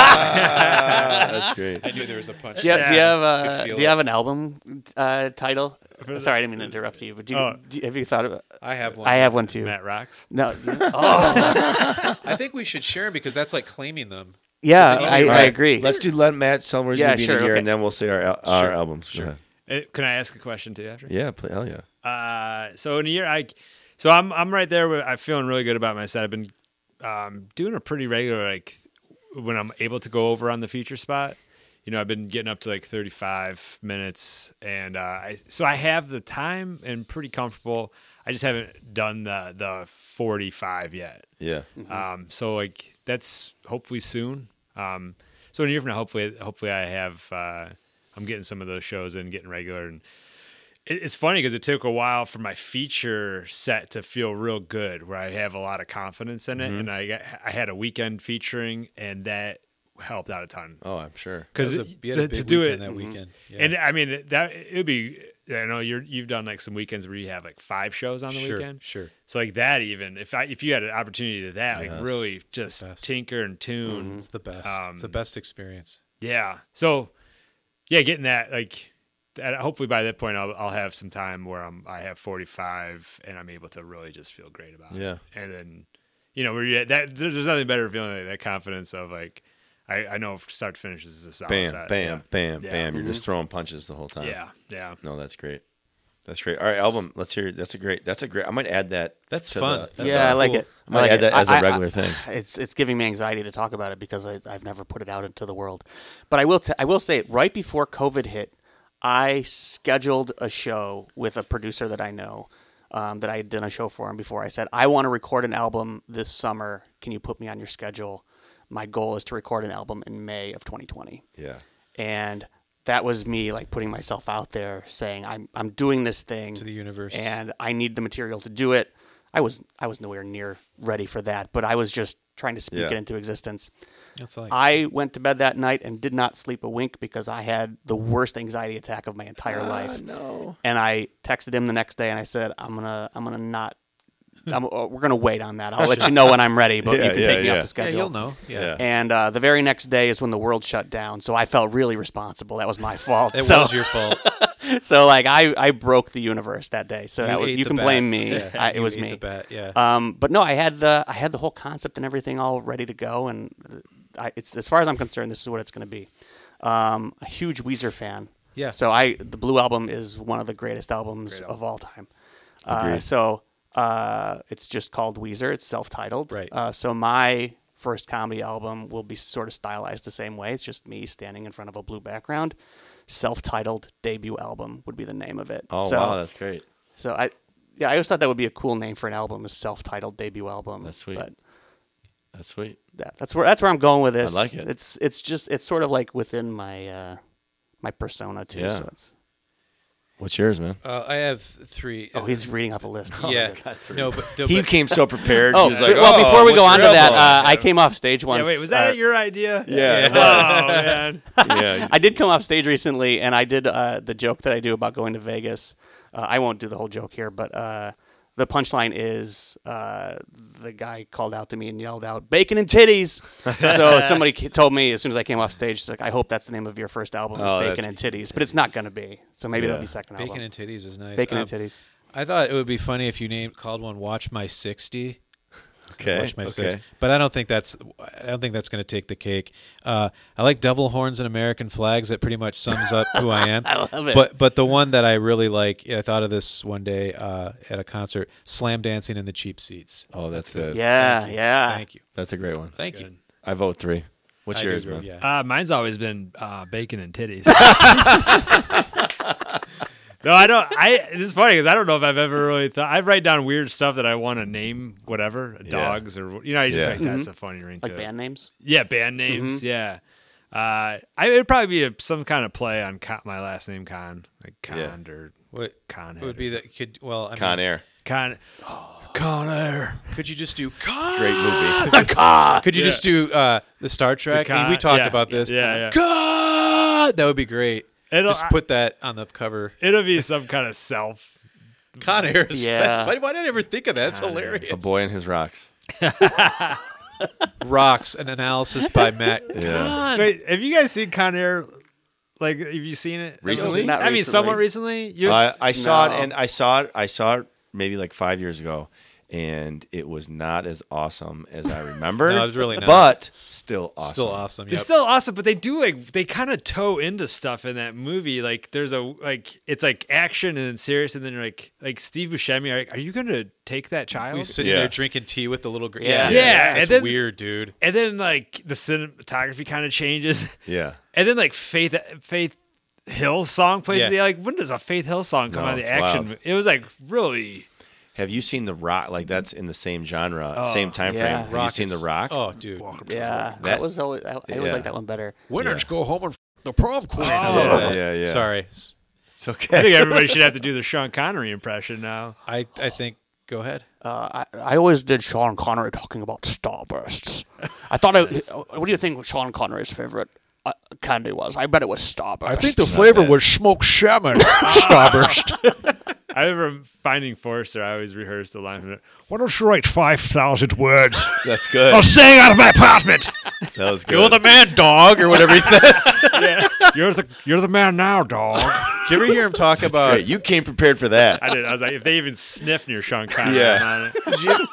Speaker 3: Uh,
Speaker 1: Ah, that's great.
Speaker 3: I knew there was a punch.
Speaker 4: Do you, do you
Speaker 2: Yeah,
Speaker 4: have a
Speaker 3: feel
Speaker 4: Do you
Speaker 3: it.
Speaker 4: have an album uh, title? Sorry, I didn't mean to interrupt you. But do you,
Speaker 2: Oh.
Speaker 4: do you- have you thought about?
Speaker 3: I have one.
Speaker 4: I have one too.
Speaker 2: Matt rocks.
Speaker 4: No. Oh,
Speaker 3: I think we should share 'em because that's like claiming them.
Speaker 4: yeah,
Speaker 3: Is it
Speaker 4: I,
Speaker 3: you?
Speaker 4: I
Speaker 1: All right,
Speaker 4: agree.
Speaker 1: E Let's do let Matt tell where he's
Speaker 4: Yeah,
Speaker 1: gonna be in
Speaker 4: sure,
Speaker 1: a year,
Speaker 4: okay.
Speaker 1: and then we'll say our al- our
Speaker 3: Sure,
Speaker 1: albums. Go
Speaker 3: sure.
Speaker 1: ahead.
Speaker 2: Uh, Can I ask a question too after?
Speaker 1: Yeah, play, hell yeah.
Speaker 2: Uh, so in a year, I so I'm I'm right there. With, I'm feeling really good about my set. I've been um, doing a pretty regular like when I'm able to go over on the feature spot. You know, I've been getting up to like 35 minutes, and uh, I, so I have the time and pretty comfortable. I just haven't done the the 45 yet.
Speaker 1: Yeah.
Speaker 2: Um, so like that's hopefully soon. Um, so in a year from now, hopefully, hopefully I have, uh, I'm getting some of those shows and getting regular. And it, it's funny because it took a while for my feature set to feel real
Speaker 3: Mm-hmm.
Speaker 2: good, where I have a lot of confidence in it. And I, got- I had a weekend featuring, and that helped out a ton
Speaker 1: Oh, I'm sure.
Speaker 2: because
Speaker 3: That was a- you had a
Speaker 2: to, to
Speaker 3: big
Speaker 2: do
Speaker 3: weekend
Speaker 2: it
Speaker 4: Mm-hmm.
Speaker 3: that weekend. Yeah.
Speaker 2: And I mean that it'd be I know you're you've done like some weekends where you have like five shows on the
Speaker 3: sure,
Speaker 2: weekend.
Speaker 3: sure.
Speaker 2: So like that even if I if you had an opportunity to that
Speaker 1: Yes.
Speaker 2: like really
Speaker 3: the
Speaker 2: just
Speaker 3: best.
Speaker 2: tinker and tune
Speaker 1: Mm-hmm.
Speaker 3: It's the best. it's the
Speaker 2: Um,
Speaker 3: best experience.
Speaker 2: yeah. So, yeah, getting that like, that, hopefully by that point I'll I'll have some time where I'm I have 45 and I'm able to really just feel great about it.
Speaker 1: Yeah.
Speaker 2: And then, you know, where you that there- there's nothing better feeling like that confidence of like, I I know from start to finish this is a solid
Speaker 1: Bam,
Speaker 2: set.
Speaker 1: bam, bam,
Speaker 2: Yeah.
Speaker 1: bam. You're just throwing punches the whole
Speaker 2: Yeah.
Speaker 1: time.
Speaker 2: Yeah. Yeah.
Speaker 1: No, that's great. That's great. All right, album. Let's hear. That's a great. That's a great. I might add that.
Speaker 3: That's
Speaker 1: to
Speaker 3: fun.
Speaker 1: the-
Speaker 3: That's
Speaker 4: yeah, I
Speaker 3: all
Speaker 4: like
Speaker 3: cool.
Speaker 4: it.
Speaker 1: I might
Speaker 4: like
Speaker 1: add
Speaker 4: it.
Speaker 1: that as a
Speaker 4: I- I-
Speaker 1: regular thing.
Speaker 4: It's it's giving me anxiety to talk about it because I, I've never put it out into the world. But I will t- I will say it right before COVID hit, I scheduled a show with a producer that I know um, that I had done a show for him before. I said I want to record an album this summer. Can you put me on your schedule? My goal is to record an album in May of 2020
Speaker 1: Yeah.
Speaker 4: and that was me like putting myself out there saying i'm i'm doing this thing to
Speaker 3: the universe.
Speaker 4: and i need the material to do it i was i was nowhere near ready for that but i was just trying to speak
Speaker 1: Yeah.
Speaker 4: it into existence
Speaker 3: That's like
Speaker 4: i went to bed that night and did not sleep a wink because i had the worst anxiety attack of my entire life
Speaker 1: Ah, No.
Speaker 4: and i texted him the next day and i said i'm gonna i'm gonna not I'm, uh, we're gonna wait on that i'll let you know when i'm ready but
Speaker 1: Yeah,
Speaker 4: you can
Speaker 1: yeah,
Speaker 4: take me
Speaker 1: yeah.
Speaker 4: off the
Speaker 3: yeah,
Speaker 4: schedule
Speaker 3: you'll know. Yeah.
Speaker 1: Yeah.
Speaker 4: and uh, the very next day is when the world shut down. So I felt really responsible. That was my fault.
Speaker 3: It
Speaker 4: so,
Speaker 3: was your fault.
Speaker 4: so like I, I broke the universe that day. So that was,
Speaker 3: ate
Speaker 4: you
Speaker 3: the
Speaker 4: can
Speaker 3: bat.
Speaker 4: blame me.
Speaker 3: Yeah,
Speaker 4: I, it
Speaker 3: you
Speaker 4: was
Speaker 3: ate
Speaker 4: me.
Speaker 3: The bat. Yeah.
Speaker 4: Um, but no, I had the I had the whole concept and everything all ready to go, and uh, I, it's as far as I'm concerned, this is what it's going to be. Um, a huge Weezer fan.
Speaker 3: Yeah.
Speaker 4: So I the Blue Album is one of the greatest albums
Speaker 2: Great
Speaker 4: of all time. Uh,
Speaker 1: Agreed.
Speaker 4: so uh, it's just called Weezer. It's self-titled.
Speaker 3: Right.
Speaker 4: Uh, so my first comedy album will be sort of stylized the same way. It's just me standing in front of a blue background. Self-titled debut album would be the name of it.
Speaker 1: Oh
Speaker 4: so,
Speaker 1: wow, that's great.
Speaker 4: so I, yeah, I always thought that would be a cool name for an album, a self-titled debut album.
Speaker 1: That's sweet.
Speaker 4: But
Speaker 1: That's sweet.
Speaker 4: that, that's where that's where I'm going with this.
Speaker 1: like it.
Speaker 4: It's it's just it's sort of like within my uh, my persona too.
Speaker 1: Yeah.
Speaker 4: So it's
Speaker 1: What's yours, man?
Speaker 3: uh, I have three.
Speaker 4: oh, he's reading off a list.
Speaker 3: yeah. No, but, no,
Speaker 1: He
Speaker 3: Oh, but
Speaker 1: came so prepared.
Speaker 4: Oh,
Speaker 1: he was like,
Speaker 4: well,
Speaker 1: "Oh,
Speaker 4: before we go
Speaker 1: what's
Speaker 4: on to
Speaker 1: your
Speaker 4: that,
Speaker 1: album?"
Speaker 4: uh, I came off stage once.
Speaker 2: wait, was
Speaker 4: uh,
Speaker 2: that your idea?
Speaker 1: yeah,
Speaker 2: Oh man.
Speaker 1: yeah,
Speaker 4: I did come off stage recently, and I did uh, the joke that I do about going to Vegas. Uh, I won't do the whole joke here, but uh, the punchline is uh, the guy called out to me and yelled out "bacon and titties." so somebody ki- told me as soon as I came off stage, it's like, "I hope that's the name of your first album, is
Speaker 1: Oh,
Speaker 4: Bacon and
Speaker 1: that's-
Speaker 4: Titties," but it's not going to be. So maybe that'll
Speaker 1: Yeah.
Speaker 4: be second
Speaker 3: bacon
Speaker 4: album.
Speaker 3: and titties is nice.
Speaker 4: bacon and
Speaker 3: Um,
Speaker 4: Titties.
Speaker 3: I thought it would be funny if you named called one "Watch My 60.
Speaker 1: okay,
Speaker 3: Watch my
Speaker 1: okay.
Speaker 3: six. But I don't think that's I don't think that's going to take the cake. Uh, I like devil horns and American flags. That pretty much sums up who I am. I
Speaker 4: love it.
Speaker 3: But but the one that I really like, I thought of this one day uh, at a concert: slam dancing in the cheap seats.
Speaker 1: Oh, that's good.
Speaker 4: Yeah,
Speaker 3: Thank you.
Speaker 4: yeah.
Speaker 3: Thank you.
Speaker 1: Ah, That's a great one.
Speaker 3: Thank you.
Speaker 1: I vote three. What's
Speaker 3: I do
Speaker 1: yours,
Speaker 3: agree,
Speaker 1: man?
Speaker 3: Yeah.
Speaker 2: Uh, mine's always been uh, bacon and titties. no, I don't. I it's funny because I don't know if I've ever really thought. I write down weird stuff that I want to name, whatever dogs or you know. I just
Speaker 1: Yeah. Mm-hmm.
Speaker 2: think that's a funny ring
Speaker 4: Like
Speaker 2: to it.
Speaker 4: band names.
Speaker 2: Yeah, band names. Yeah. Uh, I it'd probably be a, some kind of play on Con, my last name Con, like Con
Speaker 1: Yeah.
Speaker 2: or
Speaker 3: What
Speaker 2: Con.
Speaker 3: would be that? Could well, I mean,
Speaker 1: Con Air.
Speaker 2: Con? Con Air.
Speaker 3: Could you just do? Con?
Speaker 1: Great movie.
Speaker 3: Could you just do uh, the Star Trek? I mean, we
Speaker 2: Con-
Speaker 3: talked
Speaker 2: yeah,
Speaker 3: about this.
Speaker 2: yeah, yeah.
Speaker 3: Con! That would be great.
Speaker 2: It'll-
Speaker 3: just put that on the cover.
Speaker 2: It'll be some kind of self.
Speaker 3: Con Air. is-
Speaker 4: Yeah.
Speaker 3: That's funny. Why did I ever think of that? That's hilarious.
Speaker 1: a boy and his rocks.
Speaker 3: Rocks, an analysis by Matt.
Speaker 1: Yeah.
Speaker 2: Wait, have you guys seen Con Air? Like, have you seen it
Speaker 1: Recently?
Speaker 2: I mean,
Speaker 4: Not
Speaker 2: I mean, somewhat recently. You
Speaker 1: I, I saw
Speaker 4: No.
Speaker 1: it and I saw it. I saw it maybe like five years ago, and it was not as awesome as I remember.
Speaker 3: No, it was really not.
Speaker 1: But still awesome.
Speaker 3: Still awesome.
Speaker 2: They're
Speaker 3: yep.
Speaker 2: still awesome, but they do like they kind of toe into stuff in that movie. Like there's a like it's like action and then serious, and then you're like like Steve Buscemi. Like, are you gonna take that child?
Speaker 3: He's sitting
Speaker 1: Yeah.
Speaker 3: there drinking tea with the little girl.
Speaker 4: Yeah.
Speaker 2: Yeah,
Speaker 3: That's
Speaker 2: and then-
Speaker 3: weird, dude.
Speaker 2: and then like the cinematography kind of changes,
Speaker 1: Yeah.
Speaker 2: and then like Faith Faith Hill song plays.
Speaker 3: Yeah.
Speaker 2: Yeah. like when does a Faith Hill song come
Speaker 1: No,
Speaker 2: out of the
Speaker 1: it's
Speaker 2: action?
Speaker 1: wild.
Speaker 2: mo- It was like really.
Speaker 1: Have you seen The Rock? Like that's in the same genre, same time frame.
Speaker 4: yeah.
Speaker 1: Have you seen The
Speaker 3: is-
Speaker 1: Rock?
Speaker 3: Oh, dude.
Speaker 4: Yeah, that,
Speaker 1: That-
Speaker 4: was always I, I always
Speaker 1: Yeah.
Speaker 4: like that one better.
Speaker 3: Winners go home and f- the prom queen.
Speaker 2: Oh.
Speaker 1: Yeah, yeah, yeah.
Speaker 3: Sorry. S-
Speaker 1: It's
Speaker 2: I
Speaker 1: okay.
Speaker 2: think everybody should have to do the Sean Connery impression now.
Speaker 3: I, I think, go ahead.
Speaker 4: Uh, I, I always did Sean Connery talking about starbursts. I thought, I, what do you think Sean Connery's favorite uh, candy was? I bet it was starburst.
Speaker 6: I think the flavor was smoked salmon. Starburst.
Speaker 2: I remember finding Forrester. I always rehearsed the line from it.
Speaker 6: Why don't you write 5,000 words?
Speaker 1: That's good.
Speaker 6: I'll sing out of my apartment.
Speaker 1: That was good.
Speaker 6: You're the man, dog, or whatever he says.
Speaker 2: You're the
Speaker 6: You're the man now, dog.
Speaker 3: Do you ever hear him talk about?
Speaker 1: Great. You came prepared for that.
Speaker 2: I did. I was like, if they even sniff near Sean Connery,
Speaker 1: Yeah.
Speaker 2: yeah.
Speaker 3: Did you-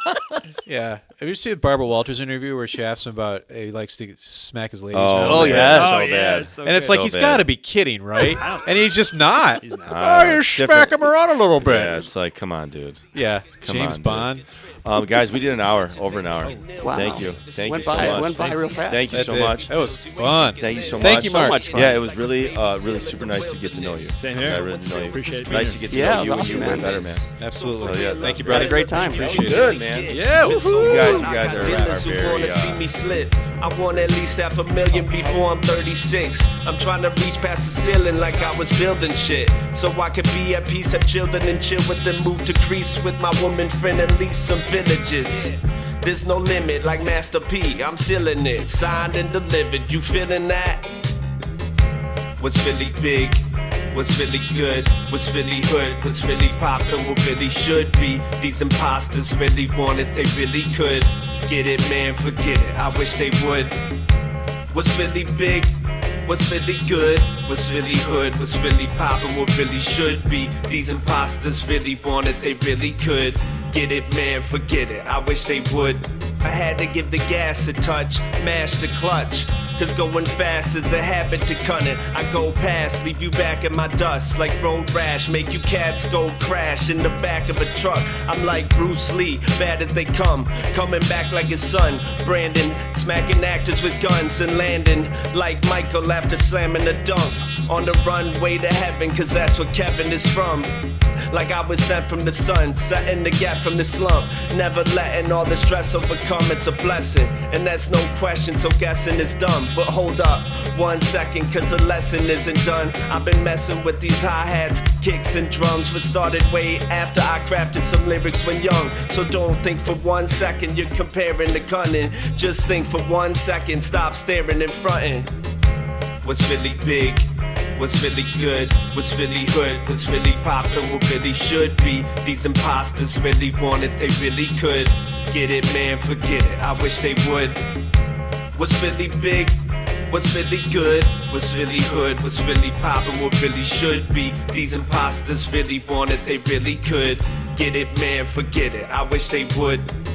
Speaker 3: yeah. Have you seen Barbara Walters interview where she asks him about uh, he likes to smack his ladies? around?
Speaker 1: man,
Speaker 4: yes.
Speaker 1: so
Speaker 2: Oh yeah,
Speaker 1: bad.
Speaker 2: it's so
Speaker 3: and it's
Speaker 2: good.
Speaker 3: like
Speaker 1: So
Speaker 3: he's
Speaker 1: bad.
Speaker 3: got to be kidding, right? and he's just not.
Speaker 1: I
Speaker 3: Oh,
Speaker 1: don't know,
Speaker 3: you
Speaker 1: it's
Speaker 3: smack him
Speaker 1: different.
Speaker 3: around a little bit.
Speaker 1: Yeah, it's like, come on, dude.
Speaker 3: Yeah,
Speaker 1: Come
Speaker 3: James
Speaker 1: on, dude.
Speaker 3: Bond.
Speaker 1: Um, guys, we did an hour, over an hour.
Speaker 4: Wow.
Speaker 1: Thank you. Thank
Speaker 4: went
Speaker 1: you so
Speaker 4: by,
Speaker 1: much.
Speaker 4: Went by real fast.
Speaker 1: Thank you
Speaker 3: That
Speaker 1: so
Speaker 3: did-
Speaker 1: much.
Speaker 3: That was fun.
Speaker 1: Thank you so much.
Speaker 3: Thank you, Mark.
Speaker 4: much fun.
Speaker 1: Yeah, it was really, uh, really super nice to get to know you.
Speaker 2: Same here.
Speaker 1: I really didn't know you.
Speaker 2: Appreciate it.
Speaker 1: Nice to get to
Speaker 4: Yeah,
Speaker 1: know
Speaker 4: it
Speaker 1: you
Speaker 4: was
Speaker 1: and you
Speaker 4: awesome,
Speaker 1: way better,
Speaker 4: man.
Speaker 1: man.
Speaker 3: Absolutely.
Speaker 1: Hell yeah.
Speaker 3: Thank you,
Speaker 1: Had
Speaker 3: brother.
Speaker 4: Had a great time.
Speaker 3: Appreciate it.
Speaker 1: Good, man.
Speaker 3: Yeah. woohoo.
Speaker 1: You guys, you guys are,
Speaker 7: I got dealers
Speaker 1: are
Speaker 7: who
Speaker 1: very.
Speaker 7: wanna see
Speaker 1: Uh,
Speaker 7: me slip. I want at least half a million before I'm 36. I'm trying to reach past the ceiling like I was building shit. So I could be at peace, have children and chill with them. Move to Greece with my woman friend, at least some villages. There's no limit, like Master P. I'm sealing it, signed and delivered. You feeling that? What's really big? What's really good? What's really hood? What's really poppin'? What really should be? These imposters really want it, they really could. Get it, man, forget it. I wish they would. What's really big? What's really good? What's really hood? What's really poppin'? What really should be? These imposters really want it, they really could. Get it, man, forget it. I wish they would. I had to give the gas a touch, mash the clutch. Cause going fast is a habit to cunning. I go past, leave you back in my dust like road rash. Make you cats go crash in the back of a truck. I'm like Bruce Lee, bad as they come. Coming back like his son, Brandon. Smacking actors with guns and landing like Michael after slamming a dunk. On the runway to heaven, cause that's what Kevin is from. Like I was sent from the sun, setting the gap from the slump. Never letting all the stress overcome, it's a blessing. And that's no question, so guessing is dumb. But hold up, one second, cause the lesson isn't done. I've been messing with these hi hats, kicks, and drums, but started way after I crafted some lyrics when young. So don't think for one second you're comparing the gunning. Just think for one second, stop staring and fronting. What's really big? What's really good? What's really hood? What's really poppin'? What really should be? These imposters really want it, they really could. Get it, man, forget it. I wish they would. What's really big? What's really good? What's really hood? What's really poppin'? What really should be? These imposters really want it, they really could. Get it, man, forget it. I wish they would.